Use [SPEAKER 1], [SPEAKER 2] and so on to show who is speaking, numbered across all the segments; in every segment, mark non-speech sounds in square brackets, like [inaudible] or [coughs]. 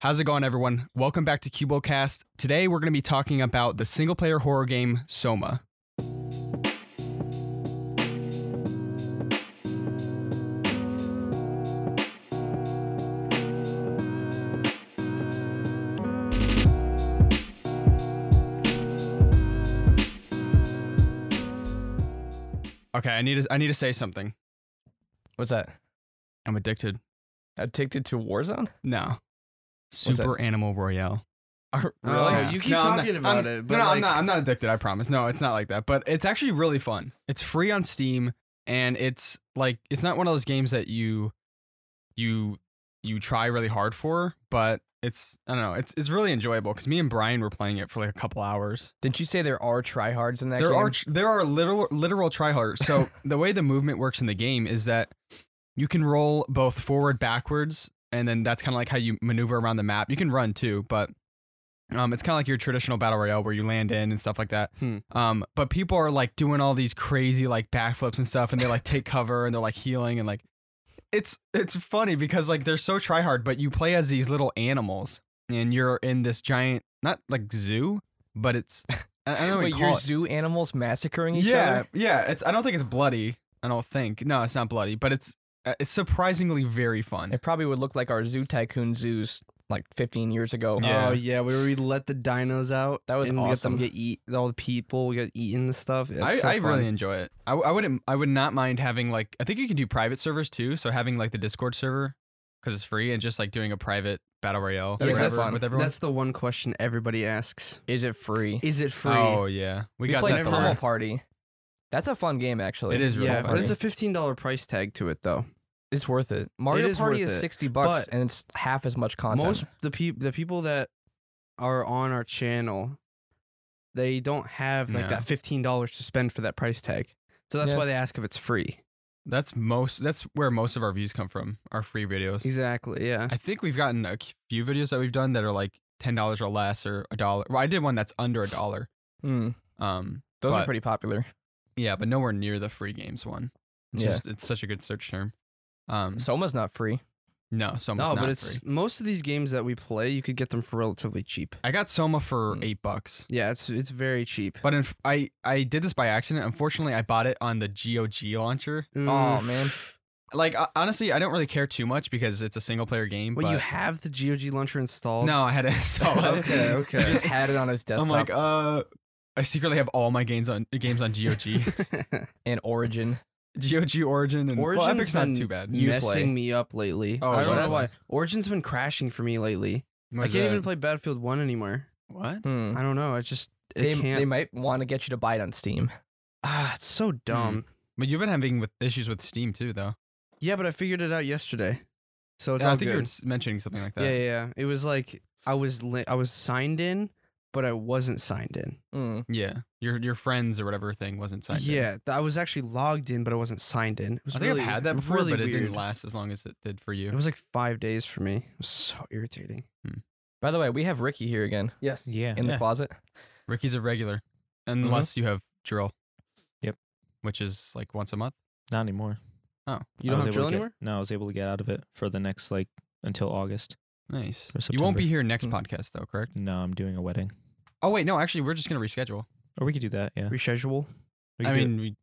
[SPEAKER 1] How's it going, everyone? Welcome back to CuboCast. Today, we're going to be talking about the single player horror game Soma. Okay, I need to, I need to say something.
[SPEAKER 2] What's that?
[SPEAKER 1] I'm addicted.
[SPEAKER 2] Addicted to Warzone?
[SPEAKER 1] No.
[SPEAKER 2] that?
[SPEAKER 1] Super Animal Royale.
[SPEAKER 3] [laughs]
[SPEAKER 2] Are-
[SPEAKER 3] Oh,
[SPEAKER 2] really?
[SPEAKER 1] Yeah.
[SPEAKER 3] you keep
[SPEAKER 1] No, I'm
[SPEAKER 3] talking
[SPEAKER 1] not-
[SPEAKER 3] about
[SPEAKER 1] I'm-
[SPEAKER 3] it,
[SPEAKER 1] no,
[SPEAKER 3] but
[SPEAKER 1] no,
[SPEAKER 3] like,
[SPEAKER 1] I'm not. I'm not addicted. I promise. No, it's not like that. But it's actually really fun. It's free on Steam, and it's like it's not one of those games that you, you, you try really hard for. But it's I don't know. It's it's really enjoyable because me and Brian were playing it for like a couple hours.
[SPEAKER 2] Didn't you say there are tryhards in that
[SPEAKER 1] There
[SPEAKER 2] game?
[SPEAKER 1] are tr- there are literal literal tryhards.
[SPEAKER 2] [laughs]
[SPEAKER 1] So the way the movement works in the game is that you can roll both forward, backwards, and then that's kind of like how you maneuver around the map. You can run too, but um, it's kind of like your traditional battle royale where you land in and stuff like that.
[SPEAKER 3] Hmm.
[SPEAKER 1] Um, but people are like doing all these crazy like backflips and stuff, and they like take cover and they're like healing and like it's it's funny because like they're so tryhard, but you play as these little animals, and you're in this giant not like zoo, but it's. [laughs] I I don't know what
[SPEAKER 2] Wait,
[SPEAKER 1] you call
[SPEAKER 2] your
[SPEAKER 1] it
[SPEAKER 2] zoo animals massacring each
[SPEAKER 1] yeah,
[SPEAKER 2] other?
[SPEAKER 1] Yeah, It's I don't think it's bloody. I don't think. No, it's not bloody, but it's uh, it's surprisingly very fun.
[SPEAKER 2] It probably would look like our zoo tycoon zoos like 15 years ago.
[SPEAKER 1] Yeah.
[SPEAKER 3] Oh yeah, where we let the dinos out.
[SPEAKER 2] That was
[SPEAKER 3] and we Let
[SPEAKER 2] awesome.
[SPEAKER 3] them get eat all the people. We got eaten and stuff. It's
[SPEAKER 1] I,
[SPEAKER 3] so
[SPEAKER 1] I really
[SPEAKER 3] fun.
[SPEAKER 1] enjoy it. I, I wouldn't. I would not mind having like. I think you can do private servers too. So having like the Discord server because it's free and just like doing a private battle royale
[SPEAKER 2] That'd be
[SPEAKER 1] with
[SPEAKER 2] kinda
[SPEAKER 1] everyone-
[SPEAKER 2] fun.
[SPEAKER 1] with everyone.
[SPEAKER 3] That's the one question everybody asks:
[SPEAKER 2] Is it free?
[SPEAKER 3] Is it free?
[SPEAKER 1] Oh yeah, we,
[SPEAKER 2] we
[SPEAKER 1] got
[SPEAKER 2] played
[SPEAKER 1] that. the
[SPEAKER 2] Pummel
[SPEAKER 1] last-
[SPEAKER 2] Party. That's a fun game, actually.
[SPEAKER 1] It is really
[SPEAKER 3] yeah,
[SPEAKER 1] fun.
[SPEAKER 3] but it's a fifteen dollar price tag to it though.
[SPEAKER 2] It's worth it. Mario
[SPEAKER 3] is
[SPEAKER 2] Party
[SPEAKER 3] worth
[SPEAKER 2] is
[SPEAKER 3] it,
[SPEAKER 2] 60 bucks,
[SPEAKER 3] but
[SPEAKER 2] and it's half as much content.
[SPEAKER 3] Most the peop the people that are on our channel, they don't have like
[SPEAKER 1] No.
[SPEAKER 3] that fifteen dollars to spend for that price tag. So that's
[SPEAKER 2] Yeah.
[SPEAKER 3] why they ask if it's free.
[SPEAKER 1] that's most. That's where most of our views come from. Our free videos.
[SPEAKER 3] Exactly. Yeah.
[SPEAKER 1] I think we've gotten a few videos that we've done that are like ten dollars or less or a dollar. Well, I did one that's under a dollar.
[SPEAKER 2] Mm,
[SPEAKER 1] Um,
[SPEAKER 2] those
[SPEAKER 1] But-
[SPEAKER 2] are pretty popular.
[SPEAKER 1] Yeah, but nowhere near the free games one. It's
[SPEAKER 2] Yeah.
[SPEAKER 1] just it's such a good search term. Um
[SPEAKER 2] Soma's not free.
[SPEAKER 1] no, Soma's
[SPEAKER 3] No,
[SPEAKER 1] not
[SPEAKER 3] but it's
[SPEAKER 1] free.
[SPEAKER 3] most of these games that we play, you could get them for relatively cheap.
[SPEAKER 1] I got Soma for
[SPEAKER 3] Mm.
[SPEAKER 2] Hmm.
[SPEAKER 1] 8 bucks.
[SPEAKER 3] Yeah, it's it's very cheap.
[SPEAKER 1] But in, I I did this by accident. Unfortunately, I bought it on the GOG launcher.
[SPEAKER 2] Oh,
[SPEAKER 3] Mm.
[SPEAKER 2] man.
[SPEAKER 1] Like uh, honestly, I don't really care too much because it's a single player game,
[SPEAKER 3] Well,
[SPEAKER 1] but
[SPEAKER 3] you have the GOG launcher installed. [laughs]
[SPEAKER 1] No, I [laughs] had to install it.
[SPEAKER 3] Okay,
[SPEAKER 2] He
[SPEAKER 3] okay.
[SPEAKER 2] just
[SPEAKER 3] [laughs]
[SPEAKER 2] had it on his
[SPEAKER 1] [laughs]
[SPEAKER 2] desktop
[SPEAKER 1] I'm like, uh I secretly have all my games on games on [laughs]
[SPEAKER 3] [laughs]
[SPEAKER 1] GOG.
[SPEAKER 2] in Origin.
[SPEAKER 1] GOG Origin and well,
[SPEAKER 3] Origin's
[SPEAKER 1] Epic's
[SPEAKER 3] been
[SPEAKER 1] not too bad.
[SPEAKER 2] You
[SPEAKER 3] messing
[SPEAKER 2] play.
[SPEAKER 3] me up lately.
[SPEAKER 1] Oh,
[SPEAKER 3] I don't
[SPEAKER 2] what?
[SPEAKER 3] know why. Origin's been crashing for me lately.
[SPEAKER 1] What
[SPEAKER 3] I
[SPEAKER 1] is
[SPEAKER 3] can't
[SPEAKER 1] that?
[SPEAKER 3] even play Battlefield One anymore.
[SPEAKER 1] What?
[SPEAKER 2] Hmm.
[SPEAKER 3] I don't know. I just it
[SPEAKER 2] They, Hmm.
[SPEAKER 3] can't.
[SPEAKER 2] they might want to get you to buy it on Steam.
[SPEAKER 3] Ah, it's so dumb.
[SPEAKER 1] But you've been having with issues with Steam too though.
[SPEAKER 3] Yeah, but I figured it out yesterday, so it's
[SPEAKER 1] Yeah, Oh, I
[SPEAKER 3] all
[SPEAKER 1] think you were
[SPEAKER 3] good.
[SPEAKER 1] s- mentioning something like that.
[SPEAKER 3] yeah, yeah, yeah. It was like I was li- I was signed in, but I wasn't signed in.
[SPEAKER 2] Mm.
[SPEAKER 1] Yeah, your your friends or whatever thing wasn't signed. in.
[SPEAKER 3] yeah, th- I was actually logged in, but I wasn't signed in. It was
[SPEAKER 1] I think
[SPEAKER 3] really,
[SPEAKER 1] I've had that before,
[SPEAKER 3] really
[SPEAKER 1] but it
[SPEAKER 3] weird.
[SPEAKER 1] didn't last as long as it did for you.
[SPEAKER 3] It was like five days for me. It was so irritating.
[SPEAKER 2] By the way, we have Ricky here again
[SPEAKER 3] Yes.
[SPEAKER 4] Yeah.
[SPEAKER 2] in
[SPEAKER 1] Yeah.
[SPEAKER 2] the closet.
[SPEAKER 1] Ricky's a regular,
[SPEAKER 3] Uh-huh.
[SPEAKER 1] unless you have drill.
[SPEAKER 4] Yep.
[SPEAKER 1] Which is like once a month.
[SPEAKER 4] Not anymore.
[SPEAKER 1] Oh,
[SPEAKER 3] you
[SPEAKER 4] I
[SPEAKER 3] don't have
[SPEAKER 4] was able to
[SPEAKER 3] drill
[SPEAKER 4] get-
[SPEAKER 3] anymore?
[SPEAKER 4] No, I was able to get out of it for the next like until August.
[SPEAKER 1] nice.
[SPEAKER 4] For
[SPEAKER 1] You won't be
[SPEAKER 4] September.
[SPEAKER 1] here next
[SPEAKER 2] Mm.
[SPEAKER 3] Hmm.
[SPEAKER 1] podcast though, correct?
[SPEAKER 4] No, I'm doing a wedding.
[SPEAKER 1] Oh wait, no. Actually, we're just gonna reschedule.
[SPEAKER 4] Or we could do that, yeah.
[SPEAKER 3] Reschedule.
[SPEAKER 4] We could
[SPEAKER 1] I
[SPEAKER 4] do it.
[SPEAKER 1] mean, we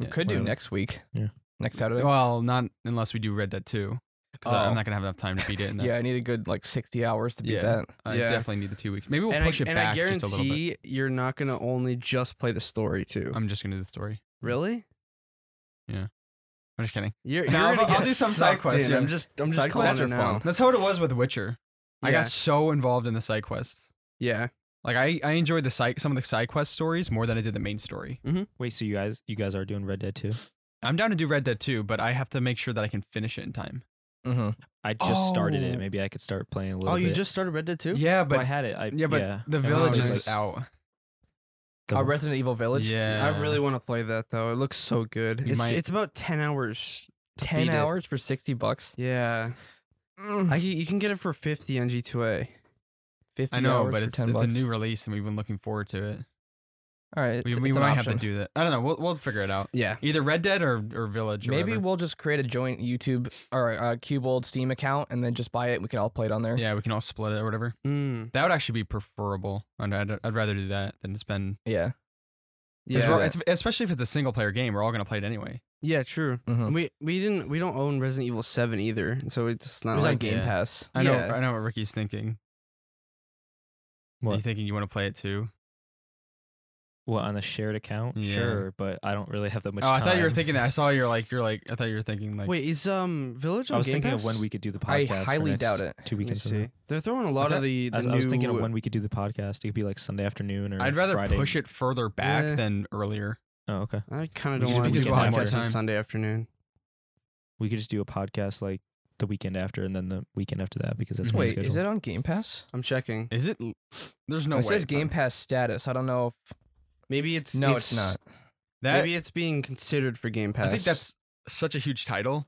[SPEAKER 2] We
[SPEAKER 1] Yeah,
[SPEAKER 2] could do
[SPEAKER 4] whatever.
[SPEAKER 2] next week.
[SPEAKER 4] Yeah.
[SPEAKER 2] Next Saturday.
[SPEAKER 1] well, not unless we do Red Dead Two, because
[SPEAKER 2] Oh.
[SPEAKER 1] I'm not gonna have enough time to beat
[SPEAKER 3] [laughs]
[SPEAKER 1] it. And
[SPEAKER 2] yeah, I need a good like 60 hours to beat
[SPEAKER 1] Yeah. Uh,
[SPEAKER 2] that.
[SPEAKER 1] I
[SPEAKER 3] Yeah.
[SPEAKER 1] definitely need the two weeks. Maybe we'll
[SPEAKER 3] and
[SPEAKER 1] push
[SPEAKER 3] I,
[SPEAKER 1] it
[SPEAKER 3] and
[SPEAKER 1] back
[SPEAKER 3] I guarantee
[SPEAKER 1] just a little bit.
[SPEAKER 3] you're not gonna only just play the story too.
[SPEAKER 1] I'm just gonna do the story.
[SPEAKER 3] really?
[SPEAKER 1] I'm just kidding.
[SPEAKER 3] You're,
[SPEAKER 1] No,
[SPEAKER 3] you're
[SPEAKER 1] I'll-
[SPEAKER 3] gonna
[SPEAKER 1] I'll
[SPEAKER 3] get
[SPEAKER 1] do some side
[SPEAKER 3] sucked
[SPEAKER 1] quests,
[SPEAKER 3] in.
[SPEAKER 1] yeah.
[SPEAKER 3] I'm just I'm just
[SPEAKER 2] Side
[SPEAKER 3] calling
[SPEAKER 2] quests
[SPEAKER 3] it
[SPEAKER 2] are
[SPEAKER 3] now.
[SPEAKER 2] fun.
[SPEAKER 1] That's how it was with Witcher. I
[SPEAKER 3] Yeah.
[SPEAKER 1] got so involved in the side quests.
[SPEAKER 3] Yeah.
[SPEAKER 1] Like I, I enjoyed the side some of the side quest stories more than I did the main story.
[SPEAKER 4] Wait, so you guys you guys are doing Red Dead 2?
[SPEAKER 1] I'm down to do Red Dead 2, but I have to make sure that I can finish it in time.
[SPEAKER 2] hmm
[SPEAKER 4] I just started it.
[SPEAKER 3] Oh.
[SPEAKER 4] Maybe I could start playing a little
[SPEAKER 3] Oh,
[SPEAKER 4] bit.
[SPEAKER 3] you just started Red Dead 2?
[SPEAKER 1] Yeah,
[SPEAKER 4] Well,
[SPEAKER 1] but
[SPEAKER 4] I had it. I,
[SPEAKER 1] yeah, but the
[SPEAKER 4] I
[SPEAKER 1] village
[SPEAKER 4] was,
[SPEAKER 1] is
[SPEAKER 4] like,
[SPEAKER 1] out.
[SPEAKER 4] the-
[SPEAKER 2] Our Resident Evil Village.
[SPEAKER 1] Yeah,
[SPEAKER 3] I really want to play that though. It looks so good.
[SPEAKER 1] You
[SPEAKER 3] It's
[SPEAKER 1] might-
[SPEAKER 3] it's about 10 hours. to
[SPEAKER 2] 10
[SPEAKER 3] beat it.
[SPEAKER 2] hours for 60 bucks.
[SPEAKER 3] Yeah.
[SPEAKER 2] Mm.
[SPEAKER 3] I, can- you can get it for 50 on G2A.
[SPEAKER 2] 50
[SPEAKER 1] I know,
[SPEAKER 2] hours
[SPEAKER 1] but
[SPEAKER 2] for
[SPEAKER 1] it's
[SPEAKER 2] 10
[SPEAKER 1] it's a
[SPEAKER 2] bucks.
[SPEAKER 1] new release, and we've been looking forward to it.
[SPEAKER 2] All right,
[SPEAKER 1] we
[SPEAKER 2] it's-
[SPEAKER 1] we
[SPEAKER 2] it's an
[SPEAKER 1] might have to
[SPEAKER 2] option.
[SPEAKER 1] do that. I don't know. We'll we'll figure it out.
[SPEAKER 3] Yeah.
[SPEAKER 1] Either Red Dead or or Village. Or
[SPEAKER 2] Maybe
[SPEAKER 1] whatever.
[SPEAKER 2] we'll just create a joint YouTube or a Cube Old Steam account and then just buy it. We can all play it on there.
[SPEAKER 1] yeah, we can all split it or whatever.
[SPEAKER 3] Mm.
[SPEAKER 1] That would actually be preferable. And I'd, I'd rather do that than spend.
[SPEAKER 2] Yeah.
[SPEAKER 1] Yeah.
[SPEAKER 3] Yeah.
[SPEAKER 2] right.
[SPEAKER 1] especially if it's a single player game, we're all gonna play it anyway.
[SPEAKER 3] Yeah. True.
[SPEAKER 2] Mhm.
[SPEAKER 3] And We we didn't we don't own Resident Evil Seven either, and so it's just
[SPEAKER 2] It
[SPEAKER 3] not
[SPEAKER 2] was on
[SPEAKER 3] like
[SPEAKER 1] like-
[SPEAKER 2] Game
[SPEAKER 1] yeah.
[SPEAKER 2] Pass.
[SPEAKER 1] I know.
[SPEAKER 3] Yeah.
[SPEAKER 1] I know what Ricky's thinking. Are you
[SPEAKER 4] What?
[SPEAKER 1] thinking you want to play it too?
[SPEAKER 4] What on a shared account?
[SPEAKER 1] Yeah.
[SPEAKER 4] Sure, but I don't really have that much.
[SPEAKER 1] oh, I thought you were
[SPEAKER 4] time.
[SPEAKER 1] thinking that. I saw you're like you're like I thought you were thinking like
[SPEAKER 3] wait is um Village on
[SPEAKER 4] I was
[SPEAKER 3] Game
[SPEAKER 4] thinking
[SPEAKER 3] Pass?
[SPEAKER 4] of when we could do the podcast.
[SPEAKER 2] I
[SPEAKER 4] for
[SPEAKER 2] highly
[SPEAKER 4] next
[SPEAKER 2] doubt it.
[SPEAKER 4] Two
[SPEAKER 3] Let me
[SPEAKER 4] weekends. from now.
[SPEAKER 3] see. They're throwing a lot
[SPEAKER 1] What's
[SPEAKER 3] of the, the
[SPEAKER 4] I was,
[SPEAKER 3] new.
[SPEAKER 4] I was thinking of when we could do the podcast. It could be like Sunday afternoon or.
[SPEAKER 1] I'd rather
[SPEAKER 4] Friday.
[SPEAKER 1] push it further back
[SPEAKER 3] Yeah.
[SPEAKER 1] than earlier.
[SPEAKER 4] Oh, okay.
[SPEAKER 3] I kind of don't
[SPEAKER 4] We just
[SPEAKER 3] want to
[SPEAKER 4] because
[SPEAKER 3] do a
[SPEAKER 4] we'll have more
[SPEAKER 3] podcast on
[SPEAKER 1] time.
[SPEAKER 3] Sunday afternoon.
[SPEAKER 4] We could just do a podcast like the weekend after and then the weekend after that because that's
[SPEAKER 1] Mhm.
[SPEAKER 4] my
[SPEAKER 2] Wait,
[SPEAKER 4] schedule.
[SPEAKER 2] is it on Game Pass?
[SPEAKER 3] I'm checking.
[SPEAKER 1] Is it? l- There's no
[SPEAKER 2] it
[SPEAKER 1] way.
[SPEAKER 2] says
[SPEAKER 1] it's
[SPEAKER 2] Game
[SPEAKER 1] on-
[SPEAKER 2] Pass status. I don't know if
[SPEAKER 3] Maybe it's
[SPEAKER 2] no, it's, not.
[SPEAKER 1] That
[SPEAKER 3] maybe it's being considered for Game Pass.
[SPEAKER 1] I think that's such a huge title.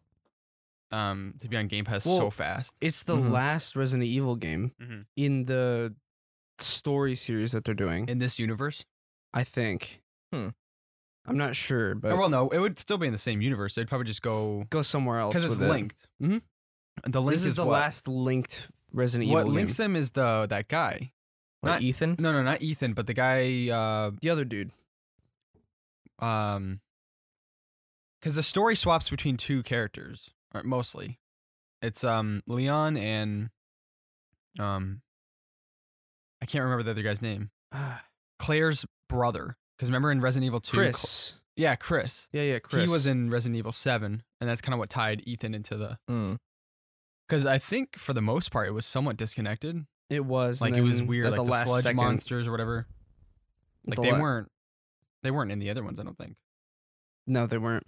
[SPEAKER 1] Um, to be on Game Pass so
[SPEAKER 3] Well,
[SPEAKER 1] fast.
[SPEAKER 3] it's the
[SPEAKER 2] Mhm.
[SPEAKER 3] last Resident Evil game
[SPEAKER 1] Mhm.
[SPEAKER 3] in the story series that they're doing.
[SPEAKER 1] in this universe.
[SPEAKER 3] I think.
[SPEAKER 2] Hmm.
[SPEAKER 3] I'm not sure, but
[SPEAKER 1] Oh, well, no, it would still be in the same universe. They'd probably just go
[SPEAKER 3] go somewhere else
[SPEAKER 1] because it's
[SPEAKER 3] with it.
[SPEAKER 1] linked.
[SPEAKER 3] Mhm.
[SPEAKER 1] And The link
[SPEAKER 3] This is, the
[SPEAKER 1] what?
[SPEAKER 3] last linked Resident
[SPEAKER 1] What
[SPEAKER 3] Evil
[SPEAKER 1] links
[SPEAKER 3] game.
[SPEAKER 1] them is the that guy.
[SPEAKER 2] What,
[SPEAKER 1] Not-
[SPEAKER 2] Ethan.
[SPEAKER 1] No, no, not Ethan, but the guy.
[SPEAKER 3] The other dude.
[SPEAKER 1] Uh, um, because the story swaps between two characters, or mostly. It's um Leon and um. I can't remember the other guy's name.
[SPEAKER 3] Ah,
[SPEAKER 1] Claire's brother. Because remember in Resident Evil Two, Cl-
[SPEAKER 3] Chris.
[SPEAKER 1] yeah, Chris.
[SPEAKER 3] yeah, yeah, Chris.
[SPEAKER 1] He was in Resident Evil Seven, and that's kind of what tied Ethan into the.
[SPEAKER 2] Mm.
[SPEAKER 1] Because I think for the most part, it was somewhat disconnected.
[SPEAKER 3] It was
[SPEAKER 1] Like
[SPEAKER 3] and
[SPEAKER 1] it was
[SPEAKER 3] then
[SPEAKER 1] weird,
[SPEAKER 3] at
[SPEAKER 1] like
[SPEAKER 3] the
[SPEAKER 1] the,
[SPEAKER 3] last
[SPEAKER 1] sludge
[SPEAKER 3] second,
[SPEAKER 1] monsters or whatever.
[SPEAKER 3] at
[SPEAKER 1] Like
[SPEAKER 3] the
[SPEAKER 1] they
[SPEAKER 3] la-
[SPEAKER 1] weren't, they weren't in the other ones. I don't think.
[SPEAKER 3] No, they weren't.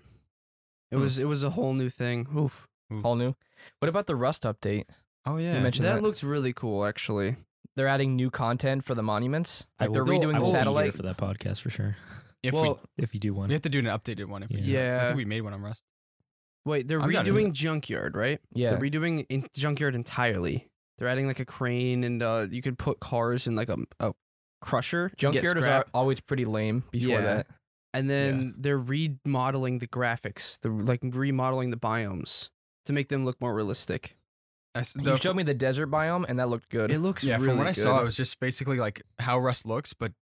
[SPEAKER 3] It
[SPEAKER 1] Hmm.
[SPEAKER 3] was it was a whole new thing. Oof.
[SPEAKER 2] All new. What about the Rust update?
[SPEAKER 1] Oh yeah,
[SPEAKER 2] mentioned- Actually,
[SPEAKER 3] that
[SPEAKER 2] that-
[SPEAKER 3] looks really cool, actually.
[SPEAKER 2] They're adding new content for the monuments.
[SPEAKER 4] I
[SPEAKER 2] Like
[SPEAKER 4] will,
[SPEAKER 2] they're redoing
[SPEAKER 4] I
[SPEAKER 2] the
[SPEAKER 4] will be here
[SPEAKER 2] satellite.
[SPEAKER 4] for that podcast for sure.
[SPEAKER 1] If
[SPEAKER 3] well,
[SPEAKER 4] If you do
[SPEAKER 1] we,
[SPEAKER 4] one,
[SPEAKER 1] we have to do an updated one. If we, do that, 'cause I
[SPEAKER 3] Yeah.
[SPEAKER 1] think we made one on Rust.
[SPEAKER 3] wait, they're
[SPEAKER 1] I'm down to do
[SPEAKER 3] redoing
[SPEAKER 1] that.
[SPEAKER 3] Junkyard, right?
[SPEAKER 2] Yeah.
[SPEAKER 3] They're redoing in- Junkyard entirely. They're adding like a crane, and uh, you could put cars in like a, a crusher. get
[SPEAKER 2] Junkyard was al-
[SPEAKER 3] scrap,
[SPEAKER 2] always pretty lame before
[SPEAKER 3] Yeah.
[SPEAKER 2] that.
[SPEAKER 3] and then they're remodeling the graphics. They're like remodeling the biomes to make them look more realistic.
[SPEAKER 1] I s-
[SPEAKER 2] you
[SPEAKER 1] the-
[SPEAKER 2] showed me the desert biome, and that looked good.
[SPEAKER 3] It looks
[SPEAKER 1] yeah,
[SPEAKER 3] really
[SPEAKER 1] from what I
[SPEAKER 3] good.
[SPEAKER 1] saw, it was just basically like how Rust looks, but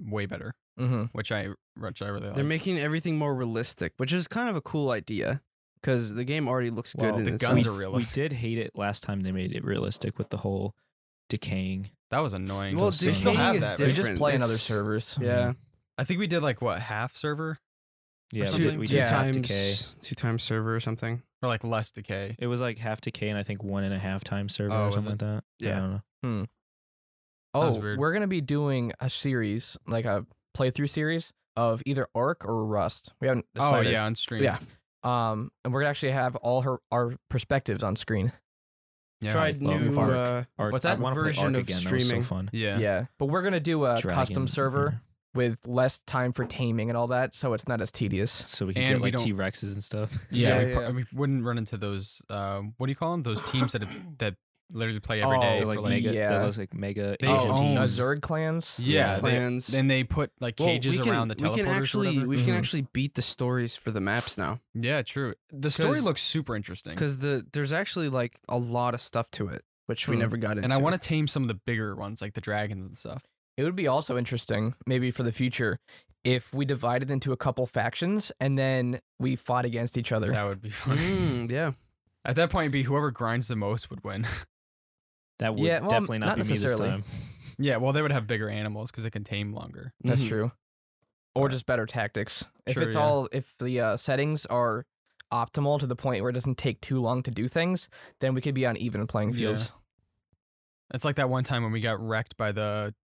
[SPEAKER 1] way better,
[SPEAKER 2] mm-hmm.
[SPEAKER 1] which I which I really like.
[SPEAKER 3] they're making everything more realistic, which is kind of a cool idea because the game already looks
[SPEAKER 4] Well,
[SPEAKER 3] good.
[SPEAKER 1] the
[SPEAKER 3] in
[SPEAKER 1] guns
[SPEAKER 3] itself.
[SPEAKER 1] are realistic.
[SPEAKER 4] We did hate it last time they made it realistic with the whole decaying.
[SPEAKER 1] that was annoying.
[SPEAKER 3] well,
[SPEAKER 4] still
[SPEAKER 3] decaying
[SPEAKER 1] have
[SPEAKER 3] is
[SPEAKER 1] that, right?
[SPEAKER 2] They
[SPEAKER 3] different.
[SPEAKER 2] just play in other
[SPEAKER 3] It's-
[SPEAKER 2] servers.
[SPEAKER 3] Yeah,
[SPEAKER 1] I think we did like what half server
[SPEAKER 4] Yeah, we
[SPEAKER 1] something.
[SPEAKER 4] did, we
[SPEAKER 3] two
[SPEAKER 4] did half
[SPEAKER 3] times,
[SPEAKER 4] decay.
[SPEAKER 3] two times server or something.
[SPEAKER 1] or like less decay.
[SPEAKER 4] It was like half decay and I think one and a half times server
[SPEAKER 1] Oh,
[SPEAKER 4] or
[SPEAKER 1] was
[SPEAKER 4] something
[SPEAKER 1] it?
[SPEAKER 4] like that.
[SPEAKER 3] Yeah.
[SPEAKER 4] I don't know.
[SPEAKER 1] That
[SPEAKER 2] Oh,
[SPEAKER 1] was weird.
[SPEAKER 2] we're gonna be doing a series, like a playthrough series of either Ark or Rust. We haven't.
[SPEAKER 1] Oh
[SPEAKER 2] Decided.
[SPEAKER 1] yeah, on stream.
[SPEAKER 3] Yeah.
[SPEAKER 2] Um, and we're gonna actually have all her our perspectives on screen.
[SPEAKER 1] yeah.
[SPEAKER 3] Tried
[SPEAKER 4] well,
[SPEAKER 3] new.
[SPEAKER 4] Ark.
[SPEAKER 3] Uh,
[SPEAKER 4] Arc,
[SPEAKER 2] What's
[SPEAKER 4] I
[SPEAKER 2] that
[SPEAKER 4] want to play
[SPEAKER 3] version
[SPEAKER 4] Arc
[SPEAKER 3] of
[SPEAKER 4] again. That
[SPEAKER 3] streaming?
[SPEAKER 4] was so fun.
[SPEAKER 1] Yeah.
[SPEAKER 2] But we're gonna do a
[SPEAKER 4] Dragon,
[SPEAKER 2] Uh,
[SPEAKER 4] Mhm.
[SPEAKER 2] custom server
[SPEAKER 4] yeah.
[SPEAKER 2] with less time for taming and all that, so it's not as tedious.
[SPEAKER 4] So we can
[SPEAKER 1] And
[SPEAKER 4] get
[SPEAKER 1] we
[SPEAKER 4] like
[SPEAKER 1] don't-
[SPEAKER 4] T Rexes and stuff.
[SPEAKER 1] [laughs] Yeah,
[SPEAKER 3] Yeah,
[SPEAKER 1] we, pro-
[SPEAKER 3] yeah.
[SPEAKER 1] we wouldn't run into those. Uh, what do you call them? Those teams that that literally play every
[SPEAKER 2] Oh,
[SPEAKER 1] day.
[SPEAKER 4] They're
[SPEAKER 1] for
[SPEAKER 4] like,
[SPEAKER 1] like-
[SPEAKER 4] mega.
[SPEAKER 2] yeah.
[SPEAKER 4] That was like mega
[SPEAKER 1] They
[SPEAKER 4] Asian
[SPEAKER 1] own
[SPEAKER 2] uh,
[SPEAKER 4] teams.
[SPEAKER 2] Zerg clans.
[SPEAKER 1] yeah, they,
[SPEAKER 3] plans.
[SPEAKER 1] then they put like
[SPEAKER 3] Well,
[SPEAKER 1] cages
[SPEAKER 3] we can-
[SPEAKER 1] around the teleporters.
[SPEAKER 3] We can
[SPEAKER 1] or
[SPEAKER 3] actually
[SPEAKER 1] whatever.
[SPEAKER 3] we can
[SPEAKER 4] Mm-hmm.
[SPEAKER 2] Mhm.
[SPEAKER 3] actually beat the stories for the maps now
[SPEAKER 1] yeah, true. The story
[SPEAKER 3] 'Cause-
[SPEAKER 1] looks super interesting,
[SPEAKER 3] because the there's actually like a lot of stuff to it which we
[SPEAKER 2] Hmm.
[SPEAKER 3] never got into.
[SPEAKER 1] and I want to tame some of the bigger ones like the dragons and stuff.
[SPEAKER 2] It would be also interesting, maybe for the future, if we divided into a couple factions and then we fought against each other.
[SPEAKER 1] That would be
[SPEAKER 4] Hmm.
[SPEAKER 1] fun.
[SPEAKER 3] Mm, yeah,
[SPEAKER 1] [laughs] At that point, it'd be whoever grinds the most would win. [laughs]
[SPEAKER 4] That would
[SPEAKER 2] Yeah, well,
[SPEAKER 4] definitely not,
[SPEAKER 2] not
[SPEAKER 4] be me this
[SPEAKER 2] necessarily.
[SPEAKER 4] time.
[SPEAKER 1] yeah, well, they would have bigger animals because they can tame longer.
[SPEAKER 2] That's
[SPEAKER 4] Mm-hmm.
[SPEAKER 3] Mhm.
[SPEAKER 2] true. Or
[SPEAKER 1] But-
[SPEAKER 2] just better tactics. If
[SPEAKER 1] Mm-hmm. Sure,
[SPEAKER 2] it's
[SPEAKER 1] yeah.
[SPEAKER 2] all, if the uh, settings are optimal to the point where it doesn't take too long to do things, then we could be on even playing
[SPEAKER 1] Yeah.
[SPEAKER 2] fields.
[SPEAKER 1] It's like that one time when we got wrecked by the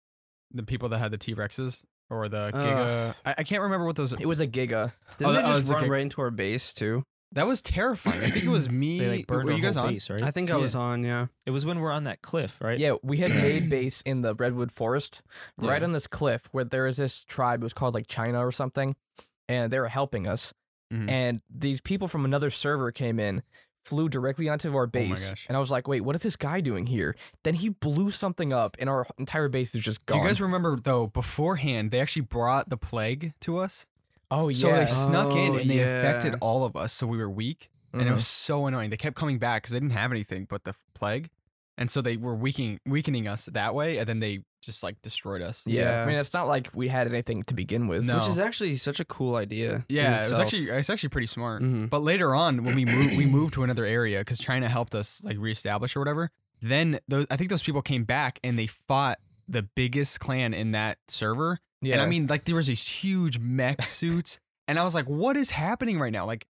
[SPEAKER 1] the people that had the T Rexes or the Giga. I, I can't remember what those.
[SPEAKER 2] It was a giga.
[SPEAKER 3] Didn't
[SPEAKER 1] that-
[SPEAKER 3] they
[SPEAKER 1] oh,
[SPEAKER 3] just
[SPEAKER 1] it's
[SPEAKER 3] run
[SPEAKER 1] okay.
[SPEAKER 3] right into our base too?
[SPEAKER 1] that was terrifying. I think it was me.
[SPEAKER 4] They like burned
[SPEAKER 1] were
[SPEAKER 4] our
[SPEAKER 1] you guys
[SPEAKER 4] whole
[SPEAKER 1] on?
[SPEAKER 4] base, right?
[SPEAKER 3] I think I was on. Yeah,
[SPEAKER 4] It was when we're on that cliff, right?
[SPEAKER 2] Yeah, we
[SPEAKER 1] [clears throat]
[SPEAKER 2] had made base in the redwood forest, right on this cliff where there is this tribe. It was called like China or something, and they were helping us.
[SPEAKER 1] Mhm.
[SPEAKER 2] And these people from another server came in flew directly onto our base.
[SPEAKER 1] Oh gosh.
[SPEAKER 2] And I was like, wait, what is this guy doing here? Then he blew something up and our entire base was just
[SPEAKER 1] Do
[SPEAKER 2] gone.
[SPEAKER 1] you guys remember though? Beforehand, they actually brought the plague to us,
[SPEAKER 2] oh,
[SPEAKER 1] so
[SPEAKER 2] yeah.
[SPEAKER 1] they snuck in
[SPEAKER 3] Oh,
[SPEAKER 1] and they
[SPEAKER 3] yeah.
[SPEAKER 1] infected all of us, so we were weak, and
[SPEAKER 2] Mhm.
[SPEAKER 1] it was
[SPEAKER 3] Mm-hmm.
[SPEAKER 1] so annoying. They kept coming back because they didn't have anything but the f- plague, and so they were weakening weakening us that way, and then they just like destroyed us.
[SPEAKER 2] Uh, yeah.
[SPEAKER 3] Yeah.
[SPEAKER 2] I mean, it's not like we had anything to begin with.
[SPEAKER 1] No.
[SPEAKER 3] Which is actually such a cool idea.
[SPEAKER 1] Yeah, it was actually it's actually pretty smart.
[SPEAKER 4] Mm-hmm.
[SPEAKER 3] hmm
[SPEAKER 1] But later on, when we moved, we moved to another area because China helped us like reestablish or whatever. Then those, I think those people came back and they fought the biggest clan in that server.
[SPEAKER 2] Yeah.
[SPEAKER 1] And I mean, like there was these huge
[SPEAKER 3] [laughs]
[SPEAKER 1] mech suits, and I was like, "What is happening right now?" Like,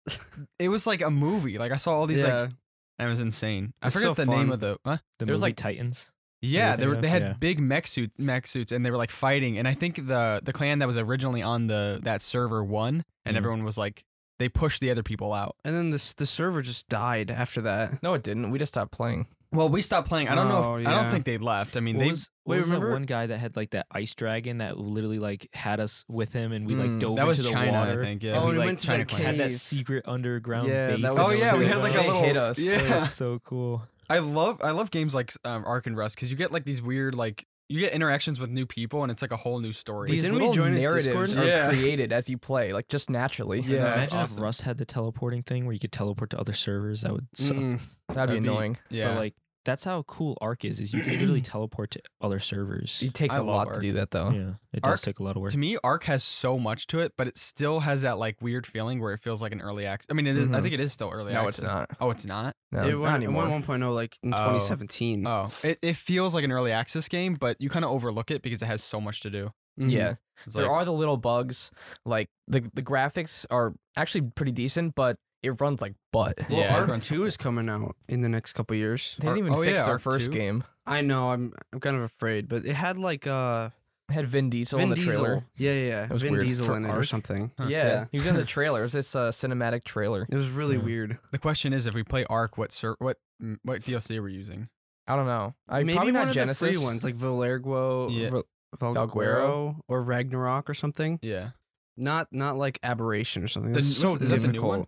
[SPEAKER 1] it was like a movie. Like I saw all these like, and it was insane. I
[SPEAKER 3] It's
[SPEAKER 1] forget
[SPEAKER 3] so
[SPEAKER 1] the
[SPEAKER 3] fun.
[SPEAKER 1] name of the. Huh?
[SPEAKER 4] The
[SPEAKER 2] There's,
[SPEAKER 4] movie
[SPEAKER 2] like-
[SPEAKER 4] Titans.
[SPEAKER 1] Yeah, they
[SPEAKER 4] thinking
[SPEAKER 1] were,
[SPEAKER 4] of?
[SPEAKER 1] they had
[SPEAKER 4] Yeah.
[SPEAKER 1] big mech suits, mech suits, and they were like fighting. And I think the the clan that was originally on the that server won, and
[SPEAKER 4] Mhm.
[SPEAKER 1] everyone was like, they pushed the other people out.
[SPEAKER 3] and then this the server just died after that.
[SPEAKER 2] no, it didn't. We just stopped playing.
[SPEAKER 1] Well, we stopped playing. I don't know.
[SPEAKER 3] Oh,
[SPEAKER 1] If, I
[SPEAKER 3] yeah.
[SPEAKER 1] don't think they left. I mean,
[SPEAKER 4] What
[SPEAKER 1] they.
[SPEAKER 4] was,
[SPEAKER 3] wait,
[SPEAKER 4] what was
[SPEAKER 3] remember-
[SPEAKER 4] that one guy that had like that ice dragon that literally like had us with him and we like
[SPEAKER 2] Mm,
[SPEAKER 4] dove
[SPEAKER 1] that was
[SPEAKER 4] into the
[SPEAKER 1] China,
[SPEAKER 4] water.
[SPEAKER 1] I think. Yeah.
[SPEAKER 3] Oh,
[SPEAKER 4] we,
[SPEAKER 3] we
[SPEAKER 4] like,
[SPEAKER 3] went to
[SPEAKER 1] China
[SPEAKER 3] that
[SPEAKER 1] clan.
[SPEAKER 4] Had that
[SPEAKER 3] Cave.
[SPEAKER 4] secret underground
[SPEAKER 3] Yeah, that
[SPEAKER 4] base.
[SPEAKER 3] was
[SPEAKER 4] and
[SPEAKER 1] Oh yeah,
[SPEAKER 4] shit.
[SPEAKER 1] we [laughs]
[SPEAKER 3] sick.
[SPEAKER 1] had like a
[SPEAKER 2] They
[SPEAKER 1] little.
[SPEAKER 2] hit us.
[SPEAKER 4] That [laughs]
[SPEAKER 1] Yeah. [laughs]
[SPEAKER 4] was so cool.
[SPEAKER 1] I love I love games like um, Ark and Rust because you get like these weird like you get interactions with new people and it's like a whole new story.
[SPEAKER 2] These
[SPEAKER 3] These didn't we
[SPEAKER 2] little
[SPEAKER 3] join his
[SPEAKER 2] narratives
[SPEAKER 3] Discord?
[SPEAKER 2] are
[SPEAKER 1] Yeah.
[SPEAKER 2] created as you play, like just naturally. [laughs]
[SPEAKER 3] Yeah.
[SPEAKER 1] that's
[SPEAKER 4] Imagine if
[SPEAKER 1] awesome.
[SPEAKER 4] Russ had the teleporting thing where you could teleport to other servers. That would suck.
[SPEAKER 3] Mm-mm.
[SPEAKER 2] That'd, be
[SPEAKER 1] That'd be-
[SPEAKER 2] annoying.
[SPEAKER 1] Mm, yeah.
[SPEAKER 4] But like that's how cool Arc is. Is you can
[SPEAKER 1] [clears throat]
[SPEAKER 4] literally teleport to other servers.
[SPEAKER 2] It takes
[SPEAKER 1] I
[SPEAKER 2] a
[SPEAKER 1] love
[SPEAKER 2] lot to
[SPEAKER 1] Ark.
[SPEAKER 2] do that, though.
[SPEAKER 4] Yeah, it does
[SPEAKER 1] Arc-
[SPEAKER 4] take a lot of work.
[SPEAKER 1] to me, Ark has so much to it, but it still has that like weird feeling where it feels like an early access. I mean, it is- I
[SPEAKER 2] Mhm.
[SPEAKER 1] think it is still early.
[SPEAKER 2] No,
[SPEAKER 1] access.
[SPEAKER 2] it's not.
[SPEAKER 1] Oh, it's not.
[SPEAKER 2] No,
[SPEAKER 3] it
[SPEAKER 2] not
[SPEAKER 3] went, it
[SPEAKER 2] anymore.
[SPEAKER 3] went 1.0 like in
[SPEAKER 1] Oh.
[SPEAKER 3] 2017.
[SPEAKER 1] Oh, it, it feels like an early access game, but you kind of overlook it because it has so much to do.
[SPEAKER 3] Mhm.
[SPEAKER 2] Yeah,
[SPEAKER 1] It's
[SPEAKER 2] there
[SPEAKER 1] like,
[SPEAKER 2] are the little bugs. Like the the graphics are actually pretty decent, but it runs like butt.
[SPEAKER 1] Yeah.
[SPEAKER 3] Well, Arc
[SPEAKER 1] Everyone's-
[SPEAKER 3] 2 is coming out in the next couple years.
[SPEAKER 2] They didn't
[SPEAKER 1] Arc-
[SPEAKER 2] even
[SPEAKER 1] oh,
[SPEAKER 2] fix
[SPEAKER 1] yeah,
[SPEAKER 2] their
[SPEAKER 1] Arc
[SPEAKER 2] first
[SPEAKER 1] 2.
[SPEAKER 2] game.
[SPEAKER 3] I know, I'm I'm kind of afraid, but it had like uh
[SPEAKER 2] It had Vin Diesel in
[SPEAKER 3] Vin
[SPEAKER 2] the trailer.
[SPEAKER 3] Diesel. Yeah, yeah, yeah.
[SPEAKER 2] That was
[SPEAKER 3] Vin
[SPEAKER 2] weird.
[SPEAKER 3] Diesel
[SPEAKER 2] For
[SPEAKER 3] in it or
[SPEAKER 2] Arc?
[SPEAKER 3] something.
[SPEAKER 1] Huh.
[SPEAKER 2] Yeah,
[SPEAKER 3] Yeah.
[SPEAKER 2] he was
[SPEAKER 3] [laughs]
[SPEAKER 2] in the trailer. It's this uh, cinematic trailer.
[SPEAKER 3] It was really
[SPEAKER 4] Yeah.
[SPEAKER 3] weird.
[SPEAKER 1] the question is, if we play Ark, what ser- what mm, what DLC are we using?
[SPEAKER 2] I don't know. I
[SPEAKER 3] Maybe
[SPEAKER 2] probably
[SPEAKER 3] one
[SPEAKER 2] not
[SPEAKER 3] of
[SPEAKER 2] Genesis.
[SPEAKER 3] the free ones like Valergo,
[SPEAKER 1] Yeah.
[SPEAKER 3] Val- Valguero,
[SPEAKER 2] Valguero.
[SPEAKER 3] or Ragnarok or something.
[SPEAKER 1] Yeah,
[SPEAKER 3] Not not like aberration or something.
[SPEAKER 1] That's
[SPEAKER 3] That's
[SPEAKER 1] so- is that the new one?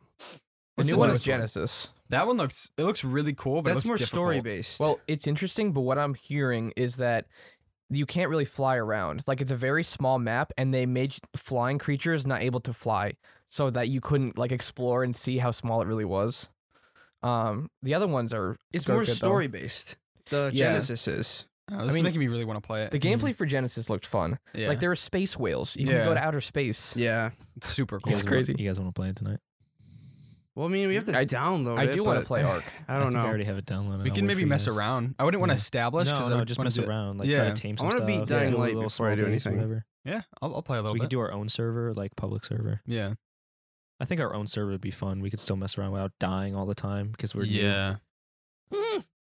[SPEAKER 2] The
[SPEAKER 1] What's
[SPEAKER 2] new
[SPEAKER 1] the
[SPEAKER 2] one is
[SPEAKER 1] newest one?
[SPEAKER 2] Genesis.
[SPEAKER 1] that one looks it looks really cool, but it
[SPEAKER 3] That's
[SPEAKER 1] looks
[SPEAKER 3] more
[SPEAKER 1] difficult.
[SPEAKER 3] story based.
[SPEAKER 2] Well, it's interesting, but what I'm hearing is that you can't really fly around. Like it's a very small map, and they made flying creatures not able to fly, so that you couldn't like explore and see how small it really was. Um, the other ones are
[SPEAKER 3] it's
[SPEAKER 2] they're
[SPEAKER 3] more
[SPEAKER 2] good, though.
[SPEAKER 3] story based. The
[SPEAKER 2] Yeah.
[SPEAKER 3] Genesis is.
[SPEAKER 1] Oh, this is
[SPEAKER 2] mean,
[SPEAKER 1] making me really want to play it.
[SPEAKER 2] The
[SPEAKER 3] Mm-hmm.
[SPEAKER 2] gameplay for Genesis looked fun.
[SPEAKER 1] yeah,
[SPEAKER 2] Like there were space whales. You
[SPEAKER 1] Yeah.
[SPEAKER 2] can go to outer space.
[SPEAKER 3] Yeah.
[SPEAKER 1] it's super
[SPEAKER 4] You
[SPEAKER 1] cool.
[SPEAKER 4] guys
[SPEAKER 2] It's
[SPEAKER 4] wanna-
[SPEAKER 2] crazy.
[SPEAKER 4] you guys want to play it tonight?
[SPEAKER 3] Well, I mean, we have to
[SPEAKER 2] I-
[SPEAKER 3] download
[SPEAKER 2] I
[SPEAKER 3] it,
[SPEAKER 2] do wanna
[SPEAKER 3] but
[SPEAKER 2] play Arc.
[SPEAKER 3] I
[SPEAKER 4] I
[SPEAKER 3] don't
[SPEAKER 4] think I
[SPEAKER 3] know.
[SPEAKER 4] already have it downloaded.
[SPEAKER 1] We
[SPEAKER 4] I'll
[SPEAKER 1] can
[SPEAKER 4] wait
[SPEAKER 1] maybe
[SPEAKER 4] for you
[SPEAKER 1] mess
[SPEAKER 4] guys.
[SPEAKER 1] around. I wouldn't want
[SPEAKER 4] Yeah.
[SPEAKER 1] to establish because
[SPEAKER 4] No,
[SPEAKER 1] I
[SPEAKER 4] no,
[SPEAKER 1] would
[SPEAKER 4] just
[SPEAKER 1] wanna
[SPEAKER 4] mess
[SPEAKER 1] do it-
[SPEAKER 4] around. Like
[SPEAKER 1] Yeah.
[SPEAKER 4] try to tame some
[SPEAKER 3] wanna
[SPEAKER 4] stuff.
[SPEAKER 3] beat
[SPEAKER 4] yeah,
[SPEAKER 3] Dying
[SPEAKER 4] do a
[SPEAKER 3] Light
[SPEAKER 4] little
[SPEAKER 3] before
[SPEAKER 4] small
[SPEAKER 3] I do
[SPEAKER 4] base,
[SPEAKER 3] anything.
[SPEAKER 4] Whatever.
[SPEAKER 1] Yeah, I'll, I'll play a little
[SPEAKER 4] We
[SPEAKER 1] bit.
[SPEAKER 4] could do our own server, like public server.
[SPEAKER 1] yeah,
[SPEAKER 4] I think our own server would be fun. We could still mess around without dying all the time because we're new. [laughs]
[SPEAKER 1] yeah.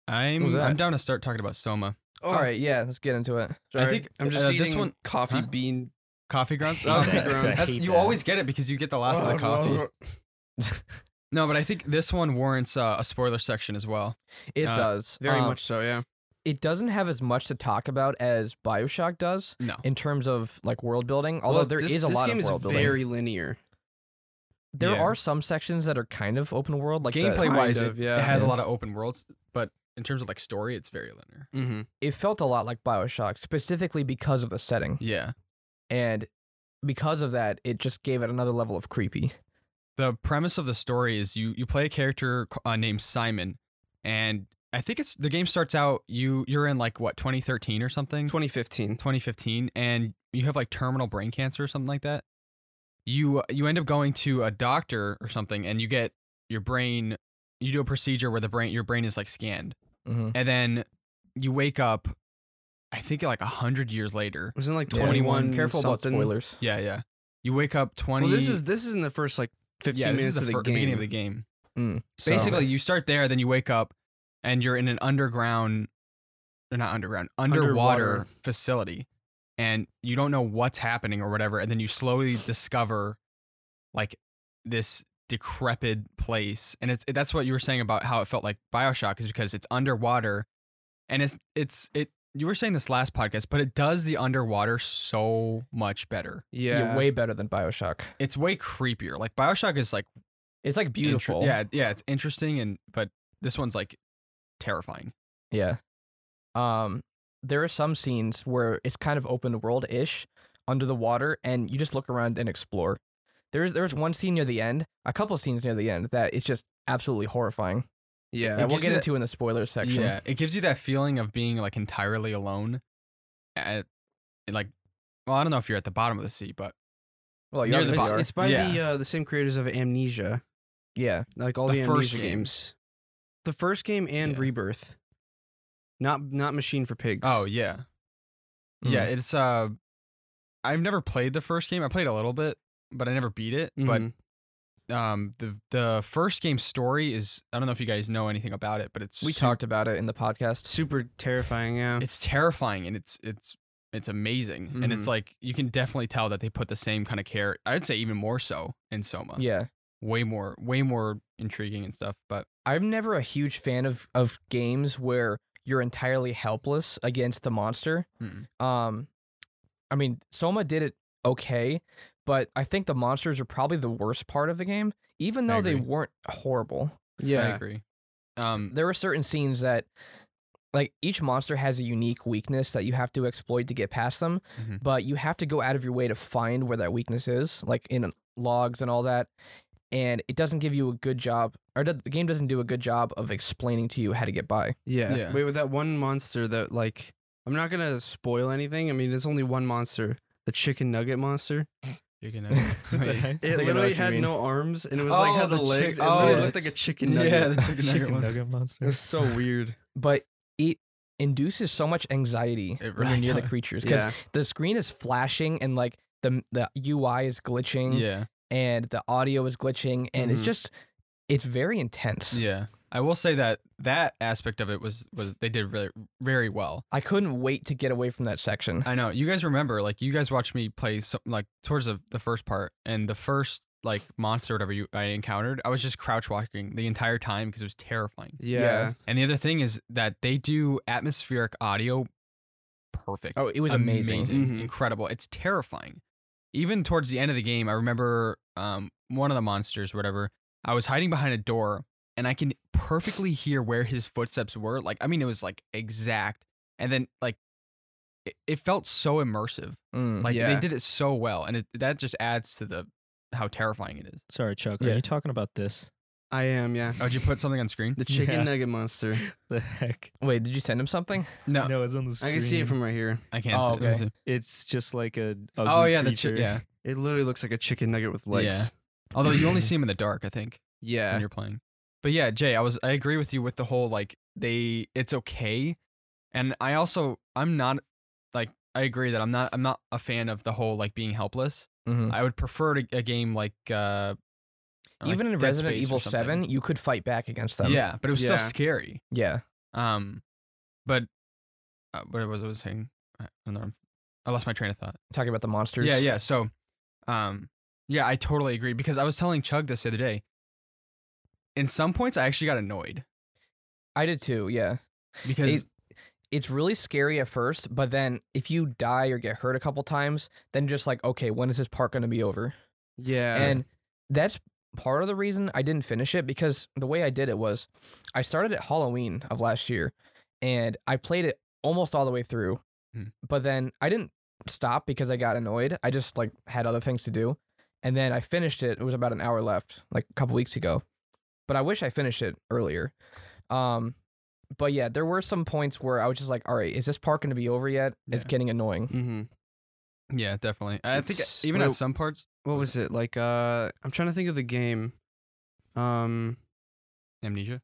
[SPEAKER 1] I'm
[SPEAKER 2] What was
[SPEAKER 1] I'm
[SPEAKER 2] that?
[SPEAKER 1] down to start talking about Soma
[SPEAKER 3] [laughs] Oh,
[SPEAKER 2] All right, yeah, let's get into it.
[SPEAKER 1] I think,
[SPEAKER 3] I'm just
[SPEAKER 1] uh,
[SPEAKER 3] eating
[SPEAKER 1] this one-
[SPEAKER 3] coffee
[SPEAKER 1] huh?
[SPEAKER 3] bean.
[SPEAKER 1] coffee grounds.
[SPEAKER 4] I hate
[SPEAKER 1] Coffee
[SPEAKER 4] that.
[SPEAKER 1] grounds.
[SPEAKER 4] I
[SPEAKER 1] That-
[SPEAKER 4] hate
[SPEAKER 1] you
[SPEAKER 4] that.
[SPEAKER 1] always get it because you get the last of the coffee.
[SPEAKER 3] Oh,
[SPEAKER 1] No, but I think this one warrants uh, a spoiler section as well.
[SPEAKER 2] It
[SPEAKER 1] Uh,
[SPEAKER 2] does
[SPEAKER 3] Very
[SPEAKER 2] Um,
[SPEAKER 3] much so, yeah.
[SPEAKER 2] It doesn't have as much to talk about as Bioshock does
[SPEAKER 1] No.
[SPEAKER 2] in terms of like world building. Although
[SPEAKER 3] Well,
[SPEAKER 2] there is
[SPEAKER 3] this,
[SPEAKER 2] a
[SPEAKER 3] this
[SPEAKER 2] lot
[SPEAKER 3] game
[SPEAKER 2] of
[SPEAKER 3] is
[SPEAKER 2] world building.
[SPEAKER 3] very linear.
[SPEAKER 2] There
[SPEAKER 1] Yeah.
[SPEAKER 2] are some sections that are kind of open world, like the-
[SPEAKER 1] Gameplay wise,
[SPEAKER 3] Kind of,
[SPEAKER 1] it,
[SPEAKER 3] yeah.
[SPEAKER 1] it has a
[SPEAKER 2] Yeah.
[SPEAKER 1] lot of open worlds, but in terms of like story, it's very linear.
[SPEAKER 3] Mm-hmm.
[SPEAKER 2] it felt a lot like Bioshock, specifically because of the setting,
[SPEAKER 1] Yeah.
[SPEAKER 2] and because of that, it just gave it another level of creepy.
[SPEAKER 1] The premise of the story is you you play a character c- uh, named Simon, and I think it's the game starts out you you're in like what 2013 or something.
[SPEAKER 3] 2015.
[SPEAKER 1] 2015 and you have like terminal brain cancer or something like that you uh, you end up going to a doctor or something and you get your brain you do a procedure where the brain your brain is like scanned
[SPEAKER 3] Mm.
[SPEAKER 2] hmm
[SPEAKER 1] and then you wake up i think like 100 years later
[SPEAKER 3] It was in like
[SPEAKER 2] Yeah.
[SPEAKER 3] 21.
[SPEAKER 1] Mm,
[SPEAKER 2] Careful
[SPEAKER 3] something.
[SPEAKER 2] about spoilers.
[SPEAKER 1] yeah yeah you wake up 20
[SPEAKER 3] Well, this is this is in the first like 15
[SPEAKER 1] yeah, this
[SPEAKER 3] minutes
[SPEAKER 1] is the,
[SPEAKER 3] of the
[SPEAKER 1] fir-
[SPEAKER 3] game.
[SPEAKER 1] beginning of the game
[SPEAKER 3] So-
[SPEAKER 1] basically you start there then you wake up and you're in an underground or not underground underwater,
[SPEAKER 3] Underwater.
[SPEAKER 1] facility and you don't know what's happening or whatever and then you
[SPEAKER 3] [sighs]
[SPEAKER 1] slowly discover like this decrepit place and it's that's what you were saying about how it felt like bioshock is because it's underwater and it's it's it you were saying this last podcast but it does the underwater so much better
[SPEAKER 3] yeah.
[SPEAKER 2] Yeah, way better than Bioshock.
[SPEAKER 1] it's way creepier like bioshock is like
[SPEAKER 2] It's like
[SPEAKER 1] inter-
[SPEAKER 2] beautiful.
[SPEAKER 1] yeah, yeah, it's interesting and but this one's like terrifying.
[SPEAKER 2] Yeah. Um, there are some scenes where it's kind of open world ish under the water, and you just look around and explore. There's there's one scene near the end, a couple scenes near the end that it's just absolutely horrifying.
[SPEAKER 3] Yeah.
[SPEAKER 2] That we'll
[SPEAKER 1] gives
[SPEAKER 2] get
[SPEAKER 1] you that-
[SPEAKER 2] into in the spoiler section.
[SPEAKER 1] Yeah, it gives you that feeling of being like entirely alone. At, like, well, I don't know if you're at the bottom of the sea, but
[SPEAKER 2] Well, you
[SPEAKER 1] Near the
[SPEAKER 2] obviously
[SPEAKER 1] bottom.
[SPEAKER 3] It's,
[SPEAKER 2] are.
[SPEAKER 3] it's by the
[SPEAKER 1] Yeah.
[SPEAKER 3] uh, the same creators of Amnesia,
[SPEAKER 2] yeah.
[SPEAKER 3] like all
[SPEAKER 1] The
[SPEAKER 3] the,
[SPEAKER 1] first
[SPEAKER 3] Amnesia
[SPEAKER 1] game.
[SPEAKER 3] games. The first game and
[SPEAKER 1] Yeah.
[SPEAKER 3] Rebirth. Not not Machine for Pigs.
[SPEAKER 1] oh yeah, yeah,
[SPEAKER 2] Mhm.
[SPEAKER 1] it's uh, I've never played the first game. I played a little bit, but I never beat it.
[SPEAKER 3] Mhm.
[SPEAKER 2] Mm-hmm.
[SPEAKER 1] But um, the the first game story is I don't know if you guys know anything about it, but it's
[SPEAKER 2] we
[SPEAKER 1] Mm-hmm. su-
[SPEAKER 2] talked about it in the podcast.
[SPEAKER 3] super terrifying. Yeah.
[SPEAKER 1] It's terrifying and it's it's it's amazing and it's
[SPEAKER 3] Mhm.
[SPEAKER 1] like you can definitely tell that they put the same kind of care. I'd say even more so in Soma.
[SPEAKER 2] Yeah.
[SPEAKER 1] way more way more intriguing and stuff. But
[SPEAKER 2] I'm never a huge fan of of games where you're entirely helpless against the monster.
[SPEAKER 1] Mm.
[SPEAKER 2] Um, I mean, Soma did it okay, but I think the monsters are probably the worst part of the game, even
[SPEAKER 1] I
[SPEAKER 2] though they
[SPEAKER 1] agree.
[SPEAKER 2] weren't horrible.
[SPEAKER 1] I
[SPEAKER 3] yeah.
[SPEAKER 1] agree. Um,
[SPEAKER 2] There were certain scenes that, like, each monster has a unique weakness that you have to exploit to get past them,
[SPEAKER 1] Mhm.
[SPEAKER 2] but you have to go out of your way to find where that weakness is, like in logs and all that. And it doesn't give you a good job, or the the game doesn't do a good job of explaining to you how to get by.
[SPEAKER 3] Yeah.
[SPEAKER 1] Yeah.
[SPEAKER 3] Wait, with that one monster that like I'm not gonna spoil anything. I mean, there's only one monster, the chicken nugget monster.
[SPEAKER 1] you [laughs] can
[SPEAKER 2] [laughs] What the
[SPEAKER 1] have-
[SPEAKER 3] It
[SPEAKER 2] I know
[SPEAKER 3] literally
[SPEAKER 2] what you
[SPEAKER 3] had
[SPEAKER 2] mean.
[SPEAKER 3] no arms, and it was like
[SPEAKER 1] Oh,
[SPEAKER 3] had the,
[SPEAKER 1] the chick-
[SPEAKER 3] legs. It
[SPEAKER 1] oh,
[SPEAKER 3] literally
[SPEAKER 1] yeah.
[SPEAKER 3] looked like a chicken
[SPEAKER 1] Yeah,
[SPEAKER 3] nugget. [laughs]
[SPEAKER 1] the chicken nugget one.
[SPEAKER 3] It
[SPEAKER 4] monster.
[SPEAKER 3] was so weird.
[SPEAKER 2] but it induces so much anxiety
[SPEAKER 1] It
[SPEAKER 2] when
[SPEAKER 1] really
[SPEAKER 2] you're near the
[SPEAKER 1] does.
[SPEAKER 2] creatures because
[SPEAKER 3] Yeah.
[SPEAKER 2] the screen is flashing and like the the UI is glitching
[SPEAKER 1] yeah,
[SPEAKER 2] and the audio is glitching and it's
[SPEAKER 3] Mhm.
[SPEAKER 2] just it's very intense.
[SPEAKER 1] Mm-hmm. yeah. I will say that that aspect of it was was they did really very well.
[SPEAKER 2] I couldn't wait to get away from that section.
[SPEAKER 1] I know you guys remember like you guys watched me play some, like towards the, the first part and the first like monster or whatever you I encountered. I was just crouch walking the entire time because it was terrifying.
[SPEAKER 3] Yeah.
[SPEAKER 2] Yeah.
[SPEAKER 1] And the other thing is that they do atmospheric audio perfect.
[SPEAKER 2] Oh, it was amazing.
[SPEAKER 3] Mhm.
[SPEAKER 1] incredible. It's terrifying. Even towards the end of the game, I remember um, one of the monsters, whatever. I was hiding behind a door, and I can perfectly hear where his footsteps were. Like, I mean, it was like exact. And then, like, it, it felt so immersive.
[SPEAKER 2] Mm.
[SPEAKER 1] Like they
[SPEAKER 3] Yeah.
[SPEAKER 1] did it so well, and it, that just adds to the how terrifying it is.
[SPEAKER 4] Sorry, Chuck.
[SPEAKER 2] Yeah.
[SPEAKER 4] Are you talking about this? [laughs]
[SPEAKER 3] I am. Yeah.
[SPEAKER 1] Oh, did you put something on screen?
[SPEAKER 3] The chicken
[SPEAKER 4] Yeah.
[SPEAKER 3] [laughs] nugget monster.
[SPEAKER 4] The heck?
[SPEAKER 2] wait, did you send him something?
[SPEAKER 1] No,
[SPEAKER 4] No, it's on the
[SPEAKER 3] I
[SPEAKER 4] screen.
[SPEAKER 3] can see it from right here.
[SPEAKER 1] I can't.
[SPEAKER 2] Oh,
[SPEAKER 1] see it. Let me
[SPEAKER 2] okay.
[SPEAKER 1] see.
[SPEAKER 4] It's just like a.
[SPEAKER 1] Oh
[SPEAKER 4] ugly
[SPEAKER 1] yeah, the
[SPEAKER 4] creature.
[SPEAKER 1] chi- yeah.
[SPEAKER 3] It literally looks like a chicken nugget with legs.
[SPEAKER 1] Although you
[SPEAKER 2] [clears throat]
[SPEAKER 1] only see him in the dark, I think.
[SPEAKER 3] Yeah.
[SPEAKER 1] when you're playing. But yeah, Jay, I was I agree with you with the whole like they it's okay. And I also I'm not like I agree that I'm not I'm not a fan of the whole like being helpless.
[SPEAKER 2] Mhm.
[SPEAKER 1] I would prefer to, a game like uh like
[SPEAKER 2] Even in
[SPEAKER 1] Dead
[SPEAKER 2] Resident
[SPEAKER 1] Space or
[SPEAKER 2] Evil
[SPEAKER 1] something.
[SPEAKER 2] Seven, you could fight back against them.
[SPEAKER 1] Yeah, but it was
[SPEAKER 3] Yeah.
[SPEAKER 1] so scary.
[SPEAKER 2] yeah.
[SPEAKER 1] Um but uh, what was I was saying? I, I don't know, I lost my train of thought.
[SPEAKER 2] Talking about the monsters.
[SPEAKER 1] Yeah, yeah. So, um, yeah, I totally agree because I was telling Chug this the other day. In some points, I actually got annoyed
[SPEAKER 2] I did too. Yeah.
[SPEAKER 1] because
[SPEAKER 2] It- it's really scary at first, but then if you die or get hurt a couple times, then just like, okay, when is this part going to be over?
[SPEAKER 3] Yeah.
[SPEAKER 2] And that's part of the reason I didn't finish it because the way I did it was I started at Halloween of last year and I played it almost all the way through.
[SPEAKER 1] Hmm.
[SPEAKER 2] But then I didn't stop because I got annoyed. I just like had other things to do. And then I finished it. It was about an hour left, like a couple weeks ago. But I wish I finished it earlier. Um but yeah, there were some points where I was just like, all right, is this part going to be over yet? It's
[SPEAKER 1] Yeah.
[SPEAKER 2] getting annoying.
[SPEAKER 3] Mm-hmm.
[SPEAKER 1] Yeah, definitely. I think
[SPEAKER 3] It's-
[SPEAKER 1] even
[SPEAKER 3] wait,
[SPEAKER 1] at some parts,
[SPEAKER 3] What was it like? Uh, I'm trying to think of the game. Um,
[SPEAKER 1] amnesia.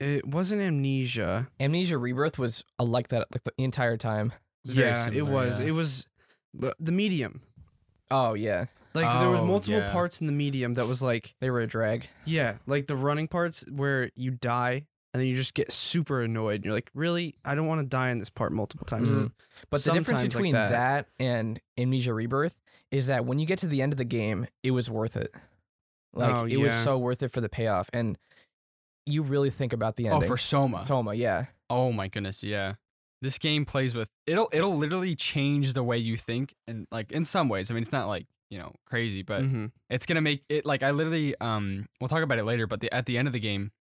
[SPEAKER 3] it wasn't Amnesia.
[SPEAKER 2] Amnesia Rebirth was uh, like that like the entire time.
[SPEAKER 1] Very
[SPEAKER 3] yeah, it
[SPEAKER 1] similar,
[SPEAKER 3] was.
[SPEAKER 1] yeah.
[SPEAKER 3] It was but the medium.
[SPEAKER 2] Oh yeah,
[SPEAKER 3] Like there was
[SPEAKER 1] Oh,
[SPEAKER 3] multiple
[SPEAKER 1] yeah.
[SPEAKER 3] parts in the medium that was like
[SPEAKER 2] they were a drag.
[SPEAKER 3] yeah, like the running parts where you die and then you just get super annoyed. And you're like, really? I don't want to die in this part multiple times.
[SPEAKER 1] Mm-hmm.
[SPEAKER 3] This is-
[SPEAKER 2] Mm. But the difference
[SPEAKER 3] sometimes like
[SPEAKER 2] between
[SPEAKER 3] that.
[SPEAKER 2] that. and Amnesia Rebirth is that when you get to the end of the game, it was worth it. Like
[SPEAKER 3] Oh,
[SPEAKER 2] it was
[SPEAKER 3] yeah.
[SPEAKER 2] so worth it for the payoff, and you really think about the
[SPEAKER 1] Oh,
[SPEAKER 2] ending.
[SPEAKER 1] for Soma.
[SPEAKER 2] Toma, yeah,
[SPEAKER 1] Oh my goodness, yeah. This game plays with it'll it'll literally change the way you think and like in some ways. I mean, it's not like you know crazy, but
[SPEAKER 3] Mhm.
[SPEAKER 1] it's gonna make it like I literally um we'll talk about it later, but the at the end of the game,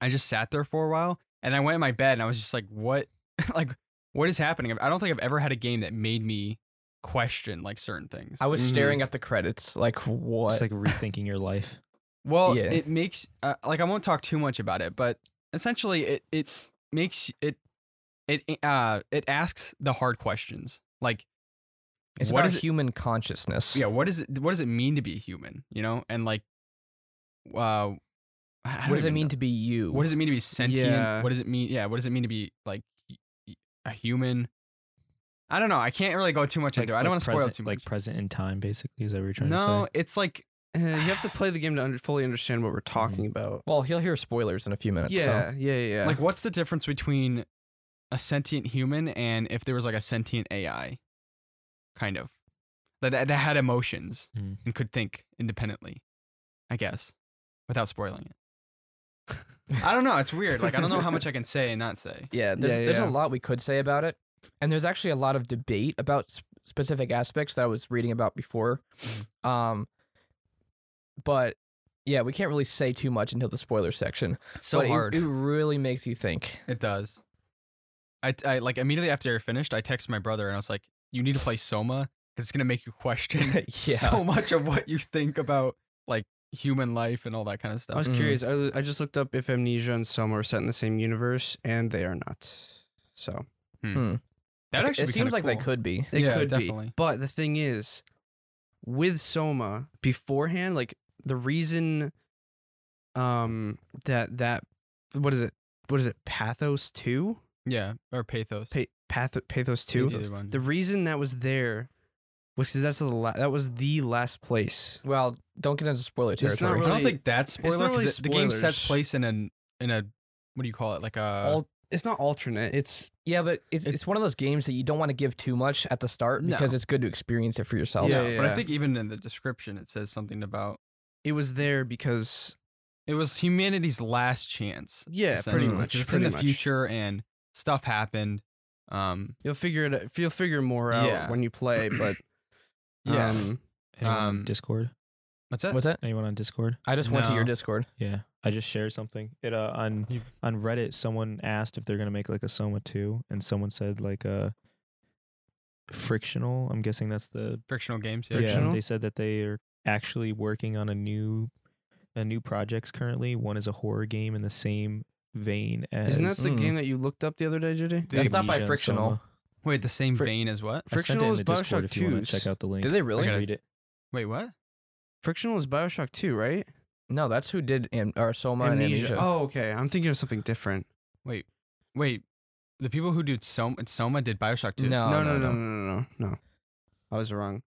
[SPEAKER 1] I just sat there for a while and I went in my bed and I was just like, what [laughs] like what is happening? I don't think I've ever had a game that made me question like certain things.
[SPEAKER 2] I was
[SPEAKER 3] Mhm.
[SPEAKER 2] staring at the credits, like what?
[SPEAKER 4] It's like rethinking your
[SPEAKER 1] [laughs]
[SPEAKER 4] life.
[SPEAKER 1] Well,
[SPEAKER 2] Yeah.
[SPEAKER 1] it makes uh, like I won't talk too much about it, but essentially it it makes it it uh it asks the hard questions. Like
[SPEAKER 2] it's
[SPEAKER 1] what
[SPEAKER 2] about
[SPEAKER 1] is it-
[SPEAKER 2] human consciousness.
[SPEAKER 1] yeah, what is it what does it mean to be human, you know? And like uh I- I don't
[SPEAKER 2] What does it
[SPEAKER 1] even
[SPEAKER 2] mean
[SPEAKER 1] know.
[SPEAKER 2] to be you?
[SPEAKER 1] What does it mean to be sentient?
[SPEAKER 3] Yeah.
[SPEAKER 1] What does it mean? Yeah, what does it mean to be like y- y- a human? I don't know. I can't really go too much into it. I don't want to spoil
[SPEAKER 4] present,
[SPEAKER 1] too much.
[SPEAKER 4] Like present in time, basically, is that what you're trying
[SPEAKER 1] no,
[SPEAKER 4] to
[SPEAKER 1] it's like
[SPEAKER 3] Uh, you have to play the game to under- fully understand what we're
[SPEAKER 1] Mm-hmm.
[SPEAKER 3] talking about.
[SPEAKER 2] Well, he'll hear spoilers in a few minutes. so-
[SPEAKER 3] Yeah, yeah, yeah.
[SPEAKER 1] like what's the difference between a sentient human and if there was like a sentient AI, kind of that that, that had emotions
[SPEAKER 4] Mm.
[SPEAKER 1] and could think independently, I guess, without spoiling
[SPEAKER 4] [laughs]
[SPEAKER 1] it. I don't know. It's weird. Like I don't know how much I can say and not say.
[SPEAKER 2] Yeah, there's,
[SPEAKER 3] Yeah,
[SPEAKER 2] there's
[SPEAKER 3] yeah.
[SPEAKER 2] a lot we could say about it. And there's actually a lot of debate about sp- specific aspects that I was reading about before.
[SPEAKER 1] Mm-hmm.
[SPEAKER 2] Um, but yeah, we can't really say too much until the spoiler section.
[SPEAKER 1] It's so
[SPEAKER 2] but it-
[SPEAKER 1] hard.
[SPEAKER 2] It, really makes
[SPEAKER 1] [laughs]
[SPEAKER 2] you think. [laughs]
[SPEAKER 1] It does. I, I like immediately after I finished, I texted my brother and I was like, "You need to play Soma because it's gonna make you
[SPEAKER 3] [laughs]
[SPEAKER 1] question
[SPEAKER 2] yeah.
[SPEAKER 1] so much of what you think about like human life and all that kind of
[SPEAKER 3] I
[SPEAKER 1] stuff."
[SPEAKER 3] was
[SPEAKER 2] Mhm.
[SPEAKER 3] curious. I, l- I just looked up if Amnesia and Soma are set in the same universe, and they are not. So
[SPEAKER 1] That
[SPEAKER 2] It-
[SPEAKER 1] actually
[SPEAKER 2] it
[SPEAKER 1] be
[SPEAKER 2] seems
[SPEAKER 1] kinda
[SPEAKER 2] like they
[SPEAKER 1] cool.
[SPEAKER 2] could be.
[SPEAKER 3] they
[SPEAKER 1] Yeah,
[SPEAKER 3] could
[SPEAKER 1] definitely.
[SPEAKER 3] be. But the thing is, with Soma beforehand, like the reason, um, that that what is it? What is it? Pathos two?
[SPEAKER 1] Yeah, or Pathos.
[SPEAKER 3] Pa- Path- Pathos two.
[SPEAKER 1] Either one.
[SPEAKER 3] The reason that was there, which is that's the la- that was the last place.
[SPEAKER 2] Well, don't get into spoiler
[SPEAKER 3] not
[SPEAKER 2] territory.
[SPEAKER 1] I
[SPEAKER 3] really-
[SPEAKER 1] don't think that's spoiler
[SPEAKER 3] not really
[SPEAKER 1] 'cause it- the game sets
[SPEAKER 3] spoilers.
[SPEAKER 1] place in an in a what do you call it like uh, a
[SPEAKER 3] Al- it's not alternate. It's
[SPEAKER 2] yeah, but it's,
[SPEAKER 1] It-
[SPEAKER 2] it's one of those games that you don't want to give too much at the start
[SPEAKER 1] No.
[SPEAKER 2] because it's good to experience it for yourself.
[SPEAKER 3] Yeah,
[SPEAKER 1] But I
[SPEAKER 3] yeah.
[SPEAKER 1] think even in the description it says something about
[SPEAKER 3] it was there because
[SPEAKER 1] it was humanity's last chance.
[SPEAKER 3] yeah, pretty
[SPEAKER 1] essentially,
[SPEAKER 3] much.
[SPEAKER 1] 'cause It's
[SPEAKER 3] pretty
[SPEAKER 1] in the
[SPEAKER 3] much.
[SPEAKER 1] future and stuff happened. Um,
[SPEAKER 3] You'll figure it. You'll figure more out
[SPEAKER 1] Yeah.
[SPEAKER 3] when you play. But
[SPEAKER 1] [clears throat] Yeah.
[SPEAKER 3] um,
[SPEAKER 4] say? Anyone
[SPEAKER 1] um,
[SPEAKER 4] on Discord?
[SPEAKER 1] What's that?
[SPEAKER 2] What's that?
[SPEAKER 4] Anyone on Discord?
[SPEAKER 2] I just went to your
[SPEAKER 1] No.
[SPEAKER 2] Discord.
[SPEAKER 4] Yeah, I just shared something. It uh on
[SPEAKER 1] You-
[SPEAKER 4] on Reddit, someone asked if they're gonna make like a Soma two, and someone said like uh, frictional. I'm guessing that's the
[SPEAKER 1] Frictional games. Yeah.
[SPEAKER 4] yeah.
[SPEAKER 3] Frictional?
[SPEAKER 4] They said that they are actually working on a new a new projects currently. One is a horror game in the same vein as
[SPEAKER 3] isn't that the
[SPEAKER 2] Mm.
[SPEAKER 3] game that you looked up the other day, JD?
[SPEAKER 1] Dude,
[SPEAKER 2] That's not by
[SPEAKER 4] Amnesia and
[SPEAKER 2] frictional.
[SPEAKER 4] Soma.
[SPEAKER 1] Wait, the same
[SPEAKER 3] Fric-
[SPEAKER 1] vein as what?
[SPEAKER 4] I sent it
[SPEAKER 3] Frictional
[SPEAKER 4] in
[SPEAKER 3] is
[SPEAKER 4] the Discord
[SPEAKER 3] Bioshock
[SPEAKER 4] if you want
[SPEAKER 3] 2's.
[SPEAKER 4] to check out the link.
[SPEAKER 2] Did they really?
[SPEAKER 1] I gotta-
[SPEAKER 4] read it?
[SPEAKER 1] Wait, what?
[SPEAKER 3] Frictional is Bioshock Two, right?
[SPEAKER 2] No, that's who did Am- or Soma and Amnesia.
[SPEAKER 3] Oh, okay. I'm thinking of something different.
[SPEAKER 1] Wait, wait. The people who did Soma, Soma did Bioshock 2.
[SPEAKER 2] No,
[SPEAKER 3] no,
[SPEAKER 2] Oh, no,
[SPEAKER 3] no,
[SPEAKER 2] no.
[SPEAKER 3] no, no, no, no, no. I was wrong.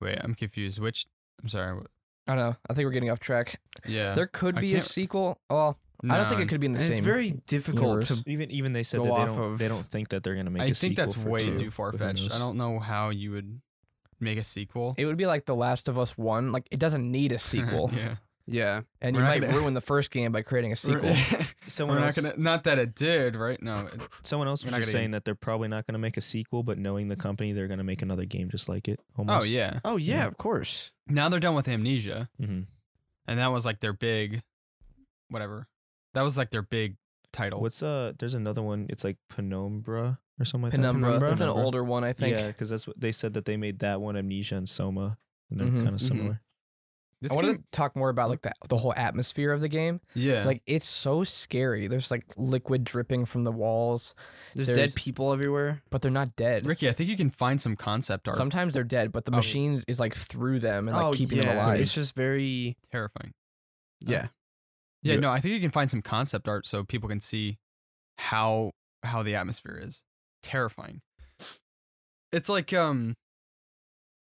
[SPEAKER 1] Wait, I'm confused. Which? I'm sorry. wh-
[SPEAKER 2] I don't know. I think we're getting off track.
[SPEAKER 1] Yeah.
[SPEAKER 2] There could
[SPEAKER 1] I
[SPEAKER 2] be a
[SPEAKER 1] can't-
[SPEAKER 2] sequel. Well, I don't think it could be in the
[SPEAKER 3] And
[SPEAKER 2] same.
[SPEAKER 3] it's very difficult
[SPEAKER 2] universe.
[SPEAKER 3] to.
[SPEAKER 4] Even even they said
[SPEAKER 3] Go
[SPEAKER 4] that they
[SPEAKER 3] off
[SPEAKER 4] don't
[SPEAKER 3] of-
[SPEAKER 4] they don't think that they're gonna make.
[SPEAKER 1] I
[SPEAKER 4] a
[SPEAKER 1] think that's
[SPEAKER 4] sequel for
[SPEAKER 1] way
[SPEAKER 4] two,
[SPEAKER 1] too
[SPEAKER 4] but
[SPEAKER 1] far
[SPEAKER 4] who
[SPEAKER 1] fetched. I
[SPEAKER 4] knows?
[SPEAKER 1] don't know how you would make a sequel.
[SPEAKER 2] it would be like The Last of Us One. Like it doesn't
[SPEAKER 1] [laughs]
[SPEAKER 2] need a sequel,
[SPEAKER 1] yeah.
[SPEAKER 3] Yeah.
[SPEAKER 2] and you
[SPEAKER 1] We're not
[SPEAKER 2] might
[SPEAKER 1] gonna-
[SPEAKER 2] ruin the first game by creating a
[SPEAKER 1] [laughs] We're-
[SPEAKER 2] [laughs] sequel. [laughs]
[SPEAKER 4] Someone
[SPEAKER 1] We're not
[SPEAKER 4] else-
[SPEAKER 1] gonna. Not that it did, right? No. it-
[SPEAKER 4] Someone else
[SPEAKER 1] We're
[SPEAKER 4] was
[SPEAKER 1] not
[SPEAKER 4] just
[SPEAKER 1] gonna get
[SPEAKER 4] saying that they're probably not going to make a sequel, but knowing the company, they're going to make another game just like it.
[SPEAKER 1] oh
[SPEAKER 4] Almost.
[SPEAKER 1] yeah.
[SPEAKER 3] Oh yeah,
[SPEAKER 4] Yeah.
[SPEAKER 3] of course.
[SPEAKER 1] Now they're done with Amnesia,
[SPEAKER 4] hmm
[SPEAKER 1] and that was like their big, whatever. That was like their big title.
[SPEAKER 4] What's uh? There's another one. It's like Penumbra or something like
[SPEAKER 2] Penumbra.
[SPEAKER 4] that.
[SPEAKER 2] That's an older one, I think.
[SPEAKER 4] Yeah, because that's what they said that they made that one Amnesia and Soma, and they're
[SPEAKER 1] Mm-hmm.
[SPEAKER 2] Mhm,
[SPEAKER 4] kind of
[SPEAKER 3] mhm.
[SPEAKER 4] similar.
[SPEAKER 1] this
[SPEAKER 2] I wanted
[SPEAKER 1] game-
[SPEAKER 2] to talk more about like the the whole atmosphere of the game.
[SPEAKER 1] yeah.
[SPEAKER 2] Like it's so scary. There's like liquid dripping from the walls,
[SPEAKER 3] There's,
[SPEAKER 2] There's-
[SPEAKER 3] dead people everywhere.
[SPEAKER 2] but they're not dead.
[SPEAKER 1] Ricky, I think you can find some concept art.
[SPEAKER 2] Sometimes they're dead, but the
[SPEAKER 1] Oh.
[SPEAKER 2] machines is like through them and like
[SPEAKER 3] oh
[SPEAKER 2] keeping
[SPEAKER 3] yeah.
[SPEAKER 2] them alive. Uh,
[SPEAKER 3] It's just very.
[SPEAKER 1] terrifying.
[SPEAKER 3] Yeah.
[SPEAKER 1] Yeah,
[SPEAKER 4] Yeah.
[SPEAKER 1] no, I think you can find some concept art so people can see how how the atmosphere is. Terrifying. It's like um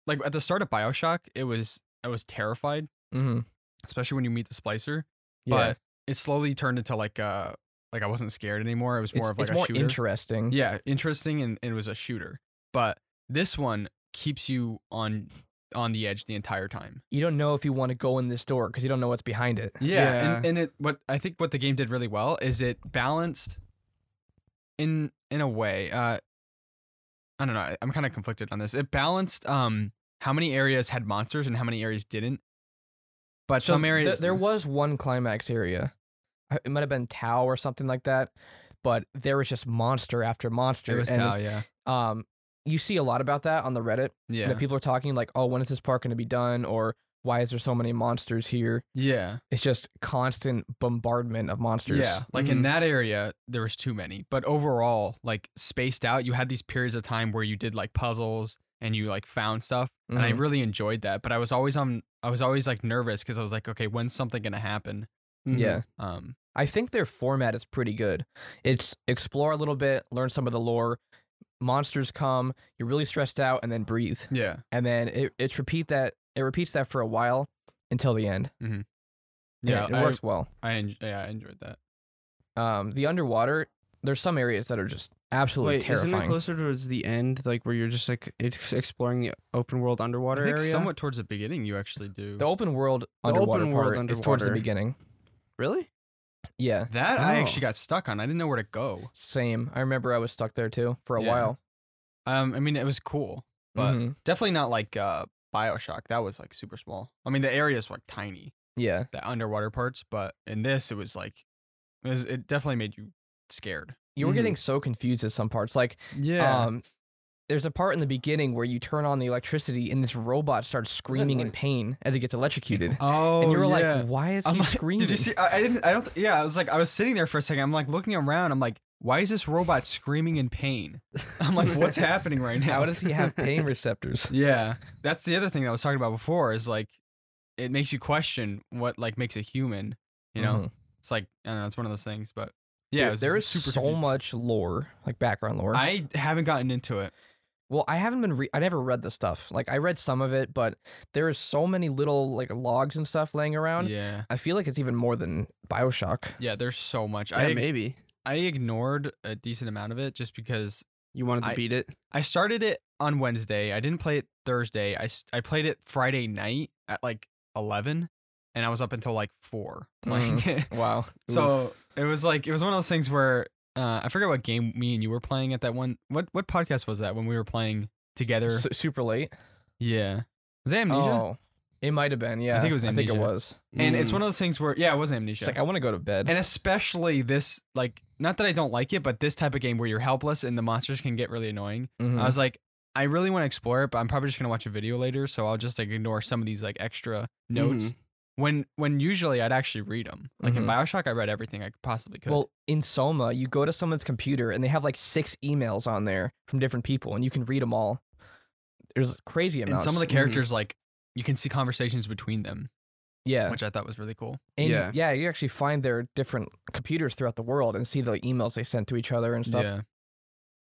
[SPEAKER 1] like at the start of BioShock, it was I was terrified,
[SPEAKER 2] Mhm.
[SPEAKER 1] especially when you meet the splicer,
[SPEAKER 2] Yeah.
[SPEAKER 1] but it slowly turned into like uh like I wasn't scared anymore. It was
[SPEAKER 2] it's
[SPEAKER 1] more of like
[SPEAKER 2] it's
[SPEAKER 1] a
[SPEAKER 2] more
[SPEAKER 1] shooter.
[SPEAKER 2] interesting.
[SPEAKER 1] Yeah, interesting and, and it was a shooter. But this one keeps you on on the edge the entire time.
[SPEAKER 2] You don't know if you want to go in this door because you don't know what's behind it.
[SPEAKER 1] Yeah, And,
[SPEAKER 3] Yeah.
[SPEAKER 1] and it what I think what the game did really well is it balanced in in a way. Uh I don't know, I- I'm kind of conflicted on this. It balanced um how many areas had monsters and how many areas didn't. But
[SPEAKER 2] So
[SPEAKER 1] some
[SPEAKER 2] th-
[SPEAKER 1] areas
[SPEAKER 2] there was one climax area. I- It might have been Tau or something like that, but there was just monster after monster.
[SPEAKER 1] it was
[SPEAKER 2] and,
[SPEAKER 1] Tao, yeah.
[SPEAKER 2] Um, you see a lot about that on the Reddit.
[SPEAKER 1] Yeah.
[SPEAKER 2] That people are talking like, "Oh, when is this park going to be done?" or "Why is there so many monsters here?"
[SPEAKER 1] yeah.
[SPEAKER 2] It's just constant bombardment of monsters.
[SPEAKER 1] Yeah, like
[SPEAKER 2] Mm.
[SPEAKER 1] in that area, there was too many. But overall, like spaced out, you had these periods of time where you did like puzzles and you like found stuff, and I
[SPEAKER 2] Mhm.
[SPEAKER 1] really enjoyed that. But I was always on, I was always like nervous because I was like, okay, when's something gonna happen?
[SPEAKER 3] Mhm.
[SPEAKER 2] Yeah.
[SPEAKER 1] Um,
[SPEAKER 2] I think their format is pretty good. It's explore a little bit, learn some of the lore. Monsters come, you're really stressed out, and then breathe.
[SPEAKER 1] yeah,
[SPEAKER 2] And then it, it's repeat that it repeats that for a while until the end. And
[SPEAKER 1] yeah,
[SPEAKER 2] it, it
[SPEAKER 1] I,
[SPEAKER 2] works well.
[SPEAKER 1] I, en- yeah, I enjoyed that.
[SPEAKER 2] Um, the underwater, there's some areas that are just absolutely
[SPEAKER 3] Wait,
[SPEAKER 2] terrifying.
[SPEAKER 3] isn't it closer towards the end, like where you're just like ex- exploring the open world underwater
[SPEAKER 1] I think
[SPEAKER 3] area?
[SPEAKER 1] somewhat towards the beginning, you actually do
[SPEAKER 2] the open world
[SPEAKER 3] The
[SPEAKER 2] underwater
[SPEAKER 3] open
[SPEAKER 2] part
[SPEAKER 3] world
[SPEAKER 2] is towards the
[SPEAKER 3] underwater.
[SPEAKER 2] beginning.
[SPEAKER 3] Really?
[SPEAKER 2] Yeah,
[SPEAKER 1] that. I
[SPEAKER 3] Oh.
[SPEAKER 1] actually got stuck on. I didn't know where to go.
[SPEAKER 2] same. I remember I was stuck there too for a
[SPEAKER 1] Yeah. Mm-hmm.
[SPEAKER 2] while.
[SPEAKER 1] Um, I mean, it was cool, but
[SPEAKER 2] Mhm.
[SPEAKER 1] definitely not like uh Bioshock. That was like super small. I mean, the areas were like tiny.
[SPEAKER 2] yeah,
[SPEAKER 1] the underwater parts, but in this it was like it, was, it definitely made you scared. Uh,
[SPEAKER 2] you were
[SPEAKER 3] Mhm.
[SPEAKER 2] getting so confused at some parts. Like Um, there's a part in the beginning where you turn on the electricity and this robot starts screaming in
[SPEAKER 3] like-
[SPEAKER 2] pain as it gets electrocuted.
[SPEAKER 1] oh,
[SPEAKER 2] and you were
[SPEAKER 1] yeah.
[SPEAKER 2] like, why is
[SPEAKER 1] I'm
[SPEAKER 2] he
[SPEAKER 1] like,
[SPEAKER 2] screaming?
[SPEAKER 1] Did you see? I, I didn't. I don't. th- Yeah, I was like, I was sitting there for a second. I'm like looking around. I'm like, why is this robot screaming in pain? I'm like, [laughs] what's happening right now?
[SPEAKER 2] How does he
[SPEAKER 1] [laughs]
[SPEAKER 2] have pain receptors?
[SPEAKER 1] yeah, that's the other thing that I was talking about before. Is like, it makes you question what like makes a human. You know,
[SPEAKER 2] Mhm.
[SPEAKER 1] it's like I don't know. It's one of those things, but yeah, it
[SPEAKER 2] Dude,
[SPEAKER 1] was
[SPEAKER 2] there is
[SPEAKER 1] super
[SPEAKER 2] so
[SPEAKER 1] confusing.
[SPEAKER 2] much lore, like background lore.
[SPEAKER 1] I haven't gotten into it.
[SPEAKER 2] well, I haven't been. Re- I never read the stuff. Like I read some of it, but there is so many little like logs and stuff laying around.
[SPEAKER 1] Yeah,
[SPEAKER 2] I feel like it's even more than Bioshock.
[SPEAKER 1] yeah. There's so much.
[SPEAKER 3] Yeah,
[SPEAKER 1] I
[SPEAKER 3] maybe
[SPEAKER 1] I ignored a decent amount of it just because
[SPEAKER 3] you wanted to
[SPEAKER 1] I-
[SPEAKER 3] beat it.
[SPEAKER 1] I started it on Wednesday. I didn't play it Thursday. I, s- I played it Friday night at like 11 and I was up until like 4 [laughs] playing
[SPEAKER 2] Mm-hmm.
[SPEAKER 1] it.
[SPEAKER 2] Wow.
[SPEAKER 1] So it was like, it was one of those things where uh, I forget what game me and you were playing at that one. What what podcast was that when we were playing together?
[SPEAKER 2] S- super late.
[SPEAKER 1] yeah. Was that Amnesia?
[SPEAKER 2] Oh, it might have been. Yeah,
[SPEAKER 1] it was
[SPEAKER 2] I think
[SPEAKER 1] Amnesia.
[SPEAKER 2] it was.
[SPEAKER 1] And it's
[SPEAKER 3] Mm.
[SPEAKER 1] one of those things where, yeah, it was Amnesia.
[SPEAKER 2] It's like I want to go to bed.
[SPEAKER 1] and especially this, like, not that I don't like it, but this type of game where you're helpless and the monsters can get really annoying.
[SPEAKER 2] Mhm.
[SPEAKER 1] I was like, I really want to explore it, but I'm probably just gonna watch a video later, so I'll just like ignore some of these like extra notes.
[SPEAKER 2] Mm-hmm.
[SPEAKER 3] Mhm.
[SPEAKER 1] When when usually I'd actually read them. Like
[SPEAKER 2] Mhm.
[SPEAKER 1] in Bioshock, I read everything I possibly could.
[SPEAKER 2] Well, in Soma, you go to someone's computer and they have like six emails on there from different people, and you can read them all. There's crazy
[SPEAKER 1] and
[SPEAKER 2] amounts.
[SPEAKER 1] some of the
[SPEAKER 3] Mhm.
[SPEAKER 1] characters like you can see conversations between them,
[SPEAKER 2] yeah,
[SPEAKER 1] which I thought was really cool.
[SPEAKER 2] and yeah.
[SPEAKER 3] Yeah.
[SPEAKER 2] You, yeah, you actually find their different computers throughout the world and see the emails they sent to each other and stuff.
[SPEAKER 1] Yeah.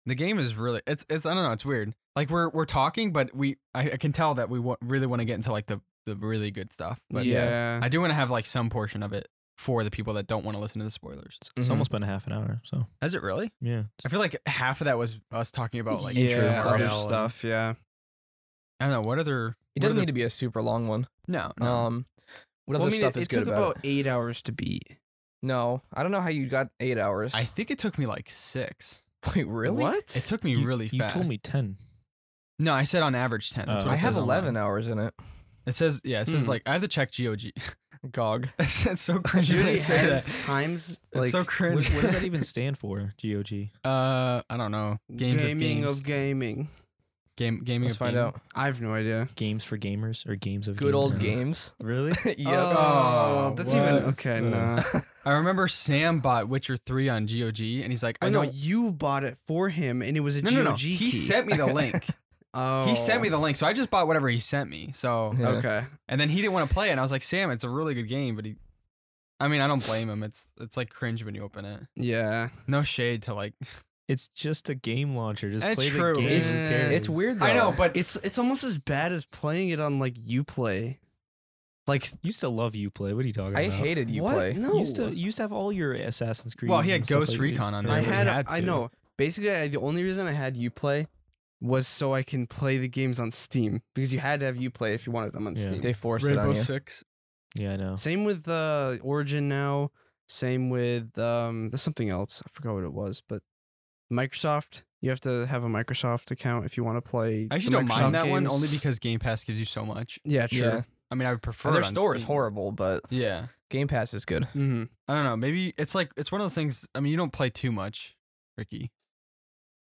[SPEAKER 1] The game is really it's it's I don't know it's weird. Like we're we're talking, but we I, I can tell that we wa- really want to get into like the the really good stuff. But
[SPEAKER 2] yeah.
[SPEAKER 3] yeah.
[SPEAKER 1] I do want to have like some portion of it for the people that don't want to listen to the spoilers.
[SPEAKER 4] It's, it's
[SPEAKER 2] Mhm.
[SPEAKER 4] almost been a half an hour. So
[SPEAKER 1] Has it really?
[SPEAKER 4] yeah,
[SPEAKER 1] I feel like half of that was us talking about like
[SPEAKER 2] Yeah.
[SPEAKER 1] intro
[SPEAKER 3] Other
[SPEAKER 1] Marvel and-
[SPEAKER 3] stuff. Yeah.
[SPEAKER 1] I don't know what other.
[SPEAKER 2] It doesn't need to be a super long one.
[SPEAKER 1] to. No, no.
[SPEAKER 2] Um, what
[SPEAKER 3] Well,
[SPEAKER 2] other
[SPEAKER 3] I mean,
[SPEAKER 2] stuff
[SPEAKER 3] it,
[SPEAKER 2] is
[SPEAKER 3] it
[SPEAKER 2] good
[SPEAKER 3] took
[SPEAKER 2] about?
[SPEAKER 3] about
[SPEAKER 2] it?
[SPEAKER 3] eight hours to beat.
[SPEAKER 2] No, I don't know how you got eight hours.
[SPEAKER 1] I think it took me like six.
[SPEAKER 2] [laughs] Wait, really?
[SPEAKER 3] What?
[SPEAKER 1] It
[SPEAKER 3] [laughs]
[SPEAKER 1] took me
[SPEAKER 4] you,
[SPEAKER 1] really
[SPEAKER 4] you
[SPEAKER 1] fast.
[SPEAKER 4] told
[SPEAKER 1] [laughs]
[SPEAKER 4] me ten.
[SPEAKER 1] No, I said on average ten. That's
[SPEAKER 4] Oh.
[SPEAKER 1] what
[SPEAKER 2] I
[SPEAKER 1] it
[SPEAKER 2] have
[SPEAKER 1] says online.
[SPEAKER 2] eleven hours in it.
[SPEAKER 1] It says yeah. It says
[SPEAKER 3] Hmm.
[SPEAKER 1] like I have to check GOG.
[SPEAKER 2] Gog.
[SPEAKER 1] [laughs] That's that's so cringe.
[SPEAKER 3] Dude,
[SPEAKER 1] when [laughs] I
[SPEAKER 3] it
[SPEAKER 1] say
[SPEAKER 3] has
[SPEAKER 1] that.
[SPEAKER 3] times like
[SPEAKER 1] it's so
[SPEAKER 4] What,
[SPEAKER 1] cringe.
[SPEAKER 4] what does that even stand for? GOG.
[SPEAKER 1] [laughs] Uh, I don't know. Games
[SPEAKER 3] gaming
[SPEAKER 1] of games.
[SPEAKER 3] of gaming.
[SPEAKER 1] Game gaming
[SPEAKER 2] Let's
[SPEAKER 1] of
[SPEAKER 2] find
[SPEAKER 1] gaming.
[SPEAKER 2] out.
[SPEAKER 3] I have no idea.
[SPEAKER 4] Games for gamers or games of
[SPEAKER 2] Good old
[SPEAKER 4] gamers?
[SPEAKER 2] games. [laughs]
[SPEAKER 4] Really?
[SPEAKER 1] [laughs]
[SPEAKER 2] yep.
[SPEAKER 3] Oh, that's even
[SPEAKER 1] what?
[SPEAKER 3] okay.
[SPEAKER 4] Ugh.
[SPEAKER 3] Nah.
[SPEAKER 1] I remember Sam bought Witcher three on GOG, and he's like,
[SPEAKER 3] I
[SPEAKER 1] I
[SPEAKER 3] know
[SPEAKER 1] don't.
[SPEAKER 3] Oh, you bought it for him, and it was a
[SPEAKER 1] No,
[SPEAKER 3] GOG
[SPEAKER 1] no, no.
[SPEAKER 3] key.
[SPEAKER 1] He sent me the link.
[SPEAKER 3] [laughs] Oh.
[SPEAKER 1] He sent me the link, so I just bought whatever he sent me. So
[SPEAKER 2] Yeah.
[SPEAKER 3] Okay.
[SPEAKER 1] And then he didn't want to play it. And I was like, Sam, it's a really good game, but he. I mean, I don't blame him. It's it's like cringe when you open it.
[SPEAKER 3] Yeah.
[SPEAKER 1] No shade to
[SPEAKER 2] [laughs]
[SPEAKER 1] like.
[SPEAKER 4] It's just a game launcher. Just
[SPEAKER 1] That's
[SPEAKER 4] play
[SPEAKER 1] true.
[SPEAKER 4] the game.
[SPEAKER 2] It's-
[SPEAKER 4] who cares?
[SPEAKER 2] it's weird
[SPEAKER 1] I know,
[SPEAKER 2] though.
[SPEAKER 1] but
[SPEAKER 3] It's it's almost as bad as playing it on like UPlay. Like
[SPEAKER 4] You used to love UPlay. What are you talking
[SPEAKER 2] I
[SPEAKER 4] about?
[SPEAKER 2] hated you
[SPEAKER 3] what?
[SPEAKER 2] play.
[SPEAKER 4] You
[SPEAKER 3] No.
[SPEAKER 4] used to you used to have all your Assassin's Creed.
[SPEAKER 1] Well, he had Ghost Recon on there.
[SPEAKER 3] I
[SPEAKER 1] You
[SPEAKER 3] had,
[SPEAKER 1] had
[SPEAKER 3] I
[SPEAKER 1] to.
[SPEAKER 3] know. Basically, I, the only reason I had UPlay was so I can play the games on Steam because you had to have UPlay if you wanted them on
[SPEAKER 4] Yeah.
[SPEAKER 3] Steam.
[SPEAKER 2] They forced it on you.
[SPEAKER 1] Six.
[SPEAKER 4] Yeah, I know.
[SPEAKER 3] Same with uh, Origin now. Same with um, there's something else. I forgot what it was, but Microsoft. You have to have a Microsoft account if you want to play.
[SPEAKER 1] I actually
[SPEAKER 3] the
[SPEAKER 1] don't mind
[SPEAKER 3] Microsoft
[SPEAKER 1] that one
[SPEAKER 3] games.
[SPEAKER 1] only because Game Pass gives you so much.
[SPEAKER 3] yeah, true.
[SPEAKER 2] Yeah.
[SPEAKER 1] I mean, I would prefer
[SPEAKER 2] And their
[SPEAKER 1] it on
[SPEAKER 2] store is
[SPEAKER 1] Steam.
[SPEAKER 2] horrible, but
[SPEAKER 1] Yeah,
[SPEAKER 2] Game Pass is good.
[SPEAKER 3] Mm-hmm.
[SPEAKER 1] I don't know. Maybe it's like it's one of those things. I mean, you don't play too much, Ricky,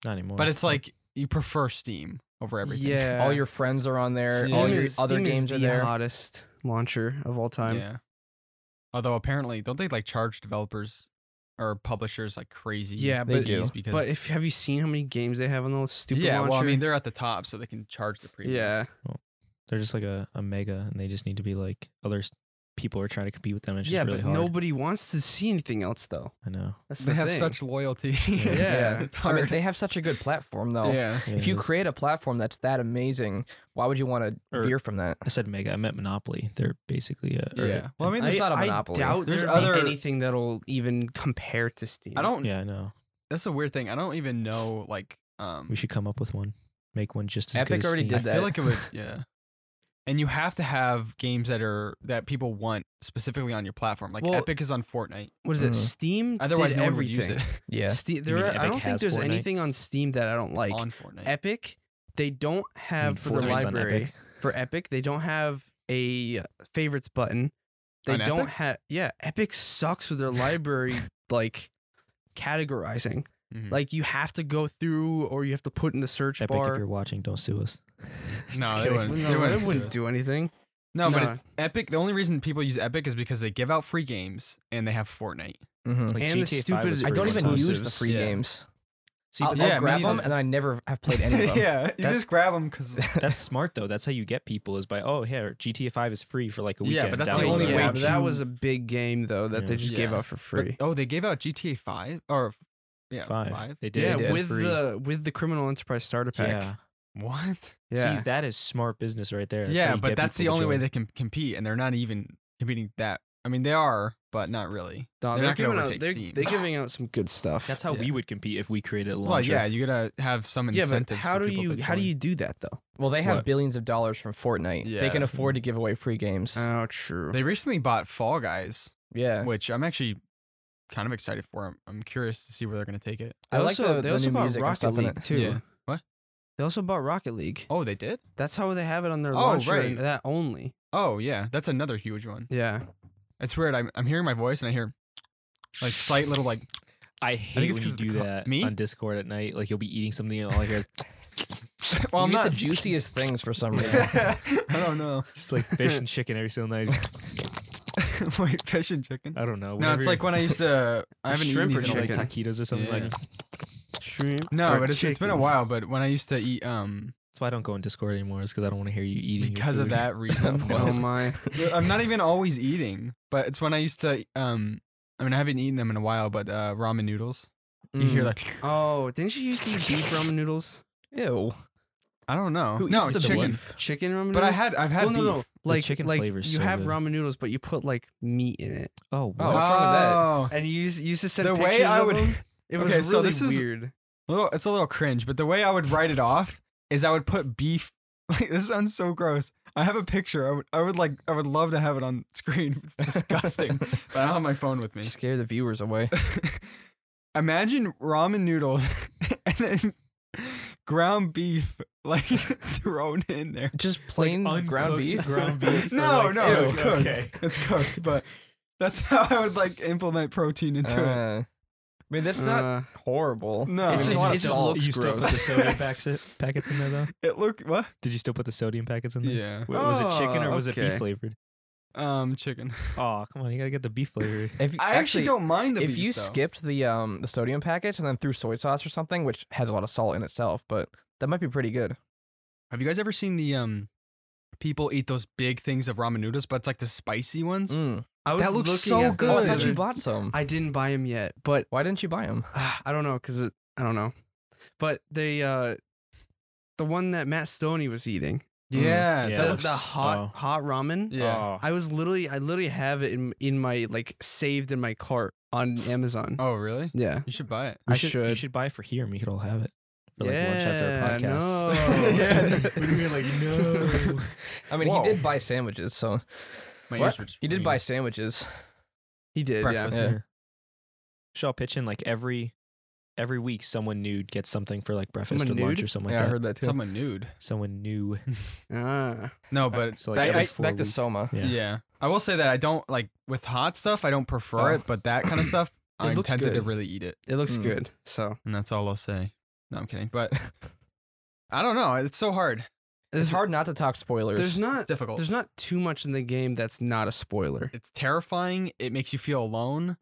[SPEAKER 4] Not anymore.
[SPEAKER 1] but it's like you prefer Steam over everything. [laughs]
[SPEAKER 3] Yeah,
[SPEAKER 2] All your friends are on there.
[SPEAKER 1] Steam
[SPEAKER 2] all your
[SPEAKER 1] is-
[SPEAKER 2] other
[SPEAKER 3] Steam is
[SPEAKER 2] games are
[SPEAKER 3] the
[SPEAKER 2] there.
[SPEAKER 3] Hottest launcher of all time.
[SPEAKER 1] Yeah. Although apparently, don't they like charge developers or publishers like crazy?
[SPEAKER 3] Yeah,
[SPEAKER 2] They
[SPEAKER 3] but
[SPEAKER 2] do.
[SPEAKER 1] fees Because
[SPEAKER 3] but if have you seen how many games they have on those stupid
[SPEAKER 1] yeah,
[SPEAKER 3] launcher?
[SPEAKER 1] well, I mean, they're at the top, so they can charge the premiums.
[SPEAKER 3] yeah,
[SPEAKER 4] they're just like a, a mega, and they just need to be like other s- people are trying to compete with them. It's just
[SPEAKER 3] yeah,
[SPEAKER 4] really
[SPEAKER 3] but
[SPEAKER 4] hard.
[SPEAKER 3] nobody wants to see anything else though.
[SPEAKER 4] I know.
[SPEAKER 3] That's
[SPEAKER 1] they
[SPEAKER 3] the
[SPEAKER 1] have
[SPEAKER 3] thing.
[SPEAKER 1] such loyalty. [laughs]
[SPEAKER 3] Yeah.
[SPEAKER 1] it's
[SPEAKER 2] I mean,
[SPEAKER 1] hard.
[SPEAKER 2] they have such a good platform though.
[SPEAKER 1] yeah,
[SPEAKER 4] Yeah,
[SPEAKER 2] If you
[SPEAKER 4] it's-
[SPEAKER 2] create a platform that's that amazing, why would you want to
[SPEAKER 4] Or-
[SPEAKER 2] veer from that?
[SPEAKER 4] I said mega. I meant Monopoly. They're basically a. or-
[SPEAKER 1] yeah. Well, I mean,
[SPEAKER 2] I-
[SPEAKER 1] there's,
[SPEAKER 2] it's not a
[SPEAKER 3] I
[SPEAKER 2] monopoly.
[SPEAKER 3] doubt
[SPEAKER 1] There's
[SPEAKER 3] there's
[SPEAKER 1] other-
[SPEAKER 3] anything that'll even compare to Steam.
[SPEAKER 1] I don't.
[SPEAKER 4] yeah, I know.
[SPEAKER 1] That's a weird thing. I don't even know. Like, um,
[SPEAKER 4] We should come up with one. Make one just as good
[SPEAKER 2] Epic
[SPEAKER 4] as
[SPEAKER 2] already
[SPEAKER 4] Steam.
[SPEAKER 1] I
[SPEAKER 2] did
[SPEAKER 1] feel
[SPEAKER 2] that.
[SPEAKER 1] like it would. Yeah. And you have to have games that are that people want specifically on your platform. Like
[SPEAKER 3] Well-
[SPEAKER 1] Epic is on Fortnite.
[SPEAKER 3] What is it?
[SPEAKER 4] Mhm.
[SPEAKER 3] Steam.
[SPEAKER 1] Otherwise,
[SPEAKER 3] did
[SPEAKER 1] no one would
[SPEAKER 3] everything.
[SPEAKER 1] use it. [laughs]
[SPEAKER 2] Yeah.
[SPEAKER 3] [laughs] Ste- there
[SPEAKER 4] mean
[SPEAKER 3] are, I
[SPEAKER 4] Epic
[SPEAKER 3] don't think
[SPEAKER 4] has
[SPEAKER 3] there's
[SPEAKER 4] Fortnite?
[SPEAKER 3] anything on Steam that I don't like.
[SPEAKER 1] on Fortnite.
[SPEAKER 3] Epic, they don't
[SPEAKER 4] I mean,
[SPEAKER 3] have for the
[SPEAKER 4] Fortnite's on
[SPEAKER 3] library
[SPEAKER 4] Epic.
[SPEAKER 3] for Epic. They don't have a favorites button. They
[SPEAKER 1] On
[SPEAKER 3] don't
[SPEAKER 1] Epic?
[SPEAKER 3] have yeah. Epic sucks with their library
[SPEAKER 4] [laughs]
[SPEAKER 3] like categorizing.
[SPEAKER 1] Mhm.
[SPEAKER 3] Like you have to go through or you have to put in the search
[SPEAKER 4] Hmm. Epic, if
[SPEAKER 3] bar.
[SPEAKER 4] you're watching, don't sue us.
[SPEAKER 1] No, they
[SPEAKER 4] kidding.
[SPEAKER 3] No,
[SPEAKER 1] wouldn't. They
[SPEAKER 3] they
[SPEAKER 1] wouldn't,
[SPEAKER 3] wouldn't,
[SPEAKER 1] do.
[SPEAKER 3] do anything.
[SPEAKER 1] No, but
[SPEAKER 3] No.
[SPEAKER 1] it's Epic. The only reason people use Epic is because they give out free games and they have Fortnite.
[SPEAKER 2] hmm
[SPEAKER 4] Like
[SPEAKER 3] And the
[SPEAKER 4] GTA 5 was
[SPEAKER 3] stupid-
[SPEAKER 2] I
[SPEAKER 4] free
[SPEAKER 2] don't
[SPEAKER 4] one
[SPEAKER 2] even
[SPEAKER 4] time.
[SPEAKER 2] use the
[SPEAKER 3] exclusives,
[SPEAKER 2] free
[SPEAKER 1] yeah.
[SPEAKER 2] games.
[SPEAKER 4] See,
[SPEAKER 2] I'll,
[SPEAKER 4] but
[SPEAKER 1] yeah,
[SPEAKER 2] I'll
[SPEAKER 1] me
[SPEAKER 2] grab
[SPEAKER 1] neither.
[SPEAKER 2] them and I never have
[SPEAKER 1] [laughs]
[SPEAKER 2] played any of them.
[SPEAKER 1] yeah, you
[SPEAKER 2] That-
[SPEAKER 1] just grab them because.
[SPEAKER 4] That's smart though. That's how you get people is by oh here GTA Five is free for like a
[SPEAKER 1] Yeah,
[SPEAKER 4] weekend.
[SPEAKER 1] but that's the
[SPEAKER 4] download
[SPEAKER 1] only
[SPEAKER 4] it."
[SPEAKER 1] way
[SPEAKER 3] yeah,
[SPEAKER 1] to-
[SPEAKER 3] but that was a big game though that they
[SPEAKER 4] Yeah.
[SPEAKER 3] just gave
[SPEAKER 1] Yeah.
[SPEAKER 3] out for free.
[SPEAKER 1] oh, they gave out GTA Five or yeah,
[SPEAKER 4] five. They did.
[SPEAKER 3] yeah,
[SPEAKER 2] did.
[SPEAKER 3] with
[SPEAKER 4] Free.
[SPEAKER 3] the with the criminal enterprise starter
[SPEAKER 4] yeah.
[SPEAKER 3] pack.
[SPEAKER 1] What?
[SPEAKER 3] Yeah,
[SPEAKER 4] See, that is smart business right there. That's how
[SPEAKER 1] yeah,
[SPEAKER 4] you
[SPEAKER 1] but
[SPEAKER 4] get
[SPEAKER 1] that's the
[SPEAKER 4] people to
[SPEAKER 1] only way
[SPEAKER 4] join.
[SPEAKER 1] they can compete, and they're not even competing that. I mean, they are, but not really.
[SPEAKER 3] No,
[SPEAKER 1] they're, not going
[SPEAKER 3] giving
[SPEAKER 1] to
[SPEAKER 3] out-
[SPEAKER 1] overtake
[SPEAKER 3] they're-
[SPEAKER 1] Steam.
[SPEAKER 3] They're giving out some good stuff.
[SPEAKER 4] That's how
[SPEAKER 1] Yeah.
[SPEAKER 4] we would compete if we created
[SPEAKER 1] [laughs]
[SPEAKER 4] a
[SPEAKER 1] well,
[SPEAKER 4] launcher.
[SPEAKER 1] yeah, you gotta have some
[SPEAKER 3] yeah,
[SPEAKER 1] incentives.
[SPEAKER 3] but how
[SPEAKER 1] for
[SPEAKER 3] do
[SPEAKER 1] people
[SPEAKER 3] you
[SPEAKER 1] to
[SPEAKER 3] how do
[SPEAKER 1] join.
[SPEAKER 3] you do that though?
[SPEAKER 2] Well, they have
[SPEAKER 4] What?
[SPEAKER 2] billions of dollars from Fortnite. They
[SPEAKER 1] Yeah.
[SPEAKER 2] can
[SPEAKER 1] Uh,
[SPEAKER 2] afford to give away free games.
[SPEAKER 3] Oh, true.
[SPEAKER 1] They recently bought Fall Guys,
[SPEAKER 2] yeah.
[SPEAKER 1] which I'm actually kind of excited for. I'm, I'm curious to see where they're gonna take it.
[SPEAKER 2] I like the, the new music and stuff in it.
[SPEAKER 3] League too.
[SPEAKER 1] Yeah. What?
[SPEAKER 3] They also bought Rocket League.
[SPEAKER 1] Oh, they did.
[SPEAKER 3] That's how they have it on their
[SPEAKER 1] Oh,
[SPEAKER 3] launcher.
[SPEAKER 1] right.
[SPEAKER 3] and That only.
[SPEAKER 1] Oh yeah, that's another huge one.
[SPEAKER 3] Yeah.
[SPEAKER 1] It's weird. I'm I'm hearing my voice and I hear like slight little
[SPEAKER 3] [laughs]
[SPEAKER 1] like
[SPEAKER 4] I hate
[SPEAKER 1] it's
[SPEAKER 4] when
[SPEAKER 1] 'cause
[SPEAKER 4] you
[SPEAKER 1] of the
[SPEAKER 4] do
[SPEAKER 1] co-
[SPEAKER 4] that
[SPEAKER 1] Me?
[SPEAKER 4] on Discord at night. Like you'll be eating something and all I
[SPEAKER 1] [laughs]
[SPEAKER 4] hear is
[SPEAKER 1] well
[SPEAKER 2] you
[SPEAKER 1] I'm
[SPEAKER 2] get
[SPEAKER 1] not [laughs]
[SPEAKER 2] the juiciest things for some reason.
[SPEAKER 1] I don't know.
[SPEAKER 4] just like fish and chicken every single night.
[SPEAKER 1] [laughs] Wait, fish and chicken.
[SPEAKER 4] I don't know.
[SPEAKER 1] [laughs] No, it's like when I used to. I haven't eaten
[SPEAKER 3] Shrimp or
[SPEAKER 1] these in a
[SPEAKER 4] like
[SPEAKER 1] like.
[SPEAKER 3] chicken?
[SPEAKER 4] taquitos Uh, or something. Like
[SPEAKER 1] Yeah.
[SPEAKER 4] that's
[SPEAKER 3] Shrimp.
[SPEAKER 1] No,
[SPEAKER 3] or
[SPEAKER 1] but it's, it's been a
[SPEAKER 3] chicken.
[SPEAKER 1] while. But when I used to eat, um,
[SPEAKER 4] why I don't go on Discord anymore. Is because I don't want to hear you eating your
[SPEAKER 1] because of
[SPEAKER 4] food.
[SPEAKER 1] that reason. [laughs]
[SPEAKER 4] No.
[SPEAKER 3] Oh my.
[SPEAKER 1] I'm not even always eating, but it's when I used to. Um, I mean, I haven't eaten them in a while, but uh, ramen noodles. You hear
[SPEAKER 2] Mm.
[SPEAKER 1] like,
[SPEAKER 3] Oh, didn't you used to eat beef ramen noodles?
[SPEAKER 2] Ew.
[SPEAKER 1] I don't know.
[SPEAKER 2] Who
[SPEAKER 1] no,
[SPEAKER 2] eats
[SPEAKER 1] it's
[SPEAKER 2] the
[SPEAKER 1] chicken.
[SPEAKER 2] beef?
[SPEAKER 3] Chicken ramen.
[SPEAKER 1] But I
[SPEAKER 3] noodles?
[SPEAKER 1] had, I've had
[SPEAKER 3] Well, no,
[SPEAKER 1] beef.
[SPEAKER 3] no. Like
[SPEAKER 4] chicken
[SPEAKER 3] like
[SPEAKER 4] flavor's
[SPEAKER 3] you
[SPEAKER 4] so
[SPEAKER 3] have
[SPEAKER 4] good.
[SPEAKER 3] ramen noodles, but you put like meat in it,
[SPEAKER 4] Oh,
[SPEAKER 2] Oh,
[SPEAKER 4] what?
[SPEAKER 2] what's wrong with that?
[SPEAKER 1] Oh.
[SPEAKER 3] and you used, you used to send
[SPEAKER 1] The way
[SPEAKER 3] pictures
[SPEAKER 1] I
[SPEAKER 3] of
[SPEAKER 1] would- [laughs]
[SPEAKER 3] them. It was
[SPEAKER 1] Okay,
[SPEAKER 3] really
[SPEAKER 1] so this is-
[SPEAKER 3] weird.
[SPEAKER 1] little it's a little cringe, but the way I would write it off is I would put beef. [laughs] Like, this sounds so gross. I have a picture. I would, I would like, I would love to have it on screen. It's [laughs]
[SPEAKER 2] [laughs]
[SPEAKER 1] disgusting, but I don't have my phone with me.
[SPEAKER 2] Scare the viewers
[SPEAKER 1] [laughs]
[SPEAKER 2] away.
[SPEAKER 1] Imagine ramen noodles [laughs] and then ground beef like [laughs] thrown in there.
[SPEAKER 2] Just plain ground
[SPEAKER 1] [laughs]
[SPEAKER 4] uncooked
[SPEAKER 2] beef. [laughs]
[SPEAKER 4] ground beef or,
[SPEAKER 1] No,
[SPEAKER 4] like-
[SPEAKER 1] no,
[SPEAKER 4] Ew.
[SPEAKER 1] it's cooked.
[SPEAKER 4] Okay.
[SPEAKER 1] It's cooked, but that's [laughs] how I would like implement protein into it.
[SPEAKER 2] Uh, I mean, that's not
[SPEAKER 3] Uh,
[SPEAKER 2] horrible.
[SPEAKER 1] No.
[SPEAKER 2] it's
[SPEAKER 1] It
[SPEAKER 2] just,
[SPEAKER 1] just-
[SPEAKER 2] it's
[SPEAKER 1] it just
[SPEAKER 2] all-
[SPEAKER 3] looks
[SPEAKER 4] you still put
[SPEAKER 3] gross.
[SPEAKER 1] [laughs]
[SPEAKER 4] the sodium packets, packets in there though?
[SPEAKER 1] It look what?
[SPEAKER 4] Did you still put the sodium packets in there?
[SPEAKER 1] Yeah.
[SPEAKER 4] Wa- was it chicken or
[SPEAKER 3] Oh,
[SPEAKER 4] was it beef
[SPEAKER 3] okay.
[SPEAKER 4] flavored?
[SPEAKER 1] Um, chicken. [laughs]
[SPEAKER 4] Oh, come on, you gotta get the beef flavored.
[SPEAKER 2] If,
[SPEAKER 1] I actually, don't mind the
[SPEAKER 2] If
[SPEAKER 1] beef,
[SPEAKER 2] you
[SPEAKER 1] though.
[SPEAKER 2] skipped the um the sodium packets and then threw soy sauce or something, which has a lot of salt in itself, but that might be pretty good.
[SPEAKER 1] Have you guys ever seen the um people eat those big things of ramen noodles, but it's like the spicy ones?
[SPEAKER 2] Mm.
[SPEAKER 3] I was
[SPEAKER 1] That looks
[SPEAKER 3] looking
[SPEAKER 1] so
[SPEAKER 3] at them
[SPEAKER 1] good.
[SPEAKER 2] Oh,
[SPEAKER 3] the
[SPEAKER 2] I thought
[SPEAKER 3] other-
[SPEAKER 2] you bought some.
[SPEAKER 3] I didn't buy them yet, but [sighs]
[SPEAKER 2] Why didn't you buy them?
[SPEAKER 3] Ah, I don't know because I don't know, but they uh, the one that Matt Stoney was eating,
[SPEAKER 1] Yeah,
[SPEAKER 4] Mm, yeah.
[SPEAKER 1] that
[SPEAKER 3] the,
[SPEAKER 1] looks [laughs]
[SPEAKER 3] the hot
[SPEAKER 4] so-
[SPEAKER 3] hot ramen.
[SPEAKER 1] yeah.
[SPEAKER 4] Oh,
[SPEAKER 3] I was literally I literally have it in in my like saved in my cart on Amazon.
[SPEAKER 1] Oh, really?
[SPEAKER 3] Yeah,
[SPEAKER 1] You should buy it.
[SPEAKER 4] we
[SPEAKER 3] I
[SPEAKER 4] should, You
[SPEAKER 3] should.
[SPEAKER 4] should buy it for here and we could all have it for like lunch after a
[SPEAKER 3] Yeah,
[SPEAKER 4] podcast.
[SPEAKER 3] [laughs]
[SPEAKER 4] [laughs]
[SPEAKER 3] no.
[SPEAKER 4] We were Oh. like, no.
[SPEAKER 2] I mean,
[SPEAKER 1] Whoa.
[SPEAKER 2] he did buy sandwiches, so
[SPEAKER 1] [laughs] My
[SPEAKER 3] What?
[SPEAKER 1] ears were just
[SPEAKER 2] he did
[SPEAKER 1] ringing.
[SPEAKER 2] buy sandwiches.
[SPEAKER 3] he did.
[SPEAKER 1] Breakfast.
[SPEAKER 3] Yeah,
[SPEAKER 1] Yeah.
[SPEAKER 4] Should all pitch in like every every week someone new gets something for like breakfast
[SPEAKER 3] Someone
[SPEAKER 4] or lunch
[SPEAKER 3] nude?
[SPEAKER 4] or something
[SPEAKER 2] yeah,
[SPEAKER 4] like
[SPEAKER 2] I
[SPEAKER 4] that.
[SPEAKER 2] heard that too.
[SPEAKER 1] Someone nude.
[SPEAKER 2] [laughs]
[SPEAKER 4] Someone new.
[SPEAKER 3] Ah.
[SPEAKER 1] No, but
[SPEAKER 4] So
[SPEAKER 2] back
[SPEAKER 4] like
[SPEAKER 1] I-
[SPEAKER 2] to-
[SPEAKER 4] every
[SPEAKER 1] I-
[SPEAKER 4] four
[SPEAKER 2] back to
[SPEAKER 4] weeks.
[SPEAKER 2] Soma.
[SPEAKER 1] yeah.
[SPEAKER 4] Yeah.
[SPEAKER 1] I will say that I don't like with hot stuff. I don't prefer
[SPEAKER 2] Oh.
[SPEAKER 1] it, but that
[SPEAKER 3] [coughs]
[SPEAKER 1] kind of stuff,
[SPEAKER 3] It
[SPEAKER 1] I'm
[SPEAKER 3] looks
[SPEAKER 1] tempted to
[SPEAKER 3] good.
[SPEAKER 1] really eat it,
[SPEAKER 3] It looks
[SPEAKER 2] Mm.
[SPEAKER 3] good. So
[SPEAKER 1] and that's all I'll say. No, I'm kidding, but [laughs] I don't know. It's so hard.
[SPEAKER 2] It's
[SPEAKER 3] There's-
[SPEAKER 2] hard not to talk spoilers.
[SPEAKER 3] There's
[SPEAKER 1] It's
[SPEAKER 3] not
[SPEAKER 1] difficult.
[SPEAKER 3] there's not too much in the game that's not a spoiler.
[SPEAKER 1] It's terrifying. It makes you feel alone,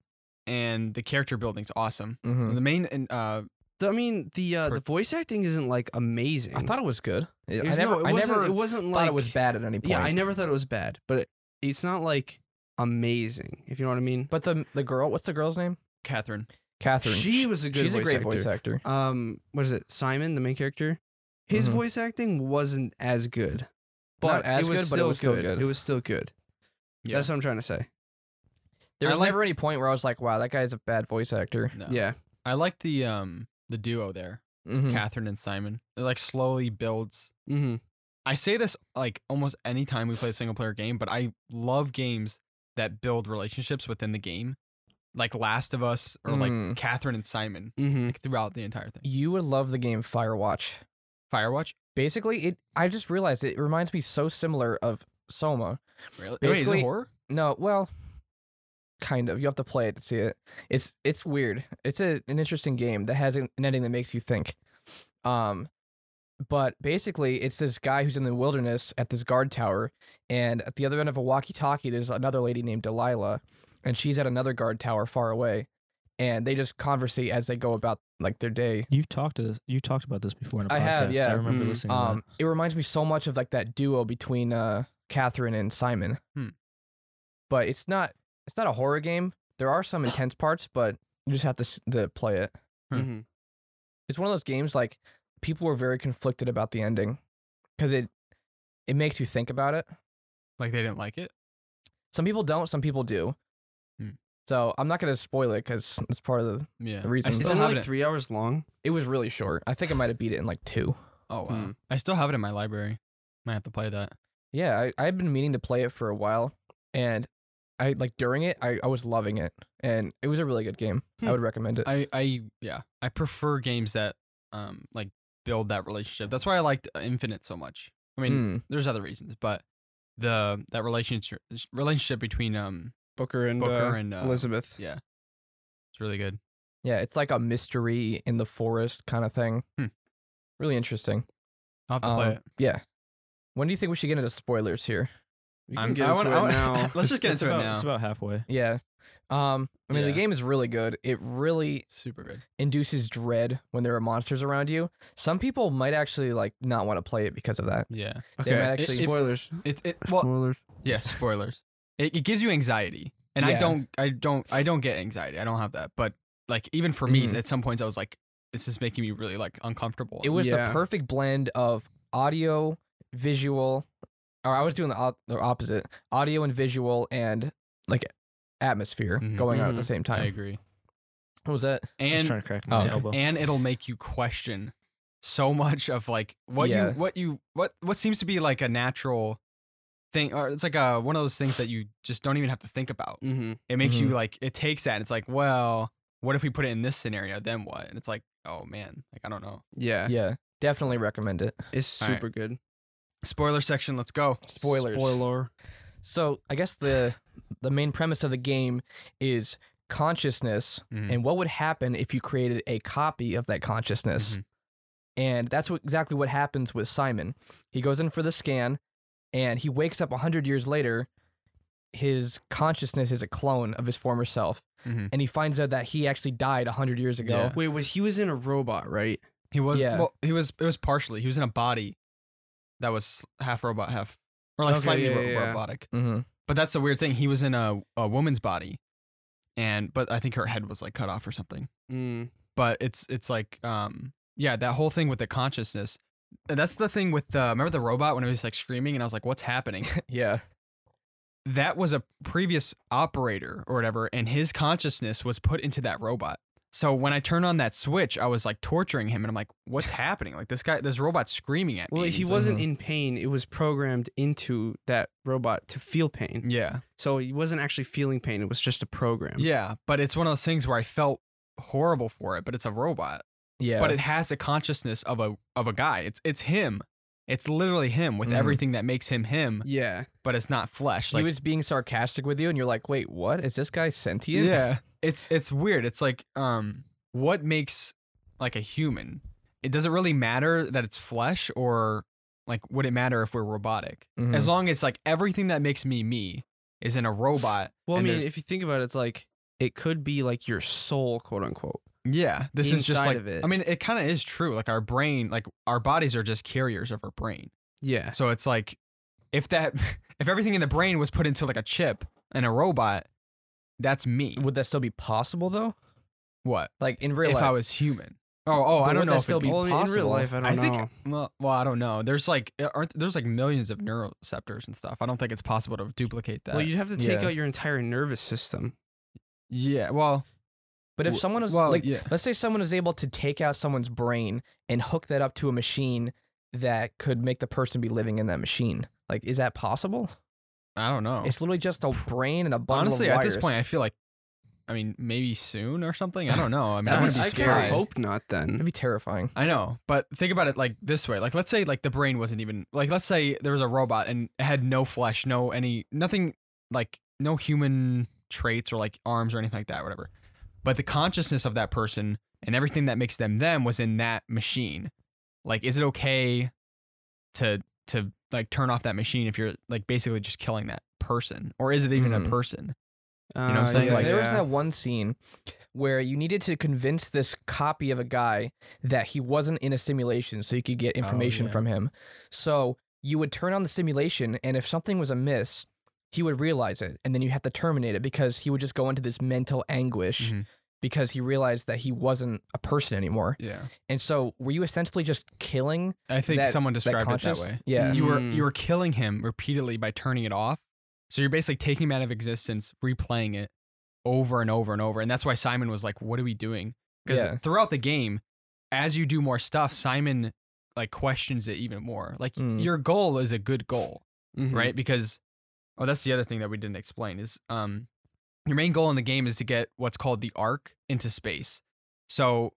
[SPEAKER 1] and the character building's awesome.
[SPEAKER 2] Mhm.
[SPEAKER 3] Hmm.
[SPEAKER 1] The main and uh,
[SPEAKER 3] I mean the uh,
[SPEAKER 1] Per-
[SPEAKER 3] the voice acting isn't like amazing.
[SPEAKER 2] I thought it was good. I
[SPEAKER 3] It was-
[SPEAKER 2] never,
[SPEAKER 3] no, it
[SPEAKER 2] I
[SPEAKER 3] wasn't.
[SPEAKER 2] never
[SPEAKER 3] it wasn't
[SPEAKER 2] thought
[SPEAKER 3] like
[SPEAKER 2] it was bad at any point.
[SPEAKER 3] Yeah, I never thought it was bad, but it, it's not like amazing. If you know what I mean.
[SPEAKER 2] But the the girl, what's the girl's name?
[SPEAKER 1] Catherine.
[SPEAKER 2] Catherine.
[SPEAKER 3] She was a good.
[SPEAKER 2] She's
[SPEAKER 3] voice
[SPEAKER 2] a great
[SPEAKER 3] actor.
[SPEAKER 2] voice actor.
[SPEAKER 3] Um, what is it? Simon, the main character. His
[SPEAKER 2] Mhm.
[SPEAKER 3] voice acting wasn't as good, but
[SPEAKER 2] as
[SPEAKER 3] it was
[SPEAKER 2] good,
[SPEAKER 3] still
[SPEAKER 2] but it was still good.
[SPEAKER 3] It was still good.
[SPEAKER 1] Yeah.
[SPEAKER 3] That's what I'm trying to say.
[SPEAKER 2] There
[SPEAKER 1] I
[SPEAKER 2] was
[SPEAKER 1] like-
[SPEAKER 2] never any point where I was like, "Wow, that guy's a bad voice actor."
[SPEAKER 1] No.
[SPEAKER 3] Yeah. Hmm.
[SPEAKER 1] I like the um the duo there,
[SPEAKER 2] Mhm.
[SPEAKER 1] Catherine and Simon. It like slowly builds
[SPEAKER 3] Mm-hmm.
[SPEAKER 1] I say this like almost any time we play a single player game, but I love games that build relationships within the game, like Last of Us or
[SPEAKER 2] Mm.
[SPEAKER 1] like Catherine and Simon,
[SPEAKER 3] Mm-hmm.
[SPEAKER 1] like throughout the entire thing.
[SPEAKER 2] You would love the game Firewatch.
[SPEAKER 1] Firewatch,
[SPEAKER 2] Basically, it. I just realized it reminds me so similar of Soma.
[SPEAKER 1] really? Wait, is it
[SPEAKER 2] Basically-
[SPEAKER 1] horror?
[SPEAKER 2] No, well, kind of. You have to play it to see it. It's it's weird. It's a, an interesting game that has an an ending that makes you think. Um, but basically, it's this guy who's in the wilderness at this guard tower, and at the other end of a walkie-talkie, there's another lady named Delilah, and she's at another guard tower far away, and they just conversate as they go about like their day.
[SPEAKER 4] You've talked to this, you talked about this before in a podcast.
[SPEAKER 2] I have, yeah.
[SPEAKER 4] I remember
[SPEAKER 3] Mm.
[SPEAKER 4] listening.
[SPEAKER 2] Um, it reminds me so much of like that duo between uh Catherine and Simon.
[SPEAKER 1] Hmm.
[SPEAKER 2] But it's not it's not a horror game. There are some intense parts, but you just have to s- to play it.
[SPEAKER 1] Hmm.
[SPEAKER 3] Mm-hmm.
[SPEAKER 2] It's one of those games like people were very conflicted about the ending because it it makes you think about it.
[SPEAKER 1] Like they didn't like it?
[SPEAKER 2] Some people don't, some people do.
[SPEAKER 1] Hmm.
[SPEAKER 2] So I'm not gonna spoil it because it's part of the.
[SPEAKER 1] Yeah.
[SPEAKER 2] The reason-
[SPEAKER 1] I
[SPEAKER 3] It's
[SPEAKER 1] still
[SPEAKER 3] only
[SPEAKER 1] have
[SPEAKER 3] like
[SPEAKER 1] it. in-
[SPEAKER 3] three hours long.
[SPEAKER 2] It was really short. I think I might have beat it in like two.
[SPEAKER 1] oh wow.
[SPEAKER 2] Mm.
[SPEAKER 3] Hmm.
[SPEAKER 1] I still have it in my library. Might have to play that.
[SPEAKER 2] Yeah, I, I've been meaning to play it for a while, and I like during it, I, I was loving it, and it was a really good game.
[SPEAKER 3] Hmm.
[SPEAKER 2] I would recommend it.
[SPEAKER 1] I I yeah. I prefer games that um like build that relationship. That's why I liked uh, Infinite so much. I mean,
[SPEAKER 2] Mm.
[SPEAKER 1] there's other reasons, but the that relationship relationship between um
[SPEAKER 3] Booker and
[SPEAKER 1] Booker
[SPEAKER 3] uh,
[SPEAKER 1] and uh,
[SPEAKER 3] Elizabeth.
[SPEAKER 1] Yeah. It's really good.
[SPEAKER 2] yeah, it's like a mystery in the forest kind of thing.
[SPEAKER 1] Hmm.
[SPEAKER 2] Really interesting.
[SPEAKER 1] I'll have to play
[SPEAKER 2] Um,
[SPEAKER 1] it.
[SPEAKER 2] Yeah. When do you think we should get into spoilers here?
[SPEAKER 3] We
[SPEAKER 1] I'm-
[SPEAKER 3] can get
[SPEAKER 1] I
[SPEAKER 3] into
[SPEAKER 1] wanna-
[SPEAKER 3] it
[SPEAKER 1] I wanna-
[SPEAKER 3] [laughs] now.
[SPEAKER 1] Let's just get
[SPEAKER 4] it's
[SPEAKER 1] into
[SPEAKER 4] about,
[SPEAKER 1] it now.
[SPEAKER 4] It's about halfway.
[SPEAKER 2] Yeah. Um, I mean, the
[SPEAKER 1] Yeah.
[SPEAKER 2] game is really good. It really
[SPEAKER 1] Super good.
[SPEAKER 2] induces dread when there are monsters around you. Some people might actually like not want to play it because of that.
[SPEAKER 1] Yeah.
[SPEAKER 2] They might actually-
[SPEAKER 3] spoilers.
[SPEAKER 1] It's it
[SPEAKER 3] [laughs]
[SPEAKER 1] well
[SPEAKER 3] spoilers.
[SPEAKER 1] yeah, spoilers. It, it gives you anxiety. And I
[SPEAKER 2] Yeah.
[SPEAKER 1] don't I don't I don't get anxiety. I don't have that. But like even for me
[SPEAKER 2] Mhm.
[SPEAKER 1] at some points I was like, this is making me really like uncomfortable.
[SPEAKER 2] It was
[SPEAKER 3] Yeah.
[SPEAKER 2] the perfect blend of audio, visual, or I was doing the, op- the opposite audio and visual and like atmosphere
[SPEAKER 1] Mhm.
[SPEAKER 2] going on at the
[SPEAKER 3] Mhm.
[SPEAKER 2] same
[SPEAKER 1] I
[SPEAKER 2] time.
[SPEAKER 1] agree.
[SPEAKER 2] What was that?
[SPEAKER 4] I was
[SPEAKER 1] And
[SPEAKER 4] trying to crack my
[SPEAKER 2] Oh, yeah.
[SPEAKER 4] elbow.
[SPEAKER 1] and it'll make you question so much of like what
[SPEAKER 2] Yeah.
[SPEAKER 1] you what you what what seems to be like a natural thing or it's like a one of those things that you just don't even have to think about.
[SPEAKER 3] Mm-hmm.
[SPEAKER 1] it makes
[SPEAKER 2] Mhm.
[SPEAKER 1] you like it takes that and it's like well what if we put it in this scenario then what and it's like oh man like i don't know
[SPEAKER 3] Yeah.
[SPEAKER 2] Yeah, definitely recommend it.
[SPEAKER 3] It's
[SPEAKER 1] All right.
[SPEAKER 3] super good.
[SPEAKER 1] spoiler section let's go
[SPEAKER 2] Spoilers.
[SPEAKER 3] Spoiler.
[SPEAKER 2] So I guess the the main premise of the game is consciousness
[SPEAKER 1] Mhm.
[SPEAKER 2] and what would happen if you created a copy of that consciousness.
[SPEAKER 1] Mhm.
[SPEAKER 2] And that's what, exactly what happens with Simon. He goes in for the scan and he wakes up 100 years later. His consciousness is a clone of his former self.
[SPEAKER 1] Mhm.
[SPEAKER 2] And he finds out that he actually died 100 years ago.
[SPEAKER 1] Yeah.
[SPEAKER 3] Wait, was he was in a robot, right?
[SPEAKER 1] he was
[SPEAKER 2] Yeah.
[SPEAKER 1] well he was it was partially he was in a body that was half robot half or like
[SPEAKER 3] Okay,
[SPEAKER 1] slightly
[SPEAKER 3] yeah,
[SPEAKER 1] ro-
[SPEAKER 3] yeah, yeah.
[SPEAKER 1] robotic
[SPEAKER 2] hmm
[SPEAKER 1] but that's the weird thing he was in a, a woman's body and but i think her head was like cut off or something
[SPEAKER 3] Mm.
[SPEAKER 1] but it's it's like um yeah that whole thing with the consciousness that's the thing with uh, remember the robot when it was like screaming and i was like what's happening
[SPEAKER 2] [laughs] Yeah.
[SPEAKER 1] that was a previous operator or whatever, and his consciousness was put into that robot. So when I turned on that switch, I was like torturing him, and I'm like,
[SPEAKER 3] [laughs]
[SPEAKER 1] "What's happening? Like this guy, this robot's screaming at
[SPEAKER 3] Well,
[SPEAKER 1] me."
[SPEAKER 3] he
[SPEAKER 1] He's
[SPEAKER 3] wasn't
[SPEAKER 2] Mhm.
[SPEAKER 3] in pain. It was programmed into that robot to feel pain.
[SPEAKER 1] like- [laughs] yeah,
[SPEAKER 3] So he wasn't actually feeling pain. It was just a program.
[SPEAKER 1] yeah. But it's one of those things where I felt horrible for it, but it's a robot.
[SPEAKER 2] Yeah.
[SPEAKER 1] But it has a consciousness of a of a guy. It's it's him. It's literally him with
[SPEAKER 3] Mm.
[SPEAKER 2] Mhm.
[SPEAKER 1] everything that makes him him,
[SPEAKER 3] Yeah.
[SPEAKER 1] but it's not flesh.
[SPEAKER 2] he
[SPEAKER 1] Like
[SPEAKER 2] was being sarcastic with you, and you're like, wait, what? Is this guy sentient?
[SPEAKER 1] yeah. It's it's weird. It's like um what makes like a human? It doesn't really matter that it's flesh or like would it matter if we're robotic?
[SPEAKER 2] Mhm.
[SPEAKER 1] As long as like everything that makes me me is in a robot.
[SPEAKER 3] Well,
[SPEAKER 1] and
[SPEAKER 3] I mean,
[SPEAKER 1] there-
[SPEAKER 3] if you think about it, it's like it could be like your soul, quote unquote.
[SPEAKER 1] yeah, this is just
[SPEAKER 3] inside
[SPEAKER 1] like
[SPEAKER 3] of it.
[SPEAKER 1] I mean, it kind of is true. Like our brain, like our bodies are just carriers of our brain.
[SPEAKER 3] Yeah.
[SPEAKER 1] So it's like if that [laughs] if everything in the brain was put into like a chip and a robot, that's me.
[SPEAKER 2] Would that still be possible though?
[SPEAKER 1] What
[SPEAKER 2] Like in real
[SPEAKER 1] if
[SPEAKER 2] life?
[SPEAKER 1] I was human? Oh, oh,
[SPEAKER 2] But
[SPEAKER 1] I don't
[SPEAKER 2] would
[SPEAKER 1] know.
[SPEAKER 2] that
[SPEAKER 1] if
[SPEAKER 2] still
[SPEAKER 1] it-
[SPEAKER 2] be
[SPEAKER 3] Well, in- in
[SPEAKER 2] possible.
[SPEAKER 3] real life, I don't
[SPEAKER 1] I
[SPEAKER 3] know.
[SPEAKER 1] think well, well, I don't know. There's like aren't there's like millions of neuroreceptors and stuff. I don't think it's possible to duplicate that.
[SPEAKER 3] well, you'd have to take
[SPEAKER 2] yeah.
[SPEAKER 3] out your entire nervous system.
[SPEAKER 1] yeah. Well,
[SPEAKER 2] But if
[SPEAKER 1] W-
[SPEAKER 2] someone was
[SPEAKER 1] well,
[SPEAKER 2] like,
[SPEAKER 1] yeah.
[SPEAKER 2] let's say someone is able to take out someone's brain and hook that up to a machine that could make the person be living in that machine. Like, is that possible?
[SPEAKER 1] I don't know.
[SPEAKER 2] It's literally just a brain and a bundle
[SPEAKER 1] Oh. Honestly,
[SPEAKER 2] of
[SPEAKER 1] at
[SPEAKER 2] wires.
[SPEAKER 1] this point, I feel like, I mean, maybe soon or something. I don't know. I mean,
[SPEAKER 2] That
[SPEAKER 1] I
[SPEAKER 3] I,
[SPEAKER 2] would
[SPEAKER 1] wouldn't
[SPEAKER 2] be
[SPEAKER 1] be
[SPEAKER 3] I
[SPEAKER 2] scary.
[SPEAKER 1] surprised.
[SPEAKER 3] kind of hope not.
[SPEAKER 2] it'd
[SPEAKER 3] Then
[SPEAKER 2] be terrifying.
[SPEAKER 1] I know, but think about it like this way. Like, let's say like the brain wasn't even like. Let's say there was a robot and it had no flesh, no any nothing like no human traits or like arms or anything like that, whatever. But the consciousness of that person and everything that makes them them was in that machine. Like, is it okay to to like turn off that machine if you're like basically just killing that person, or is it even
[SPEAKER 2] Mm.
[SPEAKER 1] a person?
[SPEAKER 3] you
[SPEAKER 1] know what I'm saying?
[SPEAKER 2] Yeah,
[SPEAKER 1] Like,
[SPEAKER 2] there was that one scene where you needed to convince this copy of a guy that he wasn't in a simulation so you could get information
[SPEAKER 1] Oh, yeah.
[SPEAKER 2] from him. So you would turn on the simulation, and if something was amiss, he would realize it, and then you had to terminate it because he would just go into this mental anguish
[SPEAKER 1] Mhm.
[SPEAKER 2] because he realized that he wasn't a person anymore.
[SPEAKER 1] Yeah,
[SPEAKER 2] And so, were you essentially just killing
[SPEAKER 1] I think
[SPEAKER 2] that,
[SPEAKER 1] someone
[SPEAKER 2] that
[SPEAKER 1] described it that
[SPEAKER 2] conscious-
[SPEAKER 1] way.
[SPEAKER 2] Yeah,
[SPEAKER 1] you were
[SPEAKER 3] Mm.
[SPEAKER 1] you were killing him repeatedly by turning it off. So you're basically taking him out of existence, replaying it over and over and over. And that's why Simon was like, "What are we doing?" Because
[SPEAKER 2] Yeah.
[SPEAKER 1] throughout the game, as you do more stuff, Simon like questions it even more. Like
[SPEAKER 2] Mm.
[SPEAKER 1] your goal is a good goal,
[SPEAKER 3] Mhm.
[SPEAKER 1] right? Because oh, that's the other thing that we didn't explain is um your main goal in the game is to get what's called the arc into space. So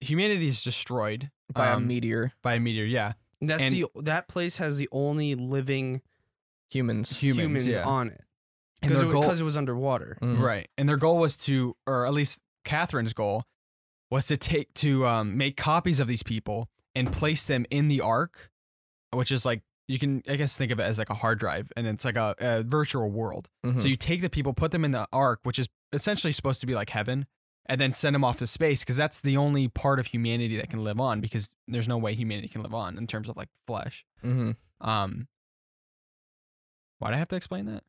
[SPEAKER 1] humanity is destroyed
[SPEAKER 2] by a
[SPEAKER 1] um,
[SPEAKER 2] meteor,
[SPEAKER 1] by a meteor, yeah.
[SPEAKER 3] That's
[SPEAKER 1] And-
[SPEAKER 3] the that place has the only living
[SPEAKER 2] humans?
[SPEAKER 1] Humans,
[SPEAKER 3] humans,
[SPEAKER 1] yeah.
[SPEAKER 3] on it
[SPEAKER 1] And
[SPEAKER 3] because
[SPEAKER 1] their
[SPEAKER 3] it,
[SPEAKER 1] goal-
[SPEAKER 3] 'cause it was underwater.
[SPEAKER 2] Mhm.
[SPEAKER 1] Right. And their goal was to, or at least Catherine's goal, was to take to um, make copies of these people and place them in the Ark, which is like you can I guess think of it as like a hard drive, and it's like a, a virtual world.
[SPEAKER 2] Mhm.
[SPEAKER 1] So you take the people, put them in the Ark, which is essentially supposed to be like heaven, and then send them off to space because that's the only part of humanity that can live on because there's no way humanity can live on in terms of like flesh.
[SPEAKER 2] Mhm.
[SPEAKER 1] Um, why'd I have to explain that?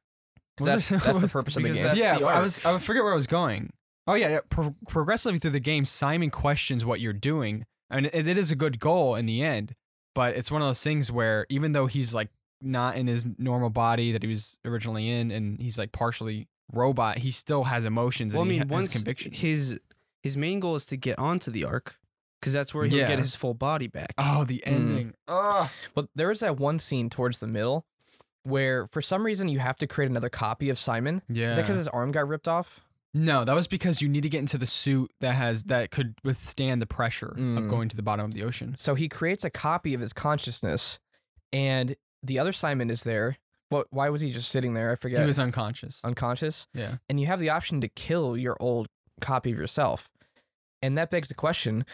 [SPEAKER 1] What
[SPEAKER 2] That's,
[SPEAKER 1] was I- [laughs] what
[SPEAKER 2] that's the
[SPEAKER 1] was-
[SPEAKER 2] purpose of the
[SPEAKER 3] because
[SPEAKER 2] game.
[SPEAKER 3] that's-
[SPEAKER 1] yeah,
[SPEAKER 3] the
[SPEAKER 1] I
[SPEAKER 3] arc.
[SPEAKER 1] was. I forget where I was going. Oh yeah, yeah. Pro- progressively through the game, Simon questions what you're doing. I mean, it, it is a good goal in the end, but it's one of those things where even though he's like not in his normal body that he was originally in, and he's like partially robot, he still has emotions
[SPEAKER 3] Well, I
[SPEAKER 1] and he
[SPEAKER 3] mean,
[SPEAKER 1] ha- has
[SPEAKER 3] once
[SPEAKER 1] convictions.
[SPEAKER 3] his his main goal is to get onto the arc because that's where he'll
[SPEAKER 1] Yeah.
[SPEAKER 3] get his full body back.
[SPEAKER 1] oh, the
[SPEAKER 3] Hmm.
[SPEAKER 1] ending. Ugh.
[SPEAKER 2] But there is that one scene towards the middle where, for some reason, you have to create another copy of Simon.
[SPEAKER 1] Yeah.
[SPEAKER 2] Is that because his arm got ripped off?
[SPEAKER 1] no, that was because you need to get into the suit that has that could withstand the pressure
[SPEAKER 2] Mm.
[SPEAKER 3] Hmm.
[SPEAKER 1] of going to the bottom of the ocean.
[SPEAKER 2] So he creates a copy of his consciousness, and the other Simon is there. What? Why was he just sitting there? I forget.
[SPEAKER 1] He was unconscious.
[SPEAKER 2] unconscious.
[SPEAKER 1] Yeah.
[SPEAKER 2] And you have the option to kill your old copy of yourself. And that begs the question: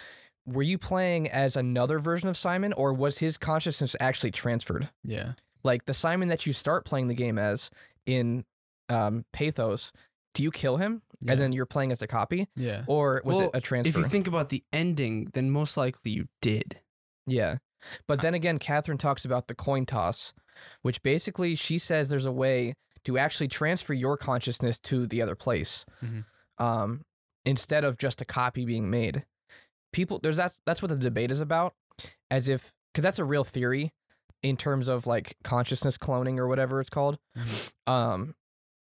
[SPEAKER 2] Were you playing as another version of Simon, or was his consciousness actually transferred?
[SPEAKER 1] Yeah.
[SPEAKER 2] Like the Simon that you start playing the game as in um, Pathos, do you kill him
[SPEAKER 1] Yeah.
[SPEAKER 2] and then you're playing as a copy,
[SPEAKER 1] Yeah.
[SPEAKER 2] or was it
[SPEAKER 3] Well,
[SPEAKER 2] a transfer?
[SPEAKER 3] If you think about the ending, then most likely you did.
[SPEAKER 2] yeah, but then again, Catherine talks about the coin toss, which basically she says there's a way to actually transfer your consciousness to the other place,
[SPEAKER 1] Mhm.
[SPEAKER 2] um, instead of just a copy being made. People, there's that. That's what the debate is about, as if because that's a real theory in terms of like consciousness cloning or whatever it's called. um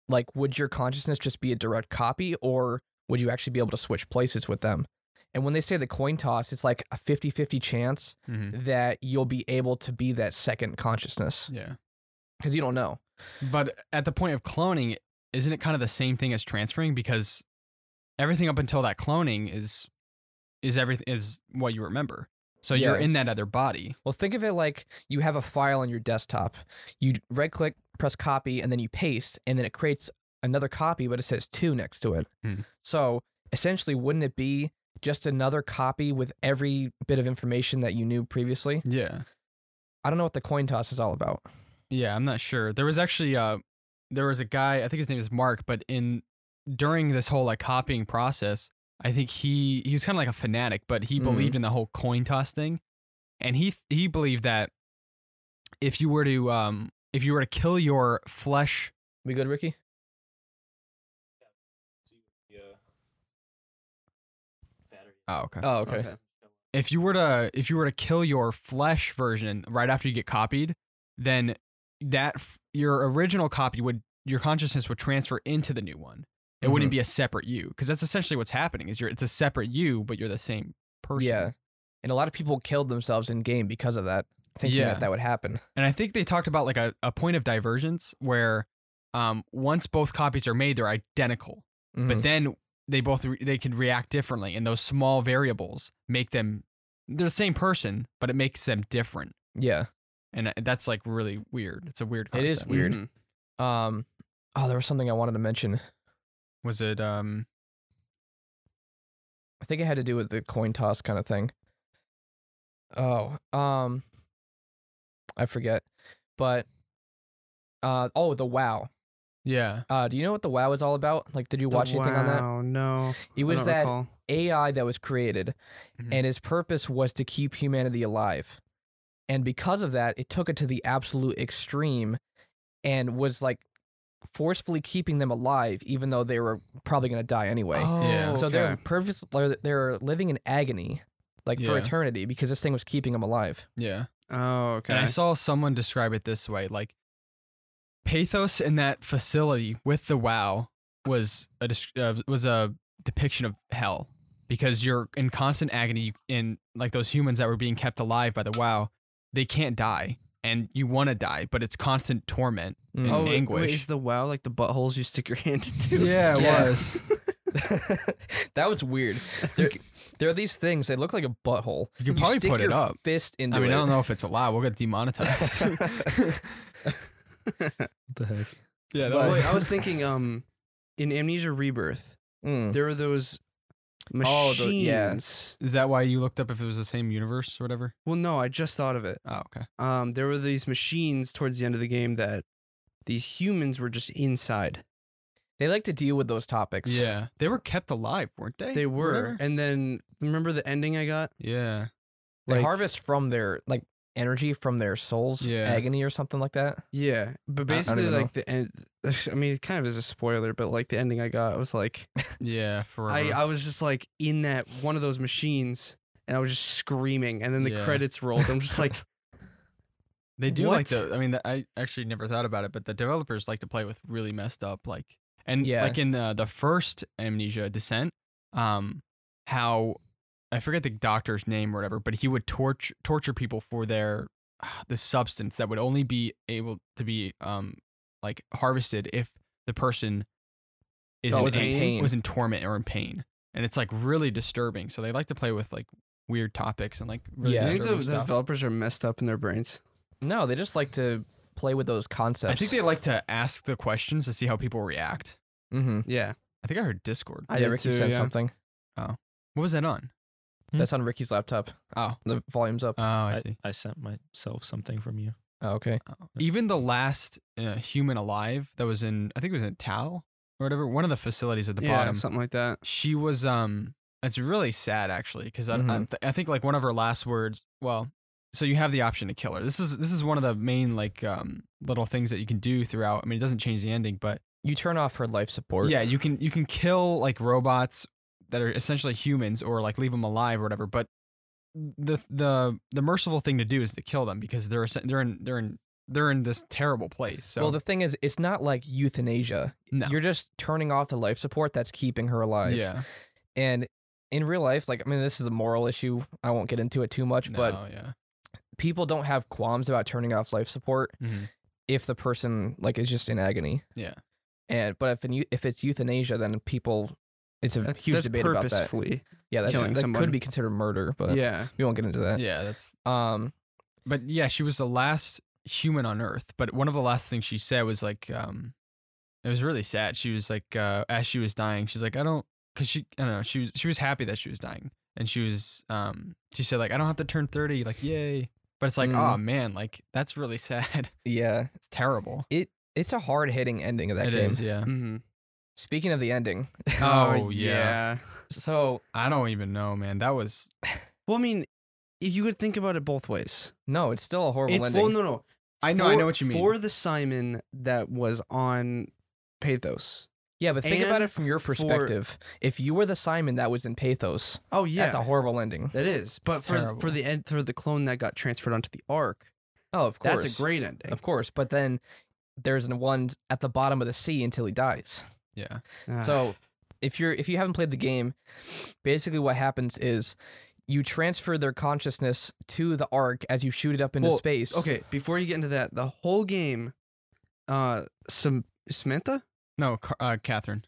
[SPEAKER 2] like would your consciousness just be a direct copy or would you actually be able to switch places with them and when they say the coin toss it's like a 50-50 chance
[SPEAKER 1] Mhm.
[SPEAKER 2] that you'll be able to be that second consciousness
[SPEAKER 1] Yeah.
[SPEAKER 2] because you don't know
[SPEAKER 1] But at the point of cloning, isn't it kind of the same thing as transferring? Because everything up until that cloning is is everything is what you remember. So you're
[SPEAKER 2] Yeah.
[SPEAKER 1] in that other body.
[SPEAKER 2] Well, think of it like you have a file on your desktop. You right click, press copy, and then you paste, and then it creates another copy, but it says two next to it.
[SPEAKER 1] Hmm.
[SPEAKER 2] So essentially, wouldn't it be just another copy with every bit of information that you knew previously?
[SPEAKER 1] Yeah.
[SPEAKER 2] I don't know what the coin toss is all about.
[SPEAKER 1] Yeah, I'm not sure. There was actually uh there was a guy, I think his name is Mark, but in during this whole like copying process, I think he he was kind of like a fanatic, but he
[SPEAKER 3] Mhm.
[SPEAKER 1] believed in the whole coin toss thing. And he he believed that if you were to um if you were to kill your flesh
[SPEAKER 2] We good, Ricky?
[SPEAKER 1] Oh, okay.
[SPEAKER 2] Oh, okay.
[SPEAKER 1] if you were to if you were to kill your flesh version right after you get copied, then that f- your original copy would your consciousness would transfer into the new one. It wouldn't be a separate you because that's essentially what's happening. Is you're it's a separate you, but you're the same person.
[SPEAKER 2] Yeah. And a lot of people killed themselves in game because of that, thinking
[SPEAKER 1] Yeah.
[SPEAKER 2] that that would happen.
[SPEAKER 1] And I think they talked about like a, a point of divergence where, um, once both copies are made, they're identical,
[SPEAKER 2] Mhm.
[SPEAKER 1] but then they both re- they can react differently, and those small variables make them they're the same person, but it makes them different.
[SPEAKER 2] yeah.
[SPEAKER 1] and I- that's like really weird. It's a weird.
[SPEAKER 2] It
[SPEAKER 1] Concept.
[SPEAKER 2] is weird.
[SPEAKER 3] Mm-hmm.
[SPEAKER 2] Um. Oh, there was something I wanted to mention.
[SPEAKER 1] Was it? Um.
[SPEAKER 2] I think it had to do with the coin toss kind of thing. Oh, um, I forget, but uh, oh, the WoW.
[SPEAKER 1] Yeah.
[SPEAKER 2] Uh, do you know what the WoW is all about? Like, did you watch anything on that?
[SPEAKER 3] Oh no.
[SPEAKER 2] It was that AI that was created,
[SPEAKER 1] Mhm.
[SPEAKER 2] and its purpose was to keep humanity alive. And because of that, it took it to the absolute extreme and was like forcefully keeping them alive, even though they were probably going to die anyway.
[SPEAKER 3] Oh,
[SPEAKER 1] Yeah.
[SPEAKER 2] So they're purpose or they're living in agony, like for
[SPEAKER 1] Yeah.
[SPEAKER 2] eternity, because this thing was keeping them alive.
[SPEAKER 1] Yeah.
[SPEAKER 3] Oh, okay.
[SPEAKER 1] And I saw someone describe it this way: like pathos in that facility with the wow was a desc- uh, was a depiction of hell because you're in constant agony and like those humans that were being kept alive by the wow, they can't die and you want to die, but it's constant torment.
[SPEAKER 2] Mm.
[SPEAKER 1] Oh,
[SPEAKER 3] wait, wait,
[SPEAKER 1] anguish.
[SPEAKER 3] is the wow like the buttholes you stick your [laughs] hand into?
[SPEAKER 1] [laughs] Yeah,
[SPEAKER 2] it Yeah. [laughs]
[SPEAKER 1] was.
[SPEAKER 2] [laughs] that
[SPEAKER 1] [laughs]
[SPEAKER 2] was weird. There, there are these things. They look like a butthole.
[SPEAKER 1] You could probably
[SPEAKER 2] stick
[SPEAKER 1] put
[SPEAKER 2] your
[SPEAKER 1] it up.
[SPEAKER 2] Fist into
[SPEAKER 1] I mean,
[SPEAKER 2] it.
[SPEAKER 1] I don't know if it's allowed. We'll get demonetized.
[SPEAKER 2] [laughs]
[SPEAKER 1] [laughs]
[SPEAKER 4] What the heck?
[SPEAKER 1] yeah,
[SPEAKER 2] that But- [laughs]
[SPEAKER 3] Wait, I was thinking, um, in Amnesia Rebirth,
[SPEAKER 2] [laughs]
[SPEAKER 1] [laughs]
[SPEAKER 2] Mm.
[SPEAKER 3] there were those
[SPEAKER 2] Oh,
[SPEAKER 3] machines.
[SPEAKER 2] the- yeah.
[SPEAKER 1] Is that why you looked up if it was the same universe or whatever?
[SPEAKER 3] Well, no, I just thought of it.
[SPEAKER 1] Oh, okay.
[SPEAKER 3] Um, there were these machines towards the end of the game that these humans were just inside.
[SPEAKER 2] They like to deal with those topics.
[SPEAKER 1] Yeah, they were kept alive, weren't they?
[SPEAKER 3] They
[SPEAKER 1] Or
[SPEAKER 3] were,
[SPEAKER 1] whatever?
[SPEAKER 3] and then remember the ending I got.
[SPEAKER 1] yeah,
[SPEAKER 2] They
[SPEAKER 3] Like-
[SPEAKER 2] harvest from their like energy from their souls,
[SPEAKER 1] Yeah.
[SPEAKER 2] agony or something like that.
[SPEAKER 3] Yeah, but
[SPEAKER 2] I- I don't
[SPEAKER 3] basically,
[SPEAKER 2] even know.
[SPEAKER 3] like the end. [laughs] I mean, it kind of is a spoiler, but like the ending I got, I was like,
[SPEAKER 1] yeah, forever.
[SPEAKER 2] Uh-huh.
[SPEAKER 3] I, I was just like in that one of those machines, and I was just screaming, and then the
[SPEAKER 1] Yeah.
[SPEAKER 3] credits rolled. I'm just
[SPEAKER 2] [laughs]
[SPEAKER 3] like,
[SPEAKER 1] they do like
[SPEAKER 3] what?
[SPEAKER 1] to. I mean, the, I actually never thought about it, but the developers like to play with really messed up, like, and
[SPEAKER 2] Yeah.
[SPEAKER 1] like in uh, the the first Amnesia Descent, um, how I forget the doctor's name or whatever, but he would torture torture people for their [sighs] the substance that would only be able to be um like harvested if the person is
[SPEAKER 2] Oh,
[SPEAKER 1] in
[SPEAKER 2] was in
[SPEAKER 1] pain,
[SPEAKER 2] pain.
[SPEAKER 1] was in torment or in pain, and it's like really disturbing. So they like to play with like weird topics and like really
[SPEAKER 2] Yeah.
[SPEAKER 3] I think the,
[SPEAKER 1] disturbing
[SPEAKER 3] the
[SPEAKER 1] stuff.
[SPEAKER 3] developers are messed up in their brains.
[SPEAKER 2] No, they just like to play with those concepts.
[SPEAKER 1] I think they like to ask the questions to see how people react.
[SPEAKER 2] Mm-hmm.
[SPEAKER 3] Yeah,
[SPEAKER 1] I think I heard Discord.
[SPEAKER 3] I
[SPEAKER 2] yeah,
[SPEAKER 3] did
[SPEAKER 2] Ricky
[SPEAKER 3] too,
[SPEAKER 2] said
[SPEAKER 3] yeah.
[SPEAKER 2] something.
[SPEAKER 1] What was that on?
[SPEAKER 4] Hmm?
[SPEAKER 2] That's on Ricky's laptop.
[SPEAKER 1] Oh,
[SPEAKER 2] The volume's up.
[SPEAKER 1] oh, I
[SPEAKER 4] I,
[SPEAKER 1] see.
[SPEAKER 4] I sent myself something from you.
[SPEAKER 2] oh, okay.
[SPEAKER 1] Oh. Even the last uh, human alive that was in, I think it was in Tao or whatever, one of the facilities at the
[SPEAKER 3] yeah,
[SPEAKER 1] bottom.
[SPEAKER 3] something like that.
[SPEAKER 1] she was um it's really sad actually because I, I,
[SPEAKER 2] Mhm.
[SPEAKER 1] th- I think like one of her last words well so you have the option to kill her this is this is one of the main like um little things that you can do throughout i mean it doesn't change the ending but
[SPEAKER 2] You turn off her life support.
[SPEAKER 1] yeah you can you can kill like robots that are essentially humans or like leave them alive or whatever but the the the merciful thing to do is to kill them because they're essen- they're in they're in they're in this terrible place so
[SPEAKER 2] Well, the thing is, it's not like euthanasia.
[SPEAKER 1] No.
[SPEAKER 2] You're just turning off the life support that's keeping her alive.
[SPEAKER 1] yeah
[SPEAKER 2] And in real life, like, I mean, this is a moral issue. I won't get into it too much, but
[SPEAKER 1] No, yeah
[SPEAKER 2] people don't have qualms about turning off life support
[SPEAKER 1] Mhm.
[SPEAKER 2] if the person, like, is just in agony.
[SPEAKER 1] Yeah.
[SPEAKER 2] And, but if, an, eu- if it's euthanasia, then people It's a
[SPEAKER 3] That's,
[SPEAKER 2] huge
[SPEAKER 3] that's
[SPEAKER 2] debate about that.
[SPEAKER 3] purposefully.
[SPEAKER 2] Yeah, that's,
[SPEAKER 3] killing
[SPEAKER 2] that
[SPEAKER 3] someone.
[SPEAKER 2] could be considered murder, but
[SPEAKER 3] yeah.
[SPEAKER 2] we won't get into that.
[SPEAKER 1] Yeah, that's.
[SPEAKER 2] Um,
[SPEAKER 1] But yeah, she was the last human on Earth. But one of the last things she said was like, um, it was really sad. She was like, uh, as she was dying, she's like, I don't, cause she, I don't know, she was, she was happy that she was dying, and she was, um, she said like, I don't have to turn thirty, like, yay. But it's like,
[SPEAKER 2] Mm.
[SPEAKER 1] oh man, like that's really [laughs] sad.
[SPEAKER 2] yeah,
[SPEAKER 1] It's terrible.
[SPEAKER 2] it's a hard hitting ending of that
[SPEAKER 1] It
[SPEAKER 2] game.
[SPEAKER 1] is, [laughs] yeah.
[SPEAKER 3] [laughs] Mm-hmm.
[SPEAKER 2] Speaking of the ending,
[SPEAKER 1] Oh, yeah.
[SPEAKER 2] so
[SPEAKER 1] I don't even know, man. That was
[SPEAKER 3] Well, I mean, if you could think about it both ways.
[SPEAKER 2] no, it's still a horrible
[SPEAKER 3] It's, well,
[SPEAKER 2] ending.
[SPEAKER 3] no, no.
[SPEAKER 1] I know, I
[SPEAKER 3] For-
[SPEAKER 1] know what you mean.
[SPEAKER 3] For the Simon that was on Pathos.
[SPEAKER 2] yeah, but think about
[SPEAKER 3] and
[SPEAKER 2] it from your
[SPEAKER 3] for-
[SPEAKER 2] perspective. If you were the Simon that was in Pathos,
[SPEAKER 3] Oh yeah,
[SPEAKER 2] that's a horrible ending.
[SPEAKER 3] that is. But
[SPEAKER 1] It's
[SPEAKER 3] for, for
[SPEAKER 1] terrible.
[SPEAKER 3] the end, for the clone that got transferred onto the Ark,
[SPEAKER 2] Oh, of course,
[SPEAKER 3] that's a great ending.
[SPEAKER 2] of course. But then there's an one at the bottom of the sea until he dies.
[SPEAKER 1] yeah.
[SPEAKER 3] Ah, [sighs]
[SPEAKER 2] So if you're if you haven't played the game, basically what happens is you transfer their consciousness to the arc as you shoot it up into
[SPEAKER 3] Well,
[SPEAKER 2] space.
[SPEAKER 3] okay, before you get into that, the whole game, uh, Sam- Samantha,
[SPEAKER 1] No, Ca- uh, Catherine.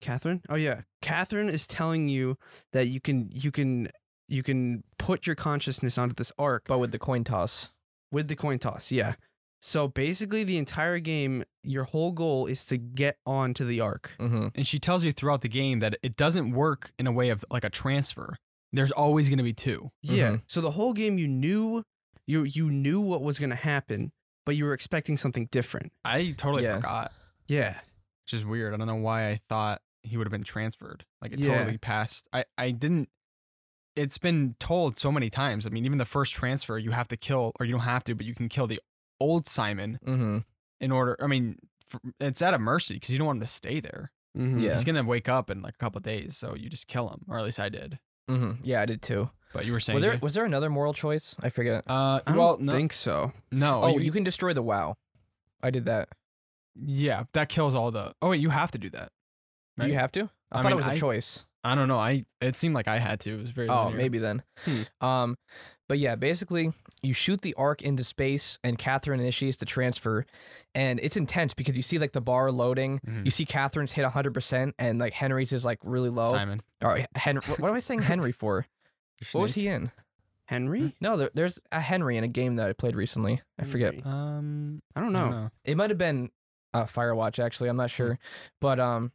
[SPEAKER 3] Catherine. Oh yeah, Catherine is telling you that you can you can you can put your consciousness onto this Ark
[SPEAKER 2] But with the coin toss.
[SPEAKER 3] with the coin toss. Yeah. So basically, the entire game, your whole goal is to get onto the Ark.
[SPEAKER 2] hmm
[SPEAKER 1] and she tells you throughout the game that it doesn't work in a way of like a transfer. There's always going to be two.
[SPEAKER 3] Yeah.
[SPEAKER 2] Mhm.
[SPEAKER 3] So the whole game you knew you you knew what was going to happen, but you were expecting something different.
[SPEAKER 1] I totally
[SPEAKER 2] Yeah.
[SPEAKER 1] forgot,
[SPEAKER 3] Yeah.
[SPEAKER 1] which is weird. I don't know why I thought he would have been transferred. Like it
[SPEAKER 3] Yeah.
[SPEAKER 1] totally passed. I I didn't. It's been told so many times. I mean, even the first transfer, you have to kill, or you don't have to, but you can kill the old Simon
[SPEAKER 2] hmm
[SPEAKER 1] in order. I mean, f it's out of mercy because you don't want him to stay there.
[SPEAKER 2] Yeah.
[SPEAKER 1] He's gonna wake up in like a couple of days, so you just kill him, or at least I did.
[SPEAKER 2] hmm Yeah, I did too.
[SPEAKER 1] But you were saying,
[SPEAKER 2] Was there
[SPEAKER 1] Jay?
[SPEAKER 2] was there another moral choice? I forget.
[SPEAKER 1] uh,
[SPEAKER 3] I don't
[SPEAKER 1] well, no,
[SPEAKER 3] think so.
[SPEAKER 1] no,
[SPEAKER 2] Oh, you can destroy the wow. I did that.
[SPEAKER 1] Yeah, that kills all the. Oh wait, you have to do that.
[SPEAKER 2] Do you
[SPEAKER 1] right?
[SPEAKER 2] have to? I,
[SPEAKER 1] I
[SPEAKER 2] thought
[SPEAKER 1] mean,
[SPEAKER 2] it was a
[SPEAKER 1] I-
[SPEAKER 2] choice.
[SPEAKER 1] I don't know. I it seemed like I had to. It was very.
[SPEAKER 2] Oh,
[SPEAKER 1] linear.
[SPEAKER 2] maybe then.
[SPEAKER 3] Hmm.
[SPEAKER 2] Um, but yeah, basically, you shoot the arc into space, and Catherine initiates the transfer, and it's intense because you see like the bar loading,
[SPEAKER 1] Mhm.
[SPEAKER 2] you see Catherine's hit 100%, and like Henry's is like really low.
[SPEAKER 1] Simon.
[SPEAKER 2] Or Henry, what, what am
[SPEAKER 1] [laughs]
[SPEAKER 2] I saying Henry for? what was he in?
[SPEAKER 3] Henry?
[SPEAKER 2] No, there, there's a Henry in a game that I played recently.
[SPEAKER 1] Hmm.
[SPEAKER 2] I forget.
[SPEAKER 3] Henry.
[SPEAKER 1] Um,
[SPEAKER 3] I don't
[SPEAKER 1] I don't
[SPEAKER 3] know.
[SPEAKER 1] know.
[SPEAKER 2] It might have been uh, Firewatch actually. I'm not
[SPEAKER 3] Hmm.
[SPEAKER 2] sure, but um,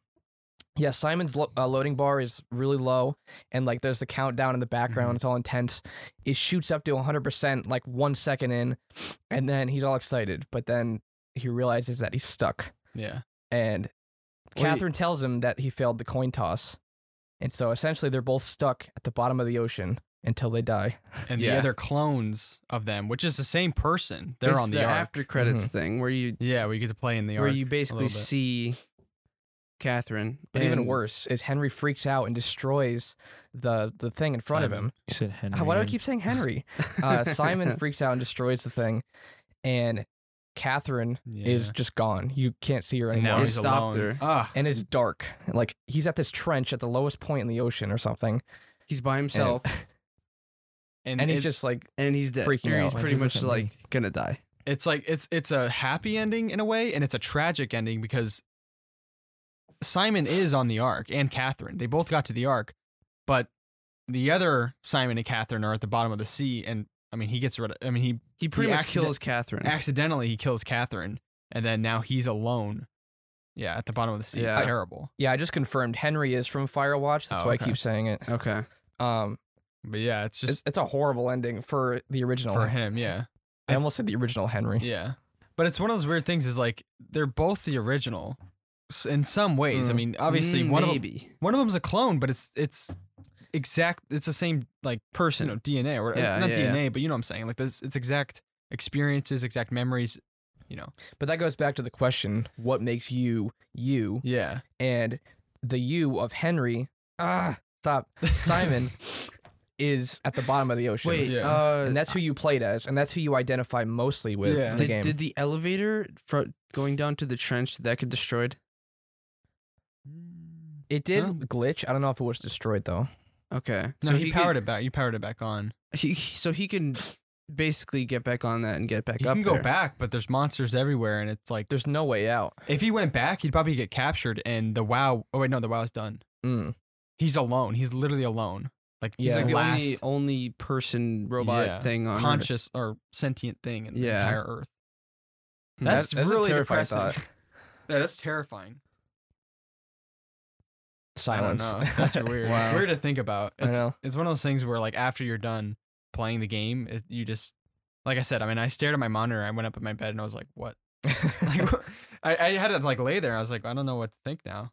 [SPEAKER 2] yeah, Simon's lo- uh, loading bar is really low, and like there's the countdown in the background.
[SPEAKER 3] Mm-hmm.
[SPEAKER 1] Mhm.
[SPEAKER 2] It's all intense. It shoots up to 100 percent like one second in, and then he's all excited, but then he realizes that he's stuck,
[SPEAKER 1] Yeah.
[SPEAKER 2] and
[SPEAKER 3] Wait.
[SPEAKER 2] Catherine tells him that he failed the coin toss, and so essentially they're both stuck at the bottom of the ocean until they die.
[SPEAKER 1] And
[SPEAKER 3] Yeah.
[SPEAKER 1] the other clones of them, which is the same person, they're
[SPEAKER 3] It's
[SPEAKER 1] on the,
[SPEAKER 3] the
[SPEAKER 1] arc.
[SPEAKER 3] after credits thing where you
[SPEAKER 1] yeah, we get to play in the
[SPEAKER 3] where
[SPEAKER 1] arc.
[SPEAKER 3] you basically
[SPEAKER 1] bit.
[SPEAKER 3] see Catherine.
[SPEAKER 2] But even
[SPEAKER 3] and-
[SPEAKER 2] worse is Henry freaks out and destroys the the thing in front of
[SPEAKER 1] Simon.
[SPEAKER 2] him.
[SPEAKER 4] You said Henry.
[SPEAKER 2] Ah, Why do I
[SPEAKER 4] and-
[SPEAKER 2] keep saying Henry?
[SPEAKER 3] [laughs]
[SPEAKER 2] Uh, [laughs] Simon freaks out and destroys the thing, and Catherine
[SPEAKER 1] Yeah.
[SPEAKER 2] is just gone. You can't see her
[SPEAKER 1] and now
[SPEAKER 2] anymore.
[SPEAKER 3] It
[SPEAKER 1] he's
[SPEAKER 3] stopped
[SPEAKER 1] alone.
[SPEAKER 3] her.
[SPEAKER 1] Ah,
[SPEAKER 2] And it's dark. Like he's at this trench at the lowest point in the ocean or something,
[SPEAKER 3] he's by himself
[SPEAKER 1] and,
[SPEAKER 2] and he's
[SPEAKER 1] it's-
[SPEAKER 2] just like,
[SPEAKER 3] and he's dead.
[SPEAKER 2] Freaking
[SPEAKER 3] Or he's
[SPEAKER 2] out. Why'd
[SPEAKER 3] pretty
[SPEAKER 4] you look
[SPEAKER 3] much
[SPEAKER 4] at me?
[SPEAKER 3] like gonna die.
[SPEAKER 1] it's like it's it's a happy ending in a way, and it's a tragic ending because Simon is on the arc and Catherine. They both got to the arc, but the other Simon and Catherine are at the bottom of the sea, and I mean he gets rid of. I mean he
[SPEAKER 3] He pretty much
[SPEAKER 1] accident-
[SPEAKER 3] kills Catherine.
[SPEAKER 1] accidentally he kills Catherine, and then now he's alone. Yeah, at the bottom of the sea.
[SPEAKER 3] Yeah.
[SPEAKER 1] It's terrible.
[SPEAKER 2] yeah, I just confirmed Henry is from Firewatch. That's
[SPEAKER 1] Oh,
[SPEAKER 2] why I
[SPEAKER 1] okay.
[SPEAKER 2] keep saying it.
[SPEAKER 3] okay.
[SPEAKER 2] Um,
[SPEAKER 1] But yeah, it's
[SPEAKER 2] it's,
[SPEAKER 1] just
[SPEAKER 2] it's a horrible ending for the original.
[SPEAKER 1] for him.
[SPEAKER 2] [laughs]
[SPEAKER 1] Yeah,
[SPEAKER 2] I
[SPEAKER 1] it's-
[SPEAKER 2] almost said the original Henry.
[SPEAKER 1] yeah. But it's one of those weird things. Is like they're both the original s- in some ways. I
[SPEAKER 2] Mm.
[SPEAKER 1] mean, obviously
[SPEAKER 3] Mm,
[SPEAKER 1] one of them,
[SPEAKER 3] maybe.
[SPEAKER 1] one of them's a clone, but it's it's exact. It's the same like you
[SPEAKER 3] person.
[SPEAKER 1] know DNA or
[SPEAKER 3] Hmm.
[SPEAKER 1] uh,
[SPEAKER 3] Yeah,
[SPEAKER 1] not
[SPEAKER 3] yeah,
[SPEAKER 1] DNA, but you know what I'm saying. Like this, it's exact experiences, exact memories. You know.
[SPEAKER 2] But that goes back to the question: What makes you you?
[SPEAKER 1] Yeah.
[SPEAKER 2] and the you of Henry, ah, stop,
[SPEAKER 1] [laughs]
[SPEAKER 2] Simon is at the bottom of the ocean.
[SPEAKER 3] Wait,
[SPEAKER 1] Yeah.
[SPEAKER 3] uh,
[SPEAKER 2] And that's who you played as, and that's who you identify mostly with
[SPEAKER 1] Yeah.
[SPEAKER 2] in the
[SPEAKER 3] did,
[SPEAKER 2] game.
[SPEAKER 3] did the elevator fro- going down to the trench did that get destroyed?
[SPEAKER 2] it did
[SPEAKER 1] Oh.
[SPEAKER 2] glitch. I don't know if it was destroyed though.
[SPEAKER 3] Okay.
[SPEAKER 1] No, he,
[SPEAKER 3] could-
[SPEAKER 1] powered it back. You powered it back on.
[SPEAKER 3] he so he can basically get back on that and get back
[SPEAKER 1] He
[SPEAKER 3] up
[SPEAKER 1] can
[SPEAKER 3] there.
[SPEAKER 1] go back, but there's monsters everywhere, and it's like
[SPEAKER 2] There's no way out.
[SPEAKER 1] If he went back, he'd probably get captured, and the WoW. Oh wait, no, the WoW's done.
[SPEAKER 2] Mm.
[SPEAKER 1] He's alone. He's literally alone. Like he's like
[SPEAKER 2] Yeah.
[SPEAKER 3] Like
[SPEAKER 1] the
[SPEAKER 3] the
[SPEAKER 1] last
[SPEAKER 3] only only person robot
[SPEAKER 1] Yeah.
[SPEAKER 3] thing on Earth.
[SPEAKER 1] conscious or sentient thing in the
[SPEAKER 3] Yeah.
[SPEAKER 1] entire Earth.
[SPEAKER 3] That-
[SPEAKER 1] That's,
[SPEAKER 2] that's a
[SPEAKER 1] really
[SPEAKER 2] terrifying
[SPEAKER 1] depressing. [laughs]
[SPEAKER 2] thought.
[SPEAKER 1] Yeah, that's terrifying.
[SPEAKER 2] Silence.
[SPEAKER 1] I don't know.
[SPEAKER 2] [laughs]
[SPEAKER 1] That's weird. It's
[SPEAKER 2] Wow.
[SPEAKER 1] weird to think about.
[SPEAKER 2] I
[SPEAKER 1] It's
[SPEAKER 2] know.
[SPEAKER 1] it's one of those things where like after you're done playing the game, it, you just like I said. I mean, I stared at my monitor. I went up in my bed and I was like, "What?" [laughs]
[SPEAKER 2] [laughs]
[SPEAKER 1] Like, I, I had to like lay there. I was like, "I don't know what to think now."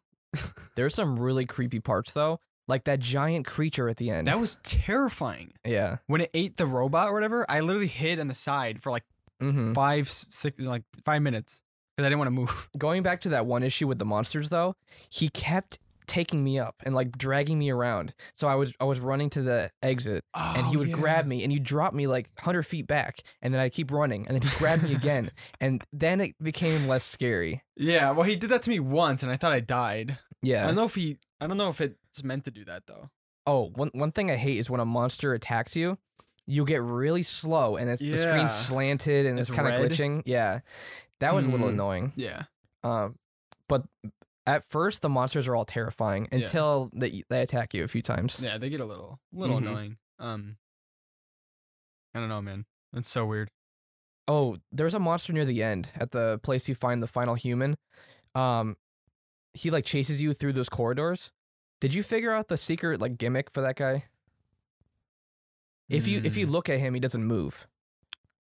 [SPEAKER 2] There's some really creepy parts though, like that giant creature at the end.
[SPEAKER 1] That was terrifying.
[SPEAKER 2] yeah.
[SPEAKER 1] When it ate the robot or whatever, I literally hid on the side for like
[SPEAKER 2] Mm-hmm.
[SPEAKER 1] five, six, like five minutes because I didn't want to move. [laughs]
[SPEAKER 2] Going back to that one issue with the monsters though, he kept taking me up and like dragging me around. So I was I was running to the exit
[SPEAKER 1] Oh,
[SPEAKER 2] and he would grab me and he'd drop me like 100 feet back and then i'd keep running and then he'd grab me
[SPEAKER 1] [laughs]
[SPEAKER 2] again and then it became less scary
[SPEAKER 1] Yeah, well, he did that to me once, and I thought I died. I
[SPEAKER 2] yeah
[SPEAKER 1] don't know if he. I don't know if it's meant to do that though.
[SPEAKER 2] oh one, one thing i hate is when a monster attacks you you get really slow and it's the
[SPEAKER 1] Yeah.
[SPEAKER 2] screen's slanted and it's,
[SPEAKER 1] It's
[SPEAKER 2] kind of
[SPEAKER 1] red. Hmm.
[SPEAKER 2] glitching yeah that was a little
[SPEAKER 3] Mm.
[SPEAKER 2] annoying
[SPEAKER 1] Yeah.
[SPEAKER 2] um, but at first the monsters are all terrifying
[SPEAKER 1] Yeah.
[SPEAKER 2] until they, they attack you a few times
[SPEAKER 1] Yeah, they get a little, little
[SPEAKER 3] Mhm.
[SPEAKER 2] Mm-hmm.
[SPEAKER 1] annoying. Um, I don't know, man. That's so weird.
[SPEAKER 2] Oh, there's a monster near the end at the place you find the final human. Um, he like chases you through those corridors. Did you figure out the secret like gimmick for that guy? If you
[SPEAKER 1] Mm.
[SPEAKER 2] if you look at him, he doesn't move.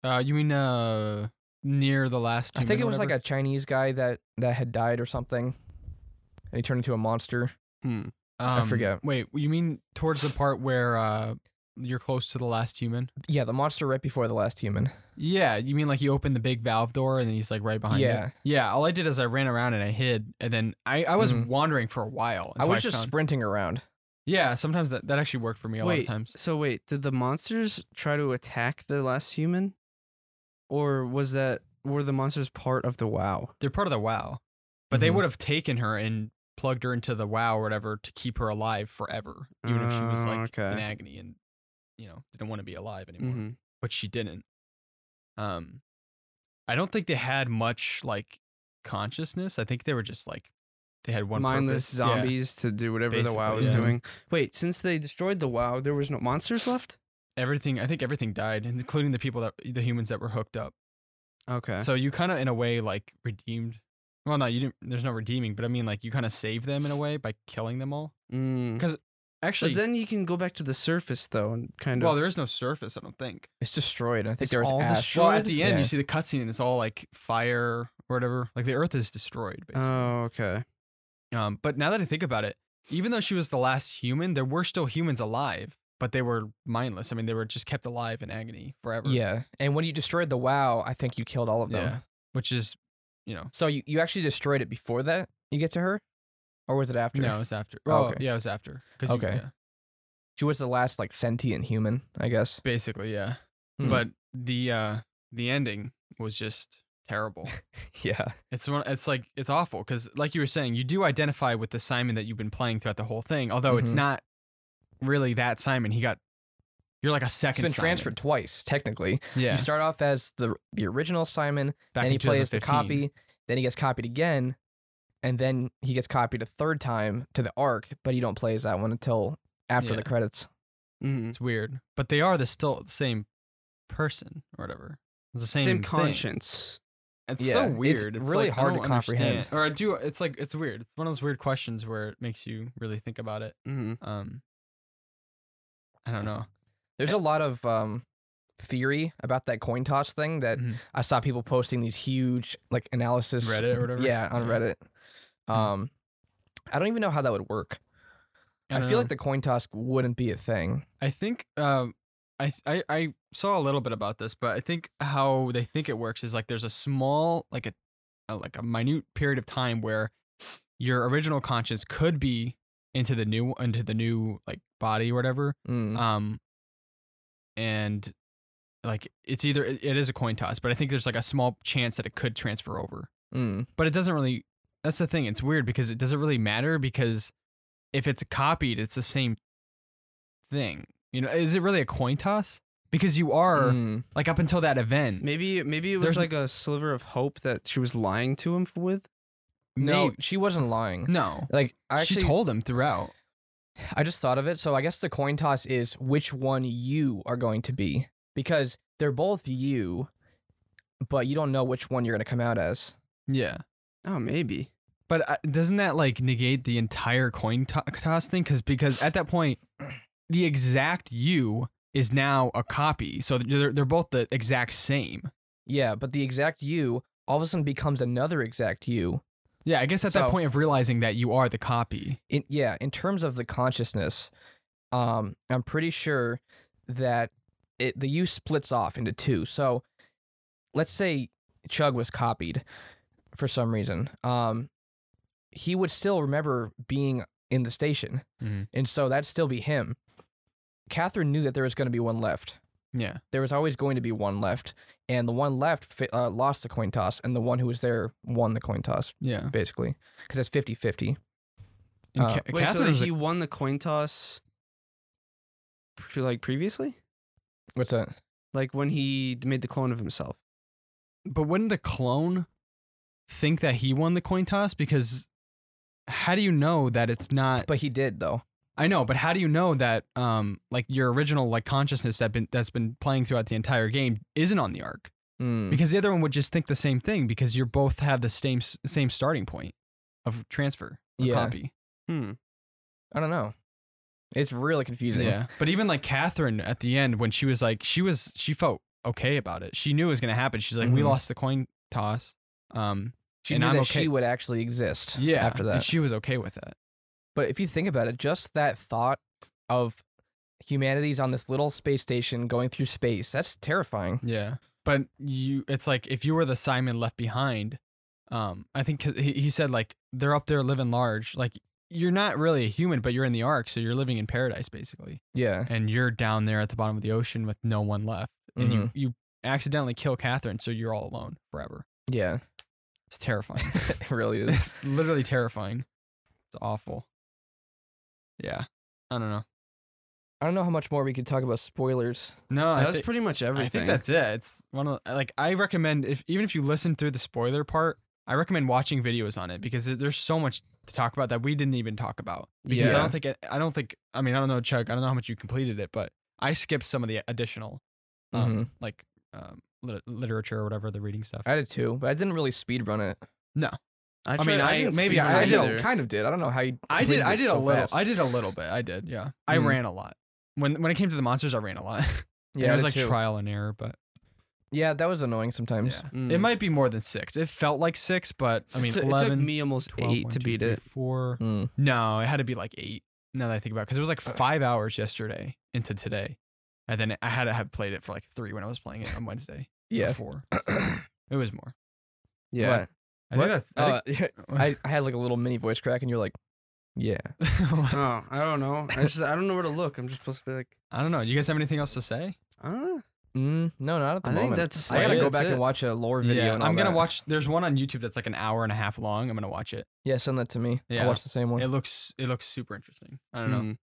[SPEAKER 1] uh, you mean uh, near the last?
[SPEAKER 2] I think it was like a Chinese guy that that had died or something, and he turned into a monster.
[SPEAKER 1] a.
[SPEAKER 2] forget.
[SPEAKER 1] Um, Wait, you mean towards the part where uh, you're close to the last human?
[SPEAKER 2] Yeah, the monster right before the last human.
[SPEAKER 1] Yeah, you mean like you open the big valve door and then he's like right behind you?
[SPEAKER 2] Yeah.
[SPEAKER 1] Yeah. All I did is I ran around and I hid, and then I I was
[SPEAKER 2] Mhm.
[SPEAKER 1] wandering for a while.
[SPEAKER 2] I
[SPEAKER 1] until
[SPEAKER 2] was just
[SPEAKER 1] found-
[SPEAKER 2] sprinting around.
[SPEAKER 1] Yeah, sometimes that, that actually worked for me a lot of
[SPEAKER 3] Wait,
[SPEAKER 1] times.
[SPEAKER 3] so wait, did the monsters try to attack the last human, or was that were the monsters part of the WoW?
[SPEAKER 1] They're part of the WoW, but they
[SPEAKER 3] Mm-hmm.
[SPEAKER 2] Mhm.
[SPEAKER 1] would have taken her and plugged her into the WoW or whatever to keep her alive forever, even if she was
[SPEAKER 3] Oh,
[SPEAKER 1] like in
[SPEAKER 3] okay.
[SPEAKER 1] agony and you know didn't want to be alive anymore,
[SPEAKER 3] Mhm.
[SPEAKER 1] which she didn't. Um, I don't think they had much like consciousness. I think they were just like they had one
[SPEAKER 3] Mindless
[SPEAKER 1] purpose. Yeah.
[SPEAKER 3] zombies to do whatever the
[SPEAKER 1] Basically,
[SPEAKER 3] WoW was
[SPEAKER 1] yeah.
[SPEAKER 3] doing. Wait, since they destroyed the WoW, there was no monsters left.
[SPEAKER 1] Everything I think everything died, including the people that the humans that were hooked up.
[SPEAKER 3] Okay.
[SPEAKER 1] So you kind of, in a way, like redeemed. Well, no, you didn't. There's no redeeming, but I mean, like you kind of saved them in a way by killing them all.
[SPEAKER 3] Mm.
[SPEAKER 1] Actually,
[SPEAKER 3] But then you can go back to the surface though, and kind
[SPEAKER 1] well,
[SPEAKER 3] of.
[SPEAKER 1] there is no surface. I don't think.
[SPEAKER 2] It's destroyed. I think there was
[SPEAKER 3] all
[SPEAKER 2] ash.
[SPEAKER 3] destroyed?
[SPEAKER 1] Well, at the end,
[SPEAKER 2] Yeah.
[SPEAKER 1] you see the cutscene, and it's all like fire or whatever. Like the Earth is destroyed,
[SPEAKER 2] Uh,
[SPEAKER 1] basically.
[SPEAKER 3] Oh, okay.
[SPEAKER 1] um, but now that I think about it, even though she was the last human, there were still humans alive, but they were mindless. I mean, they were just kept alive in agony forever.
[SPEAKER 2] Yeah, and when you destroyed the WoW, I think you killed all of them.
[SPEAKER 1] Yeah. Which is, you know,
[SPEAKER 2] So you, you actually destroyed it before that you get to her? Or was it after?
[SPEAKER 1] no, it's after.
[SPEAKER 2] Oh,
[SPEAKER 1] Oh,
[SPEAKER 2] okay.
[SPEAKER 1] yeah, it was after. 'Cause you-
[SPEAKER 2] Okay.
[SPEAKER 1] yeah,
[SPEAKER 2] She was the last like sentient human, I guess.
[SPEAKER 1] basically, yeah.
[SPEAKER 2] Hmm.
[SPEAKER 1] But the uh the ending was just terrible.
[SPEAKER 2] [laughs] Yeah.
[SPEAKER 1] It's one. It's like it's awful because, like you were saying, you do identify with the Simon that you've been playing throughout the whole thing. Although it's
[SPEAKER 2] Mhm.
[SPEAKER 1] not really that Simon. He got. You're like a
[SPEAKER 2] It's
[SPEAKER 1] second.
[SPEAKER 2] been
[SPEAKER 1] Simon.
[SPEAKER 2] transferred twice, technically.
[SPEAKER 1] Yeah.
[SPEAKER 2] You start off as the the original Simon,
[SPEAKER 1] Back
[SPEAKER 2] then
[SPEAKER 1] in
[SPEAKER 2] he plays the
[SPEAKER 1] 2015.
[SPEAKER 2] copy, then he gets copied again, and then he gets copied a third time to the arc, but he don't play as that one until after
[SPEAKER 1] Yeah.
[SPEAKER 2] the credits.
[SPEAKER 3] Mm-hmm.
[SPEAKER 1] It's weird, but they are the still the same person or whatever. It's the same.
[SPEAKER 3] Same,
[SPEAKER 1] thing.
[SPEAKER 3] conscience.
[SPEAKER 1] It's
[SPEAKER 2] Yeah,
[SPEAKER 1] so
[SPEAKER 2] it's
[SPEAKER 1] weird. It's
[SPEAKER 2] really
[SPEAKER 1] like, I
[SPEAKER 2] hard to
[SPEAKER 1] don't understand-
[SPEAKER 2] comprehend.
[SPEAKER 1] Or I do. It's like it's weird. It's one of those weird questions where it makes you really think about it.
[SPEAKER 3] Mm-hmm.
[SPEAKER 1] Um. I don't know. Eh.
[SPEAKER 2] There's a lot of um theory about that coin toss thing that
[SPEAKER 1] Mhm.
[SPEAKER 2] I saw people posting these huge like analysis
[SPEAKER 1] Reddit or Mm-hmm. whatever?
[SPEAKER 2] Yeah, on
[SPEAKER 1] Yeah.
[SPEAKER 2] Reddit. Um I don't even know how that would work. I,
[SPEAKER 1] don't
[SPEAKER 2] feel
[SPEAKER 1] know.
[SPEAKER 2] like the coin toss wouldn't be a thing.
[SPEAKER 1] I think um, I, th- I I saw a little bit about this, but I think how they think it works is like there's a small like a, a like a minute period of time where your original conscience could be into the new into the new like body or whatever.
[SPEAKER 2] Mm.
[SPEAKER 1] Um, and like it's either it, it is a coin toss, but I think there's like a small chance that it could transfer over
[SPEAKER 2] mm.
[SPEAKER 1] but it doesn't really that's the thing it's weird because it doesn't really matter because if it's copied it's the same thing you know is it really a coin toss because you are
[SPEAKER 2] Mm.
[SPEAKER 1] like up until that event
[SPEAKER 3] Maybe maybe it was
[SPEAKER 1] There's-
[SPEAKER 3] like a sliver of hope that she was lying to him with.
[SPEAKER 2] No,
[SPEAKER 1] may-
[SPEAKER 2] she wasn't lying.
[SPEAKER 1] no
[SPEAKER 2] Like I actually
[SPEAKER 1] she told him throughout
[SPEAKER 2] I just thought of it. So I guess the coin toss is which one you are going to be because they're both you, but you don't know which one you're going to come out as.
[SPEAKER 1] Yeah.
[SPEAKER 3] Oh, maybe.
[SPEAKER 1] But uh, doesn't that like negate the entire coin to- toss thing? Because because at that point, the exact you is now a copy, so they're they're both the exact same.
[SPEAKER 2] Yeah, but the exact you all of a sudden becomes another exact you.
[SPEAKER 1] Yeah, I guess at that
[SPEAKER 2] So-
[SPEAKER 1] point of realizing that you are the copy.
[SPEAKER 2] in yeah in terms of the consciousness um i'm pretty sure that it the use splits off into two so let's say chug was copied for some reason um he would still remember being in the station
[SPEAKER 1] Mhm.
[SPEAKER 2] and so that'd still be him catherine knew that there was going to be one left
[SPEAKER 1] Yeah.
[SPEAKER 2] there was always going to be one left and the one left fi- uh, lost the coin toss and the one who was there won the coin toss
[SPEAKER 1] Yeah.
[SPEAKER 2] basically because it's 50-50
[SPEAKER 1] And
[SPEAKER 2] Uh,
[SPEAKER 1] Ca-
[SPEAKER 3] Wait,
[SPEAKER 1] Catherine
[SPEAKER 3] so
[SPEAKER 1] was
[SPEAKER 3] he
[SPEAKER 1] a-
[SPEAKER 3] won the coin toss, pre- like previously,
[SPEAKER 2] what's that
[SPEAKER 3] like when he d- made the clone of himself.
[SPEAKER 1] but wouldn't the clone think that he won the coin toss? Because how do you know that it's not?
[SPEAKER 2] but he did though
[SPEAKER 1] I know, but how do you know that um like your original like consciousness that been that's been playing throughout the entire game isn't on the arc?
[SPEAKER 2] Mm.
[SPEAKER 1] because the other one would just think the same thing because you both have the same s- same starting point of transfer or
[SPEAKER 2] Yeah.
[SPEAKER 1] copy.
[SPEAKER 3] Hmm.
[SPEAKER 2] I don't know. It's really confusing.
[SPEAKER 1] Yeah, but even like Catherine at the end when she was like she was she felt okay about it. She knew it was gonna happen. She's like, we
[SPEAKER 2] Mhm.
[SPEAKER 1] lost the coin toss. Um,
[SPEAKER 2] She
[SPEAKER 1] And
[SPEAKER 2] knew
[SPEAKER 1] I'm
[SPEAKER 2] that
[SPEAKER 1] okay-
[SPEAKER 2] she would actually exist
[SPEAKER 1] yeah.
[SPEAKER 2] after that.
[SPEAKER 1] and she was okay with that.
[SPEAKER 2] but if you think about it, just that thought of humanity's on this little space station going through space, that's terrifying.
[SPEAKER 1] Yeah, but you, it's like if you were the Simon left behind. Um, I think he, he said like they're up there living large. Like you're not really a human, but you're in the ark, so you're living in paradise basically.
[SPEAKER 2] Yeah.
[SPEAKER 1] and you're down there at the bottom of the ocean with no one left, and
[SPEAKER 2] Mm-hmm.
[SPEAKER 1] you, you accidentally kill Catherine, so you're all alone forever.
[SPEAKER 2] Yeah. [laughs]
[SPEAKER 1] It's terrifying. [laughs]
[SPEAKER 2] it really is.
[SPEAKER 1] it's literally terrifying. It's awful. Yeah, I don't know.
[SPEAKER 2] I don't know how much more we could talk about spoilers.
[SPEAKER 1] No, I,
[SPEAKER 3] That was
[SPEAKER 1] thi-
[SPEAKER 3] pretty much everything.
[SPEAKER 1] I think that's it. It's one of the- like I recommend if even if you listen through the spoiler part, I recommend watching videos on it because there- there's so much to talk about that we didn't even talk about. Because I
[SPEAKER 2] Yeah.
[SPEAKER 1] don't think it, I don't think I mean I don't know Chuck. I don't know how much you completed it, but I skipped some of the additional um, like um, lit- literature or whatever the reading stuff.
[SPEAKER 2] Mm-hmm. I did too, but I didn't really speed run it.
[SPEAKER 3] I,
[SPEAKER 1] mean,
[SPEAKER 3] tried-
[SPEAKER 1] I-
[SPEAKER 3] didn't
[SPEAKER 1] maybe
[SPEAKER 3] speak
[SPEAKER 1] I- I
[SPEAKER 3] it
[SPEAKER 1] did a
[SPEAKER 3] either.
[SPEAKER 2] kind of did. I don't know how you.
[SPEAKER 1] I did.
[SPEAKER 2] completed
[SPEAKER 1] I
[SPEAKER 2] it
[SPEAKER 1] did a
[SPEAKER 2] so
[SPEAKER 1] little.
[SPEAKER 2] fast.
[SPEAKER 1] I did a little bit. I did. Yeah. I
[SPEAKER 2] Mm.
[SPEAKER 1] ran a lot. When when it came to the monsters, I ran a lot. [laughs] and
[SPEAKER 2] yeah,
[SPEAKER 1] it
[SPEAKER 2] I
[SPEAKER 1] was
[SPEAKER 2] did
[SPEAKER 1] like
[SPEAKER 2] too.
[SPEAKER 1] trial and error, but
[SPEAKER 2] yeah, that was annoying sometimes.
[SPEAKER 1] yeah.
[SPEAKER 3] Mm.
[SPEAKER 1] it might be more than six. It felt like six, but I mean,
[SPEAKER 3] So it took
[SPEAKER 1] 11,
[SPEAKER 3] me almost
[SPEAKER 1] 12,
[SPEAKER 3] eight
[SPEAKER 1] one,
[SPEAKER 3] to
[SPEAKER 1] two,
[SPEAKER 3] beat
[SPEAKER 1] three,
[SPEAKER 3] it.
[SPEAKER 1] Four.
[SPEAKER 2] Mm.
[SPEAKER 1] No, it had to be like eight. Now that I think about, because it, was like five hours yesterday into today, and then I had to have played it for like three when I was playing it on Wednesday. or
[SPEAKER 2] Yeah. [clears throat]
[SPEAKER 1] four. It was more.
[SPEAKER 3] Yeah,
[SPEAKER 1] I think that's. I
[SPEAKER 2] Uh, [laughs]
[SPEAKER 1] think-
[SPEAKER 2] I, I had like a little mini voice crack, and you're like, yeah.
[SPEAKER 3] [laughs] oh, I don't know. I just I don't know where to look. I'm just supposed to be like,
[SPEAKER 1] [laughs] I don't know. You guys have anything else to say?
[SPEAKER 3] ah.
[SPEAKER 2] Mm, no, not at the
[SPEAKER 3] I think
[SPEAKER 2] moment.
[SPEAKER 3] that's-
[SPEAKER 2] I gotta
[SPEAKER 1] yeah,
[SPEAKER 2] go
[SPEAKER 3] that's
[SPEAKER 2] back
[SPEAKER 3] it.
[SPEAKER 2] and watch a lore video. and all
[SPEAKER 1] I'm gonna
[SPEAKER 2] that.
[SPEAKER 1] watch. There's one on YouTube that's like an hour and a half long. I'm gonna watch it.
[SPEAKER 2] Yeah, send that to me.
[SPEAKER 1] Yeah.
[SPEAKER 2] I'll watch the same one. Hmm.
[SPEAKER 1] It looks it looks super interesting. I don't know,
[SPEAKER 3] Mm.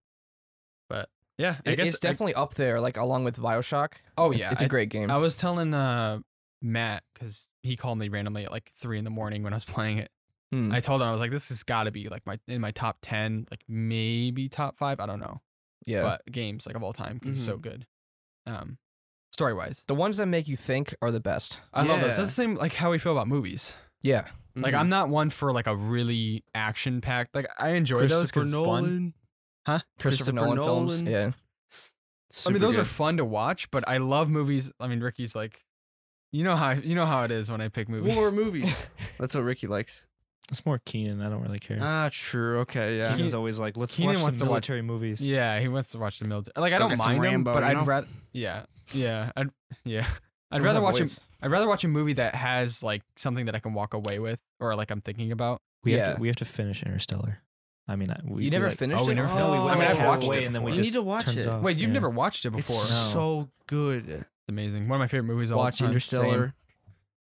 [SPEAKER 1] but yeah, I
[SPEAKER 2] It-
[SPEAKER 1] guess
[SPEAKER 2] it's definitely up there, like along with Bioshock.
[SPEAKER 1] I, oh
[SPEAKER 2] It's-
[SPEAKER 1] yeah,
[SPEAKER 2] it's a great game.
[SPEAKER 1] I, I was telling uh Matt because he called me randomly at like three in the morning when I was playing it.
[SPEAKER 3] Mm-hmm.
[SPEAKER 2] Hmm.
[SPEAKER 1] I told him I was like, this has got to be like my in my top ten, like maybe top five. I don't know,
[SPEAKER 2] yeah,
[SPEAKER 1] but games like of all time because it's
[SPEAKER 3] Mm-hmm.
[SPEAKER 1] so good. Um, story wise,
[SPEAKER 2] the ones that make you think are the best.
[SPEAKER 1] I love this.
[SPEAKER 3] Yeah. Mm-hmm.
[SPEAKER 1] That's the same like how we feel about movies.
[SPEAKER 2] Yeah,
[SPEAKER 3] Hmm.
[SPEAKER 1] Like I'm not one for like a really action packed. Like I enjoy those because fun.
[SPEAKER 2] Christopher,
[SPEAKER 3] Christopher
[SPEAKER 2] Nolan, films.
[SPEAKER 3] Nolan.
[SPEAKER 2] Yeah,
[SPEAKER 1] I mean, those are fun to watch, but I love movies. I mean, Ricky's like, you know how you know how it is when I pick movies.
[SPEAKER 3] war [laughs] movies. That's what Ricky likes.
[SPEAKER 4] It's more Keenan. I don't really care.
[SPEAKER 2] Uh,
[SPEAKER 3] Ah, true. Okay, yeah.
[SPEAKER 1] Keenan-
[SPEAKER 4] Keenan's always like, let's
[SPEAKER 1] Keenan
[SPEAKER 4] watch
[SPEAKER 1] wants
[SPEAKER 4] the
[SPEAKER 1] to watch-
[SPEAKER 4] military movies.
[SPEAKER 1] yeah, he wants to watch the military. Like I
[SPEAKER 3] Go
[SPEAKER 1] don't
[SPEAKER 3] get some
[SPEAKER 1] mind him,
[SPEAKER 3] Rambo,
[SPEAKER 1] but
[SPEAKER 3] you know?
[SPEAKER 1] I'd rather. Yeah, yeah, I'd [laughs] yeah. I'd rather watch a, I'd rather watch a movie that has like something that I can walk away with or like I'm thinking about.
[SPEAKER 4] We have
[SPEAKER 2] Yeah.
[SPEAKER 4] to we have to finish Interstellar. I mean, I, we
[SPEAKER 2] You
[SPEAKER 4] we,
[SPEAKER 2] never
[SPEAKER 4] like,
[SPEAKER 2] finished
[SPEAKER 1] oh, we
[SPEAKER 2] it?
[SPEAKER 1] never
[SPEAKER 3] Oh,
[SPEAKER 1] finished. I mean, I've
[SPEAKER 3] halfway
[SPEAKER 1] watched it.
[SPEAKER 4] away and then we
[SPEAKER 1] before.
[SPEAKER 3] You need
[SPEAKER 4] just
[SPEAKER 3] to watch
[SPEAKER 4] turned
[SPEAKER 3] it.
[SPEAKER 4] off.
[SPEAKER 1] Wait, you've
[SPEAKER 4] Yeah.
[SPEAKER 1] never watched it before?
[SPEAKER 3] It's
[SPEAKER 1] It's
[SPEAKER 4] No.
[SPEAKER 3] so good.
[SPEAKER 1] amazing. One of my favorite movies. Of all
[SPEAKER 3] Watch
[SPEAKER 1] time.
[SPEAKER 3] Interstellar.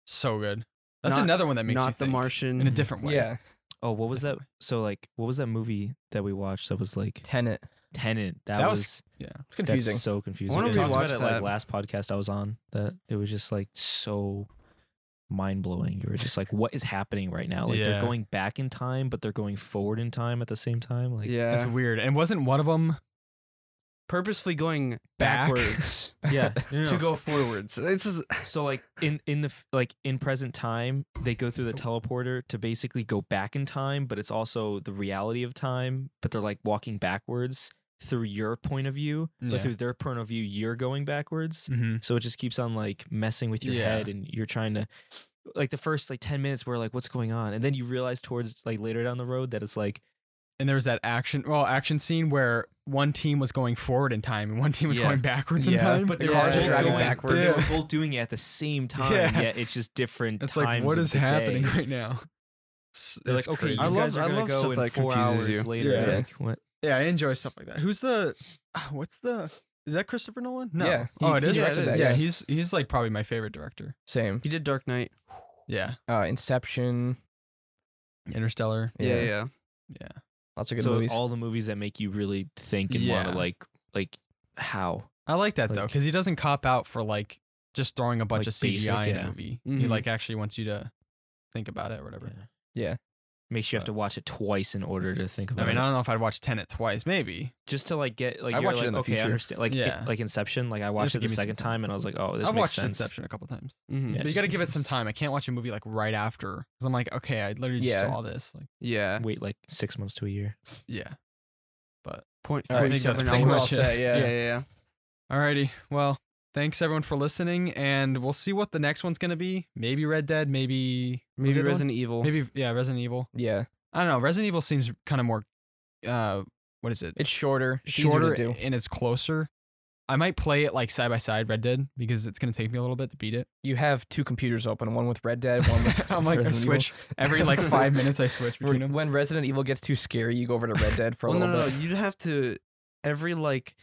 [SPEAKER 1] So good. That's
[SPEAKER 3] Not-
[SPEAKER 1] another one that makes you
[SPEAKER 3] Not The
[SPEAKER 1] think
[SPEAKER 3] Martian.
[SPEAKER 1] in a different way.
[SPEAKER 2] [gasps] yeah,
[SPEAKER 4] Oh, what was that? So like, what was that movie that we watched that was like
[SPEAKER 2] Tenet.
[SPEAKER 4] Tenant? That,
[SPEAKER 1] That was
[SPEAKER 4] was,
[SPEAKER 2] It's
[SPEAKER 4] that's
[SPEAKER 2] confusing.
[SPEAKER 4] so confusing.
[SPEAKER 3] wanna
[SPEAKER 4] We talked about
[SPEAKER 3] rewatch
[SPEAKER 4] it
[SPEAKER 3] that.
[SPEAKER 4] like last podcast I was on that it was just like so mind blowing. You were just like, what is happening right now? Like
[SPEAKER 1] Yeah.
[SPEAKER 4] they're going back in time, but they're going forward in time at the same time. Like
[SPEAKER 3] yeah.
[SPEAKER 1] That's weird. And wasn't one of them
[SPEAKER 3] Purposefully going
[SPEAKER 1] Back.
[SPEAKER 2] [laughs]
[SPEAKER 3] backwards
[SPEAKER 4] yeah. No, no,
[SPEAKER 3] to
[SPEAKER 4] no.
[SPEAKER 3] go forwards. This is
[SPEAKER 4] So like in in the f- like in present time, they go through the
[SPEAKER 1] Oh.
[SPEAKER 4] teleporter to basically go back in time, but it's also the reality of time. But they're like walking backwards through your point of view,
[SPEAKER 1] Yeah. Mm.
[SPEAKER 4] but through their point of view, you're going backwards. So it just keeps on like messing with your
[SPEAKER 1] Yeah.
[SPEAKER 4] head, and you're trying to like the first like ten minutes were like what's going on, and then you realize towards like later down the road that it's like
[SPEAKER 1] and there was that action well action scene where one team was going forward in time and one team was
[SPEAKER 4] Yeah.
[SPEAKER 1] going backwards in
[SPEAKER 3] Yeah,
[SPEAKER 1] time.
[SPEAKER 4] but they
[SPEAKER 3] Yeah,
[SPEAKER 4] were
[SPEAKER 3] they're
[SPEAKER 4] both
[SPEAKER 3] driving
[SPEAKER 4] going
[SPEAKER 3] backwards.
[SPEAKER 4] They were
[SPEAKER 1] Yeah.
[SPEAKER 4] both doing it at the
[SPEAKER 1] [laughs]
[SPEAKER 4] same time.
[SPEAKER 1] Yeah.
[SPEAKER 4] Yeah, it's just different.
[SPEAKER 1] It's like
[SPEAKER 4] times
[SPEAKER 1] what
[SPEAKER 4] of
[SPEAKER 1] is
[SPEAKER 4] the day.
[SPEAKER 1] happening right now? S-
[SPEAKER 4] They're
[SPEAKER 1] it's
[SPEAKER 4] like, okay,
[SPEAKER 1] crazy.
[SPEAKER 4] you
[SPEAKER 3] I love-
[SPEAKER 4] guys are
[SPEAKER 3] I
[SPEAKER 4] gonna
[SPEAKER 3] love
[SPEAKER 4] go
[SPEAKER 3] stuff
[SPEAKER 4] in
[SPEAKER 3] that
[SPEAKER 4] four
[SPEAKER 3] confuses
[SPEAKER 4] hours
[SPEAKER 3] you.
[SPEAKER 4] later.
[SPEAKER 1] Yeah.
[SPEAKER 4] Like, what?
[SPEAKER 1] yeah, I enjoy stuff like that. Who's the [sighs] what's the is that Christopher Nolan? No.
[SPEAKER 2] Yeah, he-
[SPEAKER 1] oh, it
[SPEAKER 2] he
[SPEAKER 1] is. Yeah,
[SPEAKER 3] directed that,
[SPEAKER 1] yeah,
[SPEAKER 3] yeah.
[SPEAKER 1] he's he's like probably my favorite director.
[SPEAKER 2] Same.
[SPEAKER 3] he did Dark Knight.
[SPEAKER 1] Yeah.
[SPEAKER 2] Uh, Inception.
[SPEAKER 1] Interstellar.
[SPEAKER 2] Yeah.
[SPEAKER 3] yeah.
[SPEAKER 1] Yeah.
[SPEAKER 2] Lots of good
[SPEAKER 4] so
[SPEAKER 2] movies.
[SPEAKER 4] all the movies that make you really think and want
[SPEAKER 1] Yeah.
[SPEAKER 4] to like, like how?
[SPEAKER 1] I like that though,
[SPEAKER 4] Like-
[SPEAKER 1] because he doesn't cop out for like just throwing a bunch
[SPEAKER 4] Like
[SPEAKER 1] of CGI
[SPEAKER 4] basic,
[SPEAKER 1] in
[SPEAKER 4] yeah.
[SPEAKER 1] a movie. He
[SPEAKER 3] Mhm.
[SPEAKER 1] like actually wants you to think about it or whatever.
[SPEAKER 2] Yeah.
[SPEAKER 4] Makes you have
[SPEAKER 1] But-
[SPEAKER 4] to watch it twice in order to think about
[SPEAKER 1] I mean,
[SPEAKER 4] it.
[SPEAKER 1] I don't know if I'd watch Tenet twice, maybe.
[SPEAKER 4] Just to like get like
[SPEAKER 2] I
[SPEAKER 4] you're
[SPEAKER 2] watch it
[SPEAKER 4] like
[SPEAKER 2] in the
[SPEAKER 4] okay, I
[SPEAKER 2] future.
[SPEAKER 4] understand. Like
[SPEAKER 1] Yeah.
[SPEAKER 4] like Inception. Like I
[SPEAKER 1] have
[SPEAKER 4] watched
[SPEAKER 1] to
[SPEAKER 4] it the
[SPEAKER 1] give me some
[SPEAKER 4] second
[SPEAKER 1] time.
[SPEAKER 4] time and I was like, oh, this
[SPEAKER 1] I've
[SPEAKER 4] makes
[SPEAKER 1] watched
[SPEAKER 4] sense.
[SPEAKER 1] Inception a couple times.
[SPEAKER 3] Mhm.
[SPEAKER 4] Yeah.
[SPEAKER 1] but you
[SPEAKER 4] just
[SPEAKER 1] got to
[SPEAKER 4] makes
[SPEAKER 1] give it some
[SPEAKER 4] sense.
[SPEAKER 1] time. I can't watch a movie like right after because I'm like, okay, I literally just
[SPEAKER 2] Yeah.
[SPEAKER 1] saw this. Like,
[SPEAKER 3] Yeah.
[SPEAKER 4] Wait like six months to a year.
[SPEAKER 1] yeah.
[SPEAKER 3] Point.
[SPEAKER 2] All right,
[SPEAKER 1] I think
[SPEAKER 3] so
[SPEAKER 1] that's
[SPEAKER 3] we're
[SPEAKER 1] pretty
[SPEAKER 3] not-
[SPEAKER 2] we're all
[SPEAKER 1] much it. [laughs]
[SPEAKER 2] set,
[SPEAKER 3] Yeah,
[SPEAKER 2] yeah.
[SPEAKER 3] yeah, yeah.
[SPEAKER 1] Alrighty. Well, thanks everyone for listening, and we'll see what the next one's gonna be. Maybe Red Dead. Maybe what was
[SPEAKER 3] Maybe
[SPEAKER 1] the other one?
[SPEAKER 3] Resident Evil.
[SPEAKER 1] Maybe yeah, Resident Evil.
[SPEAKER 2] Yeah.
[SPEAKER 1] I don't know. Resident Evil seems kind of more. Uh, what is it?
[SPEAKER 2] It's shorter. It's
[SPEAKER 1] shorter
[SPEAKER 2] Easier to do.
[SPEAKER 1] and it's closer. I might play it like side by side Red Dead because it's gonna take me a little bit to beat
[SPEAKER 2] [laughs]
[SPEAKER 1] it.
[SPEAKER 2] You have two computers open. One with Red Dead. One with.
[SPEAKER 1] [laughs] I'm like I
[SPEAKER 2] Resident Evil.
[SPEAKER 1] switch every
[SPEAKER 2] [laughs]
[SPEAKER 1] like five minutes. I switch between
[SPEAKER 2] When,
[SPEAKER 1] them.
[SPEAKER 2] when Resident Evil gets too scary, you go over to Red Dead for a
[SPEAKER 3] well, no,
[SPEAKER 2] little
[SPEAKER 3] no,
[SPEAKER 2] bit.
[SPEAKER 3] no. You'd have to every like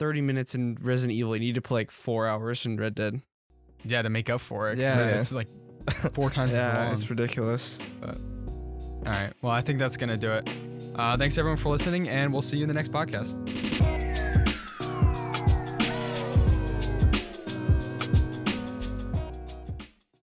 [SPEAKER 3] thirty minutes in Resident Evil. You need to play like four hours in Red Dead.
[SPEAKER 1] Yeah, to make up for it. 'cause
[SPEAKER 3] Yeah.
[SPEAKER 1] it's like four
[SPEAKER 2] [laughs]
[SPEAKER 1] times as long.
[SPEAKER 3] it's ridiculous.
[SPEAKER 1] All right. Well, I think that's going to do it. Uh, thanks everyone for listening, and we'll see you in the next podcast.